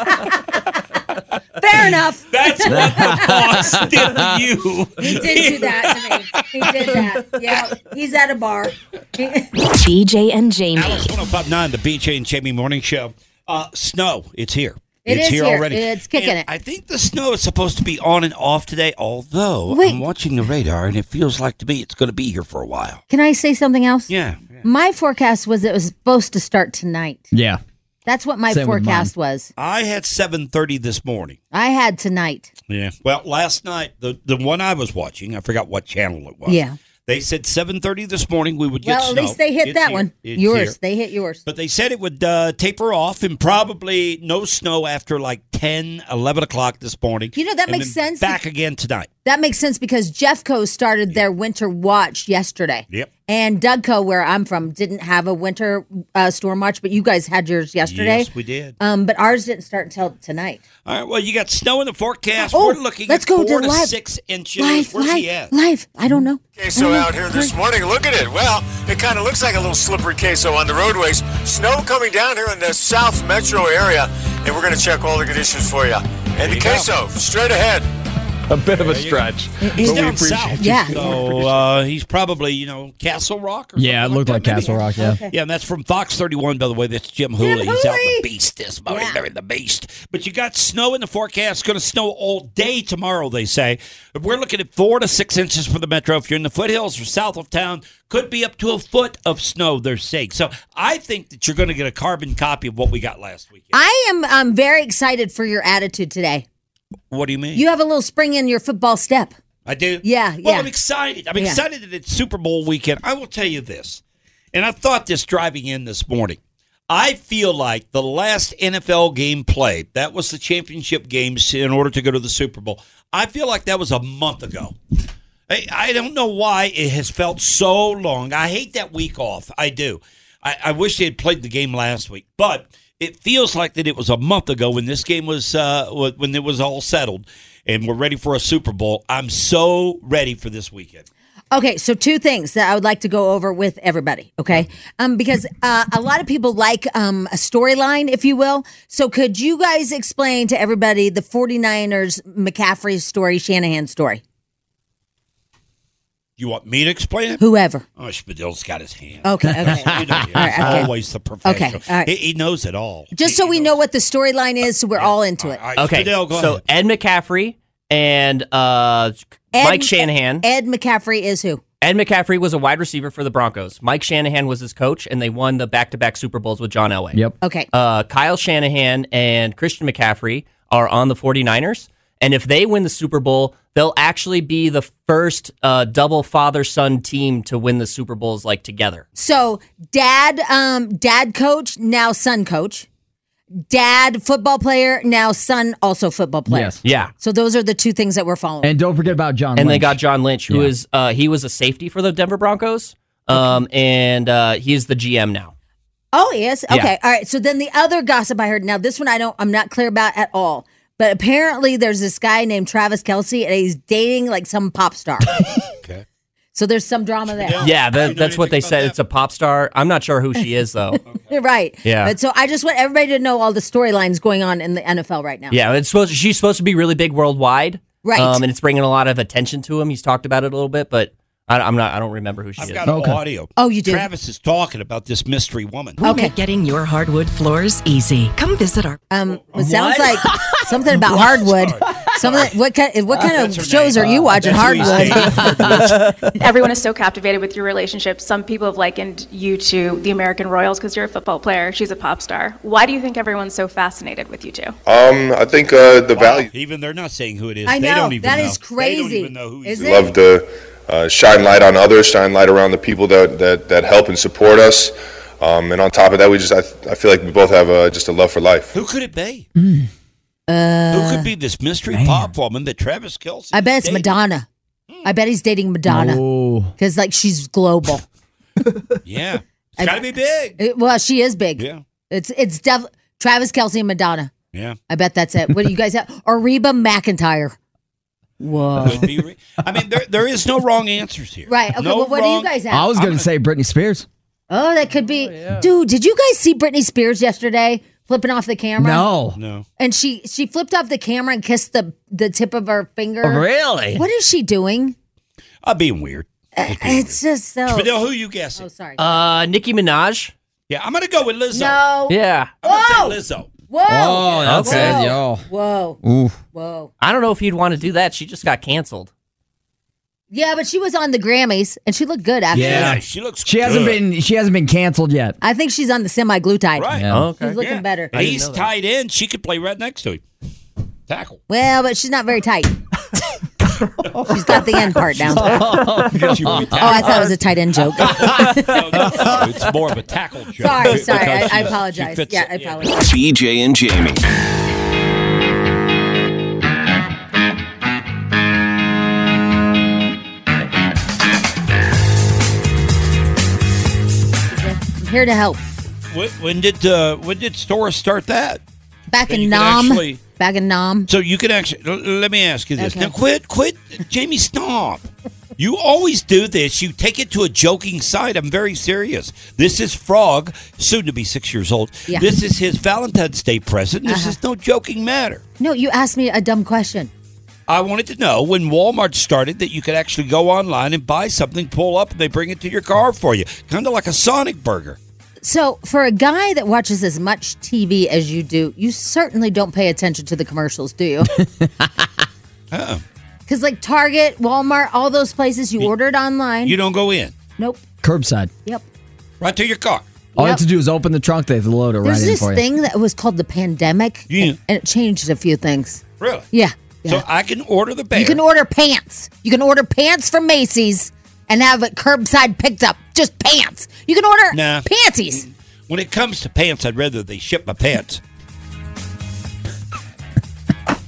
S2: Fair enough.
S4: That's what
S2: (laughs)
S4: the boss did to you.
S2: He did do that to me. He did that. Yeah. He's at a bar. (laughs)
S7: BJ and Jamie.
S4: oh Alice 1059, the BJ and Jamie Morning Show. Uh, snow, it's here.
S2: It
S4: it's
S2: is
S4: here,
S2: here.
S4: already.
S2: It's kicking
S4: And
S2: it.
S4: I think the snow is supposed to be on and off today, although
S2: Wait.
S4: I'm watching the radar and it feels like to me it's going to be here for a while.
S2: Can I say something else?
S4: Yeah.
S2: My forecast was it was supposed to start tonight.
S4: Yeah.
S2: That's what my forecast was.
S4: I had 7:30 this morning.
S2: I had tonight.
S4: Yeah. Well, last night the the one I was watching, I forgot what channel it was.
S2: Yeah.
S4: They said 7:30 this morning we would get
S2: well, at
S4: snow.
S2: least they hit
S4: It's
S2: that
S4: here.
S2: one.
S4: It's
S2: yours.
S4: here.
S2: They hit yours.
S4: But they said it would uh, taper off and probably no snow after like 10, 11 o'clock this morning.
S2: You know, that
S4: and
S2: makes
S4: then
S2: sense
S4: Back again tonight.
S2: That makes sense because Jeffco started their winter watch yesterday.
S4: Yep.
S2: And Dougco, where I'm from, didn't have a winter uh, storm watch, but you guys had yours yesterday.
S4: Yes, we did.
S2: Um, but ours didn't start until tonight.
S4: All right. Well, you got snow in the forecast.
S2: Oh,
S4: We're looking
S2: let's
S4: at
S2: go to
S4: four to
S2: live-
S4: six inches.
S2: Life,
S4: Where's
S2: life,
S4: he at?
S2: life. I don't know. I
S6: Queso
S2: don't know.
S6: out here this morning. Look at it. Well, it kind of looks like a little slippery queso on the roadways. Snow coming down here in the South Metro area, and we're going to check all the conditions for you. And the queso straight ahead.
S16: A bit of a stretch.
S4: He's
S16: but we
S4: down south.
S16: appreciate you.
S4: So uh, he's probably, you know, Castle Rock or
S16: Yeah, it looked like
S5: Castle Rock. Yeah.
S4: Yeah, and that's from Fox 31, by the way. That's Jim Hooley. He's out in the beast this morning. They're in the beast. But you got snow in the forecast. It's going to snow all day tomorrow, they say. We're looking at four to six inches for the metro. If you're in the foothills or south of town, could be up to a foot of snow, they're saying. So I think that you're going to get a carbon copy of what we got last week.
S2: I am um, very excited for your attitude today.
S4: What do you mean?
S2: You have a little spring in your football step.
S4: I do.
S2: Yeah,
S4: Well,
S2: yeah.
S4: I'm excited. I'm
S2: Yeah.
S4: excited that it's Super Bowl weekend. I will tell you this, and I thought this driving in this morning. I feel like the last NFL game played, that was the championship games in order to go to the Super Bowl. I feel like that was a month ago. I, I don't know why it has felt so long. I hate that week off. I do. I, I wish they had played the game last week, but it feels like that it was a month ago when this game was uh, wa- when it was all settled and we're ready for a Super Bowl. I'm so ready for this weekend.
S2: Okay, so two things that I would like to go over with everybody, okay? Um, because uh, a lot of people like um, a storyline, if you will. So could you guys explain to everybody the 49ers McCaffrey story, Shanahan story?
S4: You want me to explain it?
S2: Whoever.
S4: Oh, Spadill's got his hand. (laughs)
S2: Okay, okay.
S4: You know he is.
S2: All right, okay.
S4: Always the professional.
S2: Okay, all right.
S4: he, he knows it all.
S2: Just so we know what the storyline is, so we're all into it.
S3: Okay, so Ed McCaffrey and uh,
S2: Ed-
S3: Mike Shanahan.
S2: Ed McCaffrey is who?
S3: Ed McCaffrey was a wide receiver for the Broncos. Mike Shanahan was his coach, and they won the back-to-back Super Bowls with John Elway. Yep.
S2: Okay.
S3: Uh, Kyle Shanahan and Christian McCaffrey are on the 49ers, and if they win the Super Bowl, they'll actually be the first uh, double father-son team to win the Super Bowls like together.
S2: So dad, um, dad coach, now son coach. Dad football player, now son also football player.
S5: Yes.
S3: Yeah.
S2: So those are the two things that we're following.
S5: And don't forget about John.
S3: and they
S5: Lynch.
S3: got John Lynch, who
S5: Yeah.
S3: is uh, he was a safety for the Denver Broncos, um, and uh, he's the GM now.
S2: Oh, yes.
S3: Yeah.
S2: Okay. All right. So then the other gossip I heard. Now this one I don't. I'm not clear about at all. But apparently there's this guy named Travis Kelsey, and he's dating like some pop
S3: (laughs)
S2: star. okay. So there's some drama (laughs) there.
S3: Yeah, that, that's what they said. It's a pop star. I'm not sure who
S2: (laughs)
S3: she is though.
S2: You're right.
S3: Yeah.
S2: But so I just want everybody to know all the storylines going on in the NFL right now.
S3: yeah, it's supposed she's supposed to be really big worldwide,
S2: Right.
S3: Um, and it's bringing a lot of attention to him. He's talked about it a little bit, but I, I'm not. I don't remember who she is.
S4: Got audio.
S2: Oh, you do.
S4: Travis is talking about this mystery woman.
S2: Oh.
S7: We make getting your hardwood floors easy. Come visit our Oh,
S2: Um, it sounds
S7: What? (laughs)
S2: like something about hardwood. Something. What kind? What kind of shows are you
S7: uh,
S2: watching? (laughs)
S12: (laughs)
S2: Hardwood.
S12: Everyone is so captivated with your relationship. Some people have likened you to the American Royals because you're a football player. She's a pop star. Why do you think everyone's so fascinated with you two?
S9: Um, I think uh, the value.
S4: Even they're not saying who it is.
S12: I
S4: They
S12: know,
S4: don't even
S12: that
S4: know.
S12: is
S4: They don't
S12: crazy.
S4: even know who he is.
S12: Is
S9: We love to uh, shine light on others, shine light around the people that that, that help and support us. Um, and on top of that, we just I, I feel like we both have uh, just a love for life.
S4: Who could it be?
S2: Mm-hmm.
S4: who
S2: Uh,
S4: could be this mystery pop woman that Travis Kelsey?
S2: I bet it's Madonna. I bet he's dating Madonna because like she's global.
S4: (laughs) Yeah. It's got to be big.
S2: It- well, she is big. Yeah. It's it's def- Travis Kelsey and Madonna.
S4: Yeah.
S2: I bet that's it. What do you guys have? (laughs) Or Reba McIntyre. Whoa. (laughs)
S4: Could be re- I mean, there, there is no wrong answers here.
S2: Right. Okay.
S4: No
S2: well, what do
S4: wrong-
S2: you guys have?
S5: I was going to say Britney Spears.
S2: oh, that could be. Dude, did you guys see Britney Spears yesterday flipping off the camera?
S5: No.
S4: No.
S2: And she she flipped off the camera and kissed the the tip of her finger.
S4: Really?
S2: What is she doing?
S4: I'm being weird.
S2: Uh, It's just so.
S4: Spadil, who you guessing?
S2: Oh, sorry.
S3: Uh, Nicki Minaj.
S4: Yeah, I'm gonna go with Lizzo.
S2: No.
S3: Yeah.
S4: I'm gonna say Lizzo.
S2: Whoa.
S3: Whoa, that's
S2: Whoa.
S3: good, yo.
S2: Whoa.
S3: Ooh.
S2: Whoa.
S3: I don't know if he'd want to do that. She just got canceled.
S2: Yeah, but she was on the Grammys and she looked good actually.
S4: she looks.
S5: She hasn't
S3: good.
S5: been. She hasn't been canceled yet.
S2: I think she's on the semi glutide.
S5: Right. Yeah. Oh, okay.
S2: She's looking
S4: Yeah.
S2: better.
S4: And He's tied in. She could play right next to him.
S2: (laughs)
S4: Tackle. (laughs)
S2: Well, but she's not very tight. she's got the end part down.
S4: Oh,
S2: oh,
S4: God.
S2: I thought it was a tight
S4: (laughs)
S2: end joke.
S4: it's more of a tackle joke.
S2: sorry, sorry. I,
S4: Because
S2: I
S4: she's-
S2: apologize.
S4: she fits
S2: Yeah,
S4: it.
S2: I apologize.
S1: BJ and Jamie.
S2: I'm here to help.
S4: When, when did uh, when did Stora start that?
S2: Back
S4: Then
S2: in
S4: you can
S2: Nom.
S4: actually-
S2: Back in Nom.
S4: So you can actually l- let me ask you this.
S2: Okay.
S4: Now quit, quit, Jamie, stop. You always do this. You take it to a joking side. I'm very serious. This is Frog, soon to be six years old.
S2: Yeah. Uh-huh.
S4: This is his Valentine's Day present. This is no joking matter.
S2: No, you asked me a dumb question.
S4: I wanted to know when Walmart started that you could actually go online and buy something, pull up, and they bring it to your car for you, kind of like a Sonic burger.
S2: So, for a guy that watches as much TV as you do, you certainly don't pay attention to the commercials,
S4: (laughs)
S2: do you?
S4: Uh-uh.
S2: Because, like Target, Walmart, all those places, you order it online.
S4: You don't go in,
S2: Nope.
S5: Curbside.
S2: Yep.
S4: right to your car.
S5: All you
S2: Yep.
S5: have to do is open the trunk. They load it right
S2: There's
S5: in
S2: this
S5: for you.
S2: thing that was called the pandemic,
S5: Yeah.
S2: and it changed a few things.
S4: Really?
S2: Yeah.
S4: So I can order the bear.
S2: You can order pants. You can order pants from Macy's and have it curbside picked up. Just pants. You can order
S4: Nah.
S2: panties.
S4: When it comes to pants, I'd rather they ship my pants.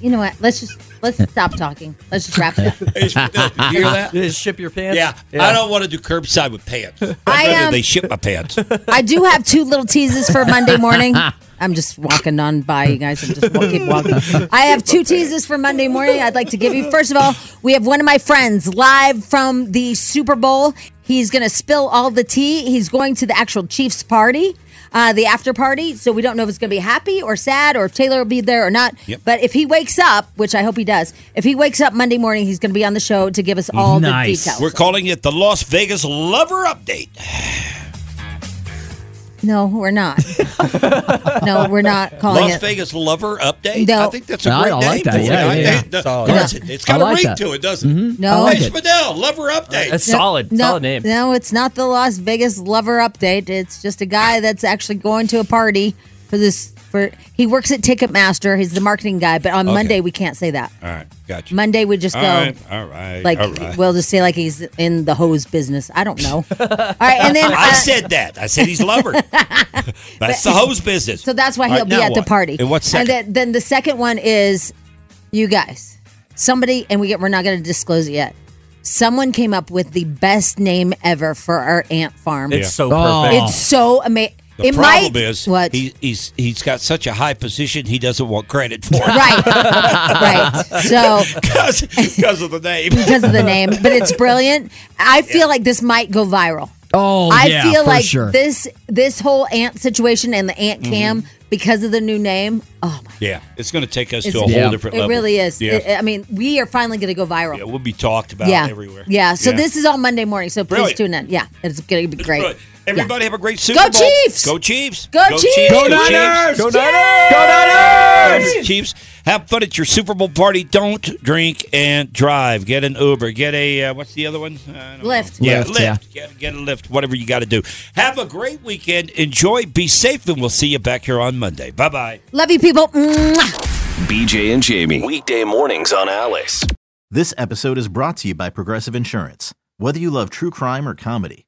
S2: You know what? Let's just let's stop talking. Let's just wrap it up.
S4: Hey, Spadell, you
S3: (laughs)
S4: hear that?
S3: ship your pants.
S4: Yeah, I don't want to do curbside with pants. I'd
S2: I,
S4: rather
S2: um,
S4: they ship my pants.
S2: I do have two little teases for Monday morning. I'm just walking on by, you guys. I'm just wa- keep walking. I have two teases for Monday morning I'd like to give you. First of all, we have one of my friends live from the Super Bowl. He's going to spill all the tea. He's going to the actual Chiefs party, uh, the after party. So we don't know if it's going to be happy or sad or if Taylor will be there or not.
S28: Yep.
S2: But if he wakes up, which I hope he does, if he wakes up Monday morning, he's going to be on the show to give us (laughs) all the details.
S4: We're calling it the Las Vegas Lover Update.
S2: no, we're not. (laughs) no, we're not calling
S4: Las
S2: it.
S4: Vegas Lover Update.
S2: No.
S4: I think that's a
S2: No, I
S4: great
S2: don't
S4: name
S2: like that.
S4: for it.
S2: Yeah,
S4: I
S2: yeah,
S4: think
S2: yeah.
S4: the-
S2: Solid.
S4: that's-
S2: Yeah.
S4: It's got
S2: I like
S4: a ring
S2: that.
S4: to it, doesn't it?
S2: No. I like
S4: hey,
S2: it.
S4: Spadell, Lover Update.
S3: That's
S2: Mm-hmm. No,
S3: solid.
S2: no,
S3: Solid name.
S2: No, it's not the Las Vegas lover update. It's just a guy that's actually going to a party for this. For he works at Ticketmaster. He's the marketing guy. But on
S4: Okay.
S2: Monday we can't say that.
S4: All right, gotcha.
S2: Monday we just
S4: All
S2: go.
S4: right, all right,
S2: Like
S4: all right.
S2: we'll just say like he's in the hose business. I don't
S4: (laughs)
S2: know. all right, and then
S4: I
S2: uh,
S4: said that. I said he's
S2: (laughs)
S4: lover. That's the hose business.
S2: So that's why
S4: All
S2: he'll
S4: right,
S2: be
S4: now
S2: at the
S4: what?
S2: party.
S4: And what's
S2: And
S4: second?
S2: then, then the second one is you guys. Somebody, and we get, we're not going to disclose it yet. Someone came up with the best name ever for our ant farm.
S4: It's Yeah. so
S5: Oh.
S4: perfect.
S2: It's so amazing.
S4: The
S2: it
S4: problem
S2: might
S4: is
S2: what
S4: He, he's he's got such a high position he doesn't want credit for it. (laughs)
S2: Right. Right. So-
S4: because of the name.
S2: (laughs) (laughs) because of the name, but it's brilliant. I feel like this might go viral.
S5: Oh,
S2: I
S5: yeah,
S2: feel
S5: for
S2: like
S5: sure.
S2: this this whole ant situation and the
S4: Mm-hmm.
S2: ant cam because of the new name. Oh my!
S4: (laughs) Yeah, it's going to take us
S2: it's-
S4: to a whole different
S2: it
S4: level.
S2: really is.
S4: Yeah.
S2: It- I mean, we are finally going to go viral.
S4: Yeah, we'll be talked about
S2: yeah.
S4: everywhere.
S2: Yeah. So
S4: Yeah.
S2: this is all Monday morning. So please
S4: Brilliant.
S2: tune in. Yeah, it's going to be great.
S4: Right. Everybody have a great Super
S2: Go
S4: Bowl.
S2: Chiefs!
S4: Go Chiefs!
S2: Go Chiefs! Go Niners!
S4: Go
S2: Go Niners!
S4: Niners! Chiefs! Have fun at your Super Bowl party. Don't drink and drive. Get an Uber. Get a uh, what's the other one? Uh,
S2: Lift.
S4: yeah,
S5: Lyft,
S4: lift.
S5: yeah.
S4: Get, get a lift. Whatever you got to do. Have a great weekend. Enjoy. Be safe, and we'll see you back here on Monday. Bye bye.
S2: Love you, people. Mwah.
S1: BJ and Jamie. Weekday mornings on Alice.
S14: This episode is brought to you by Progressive Insurance. Whether you love true crime or comedy,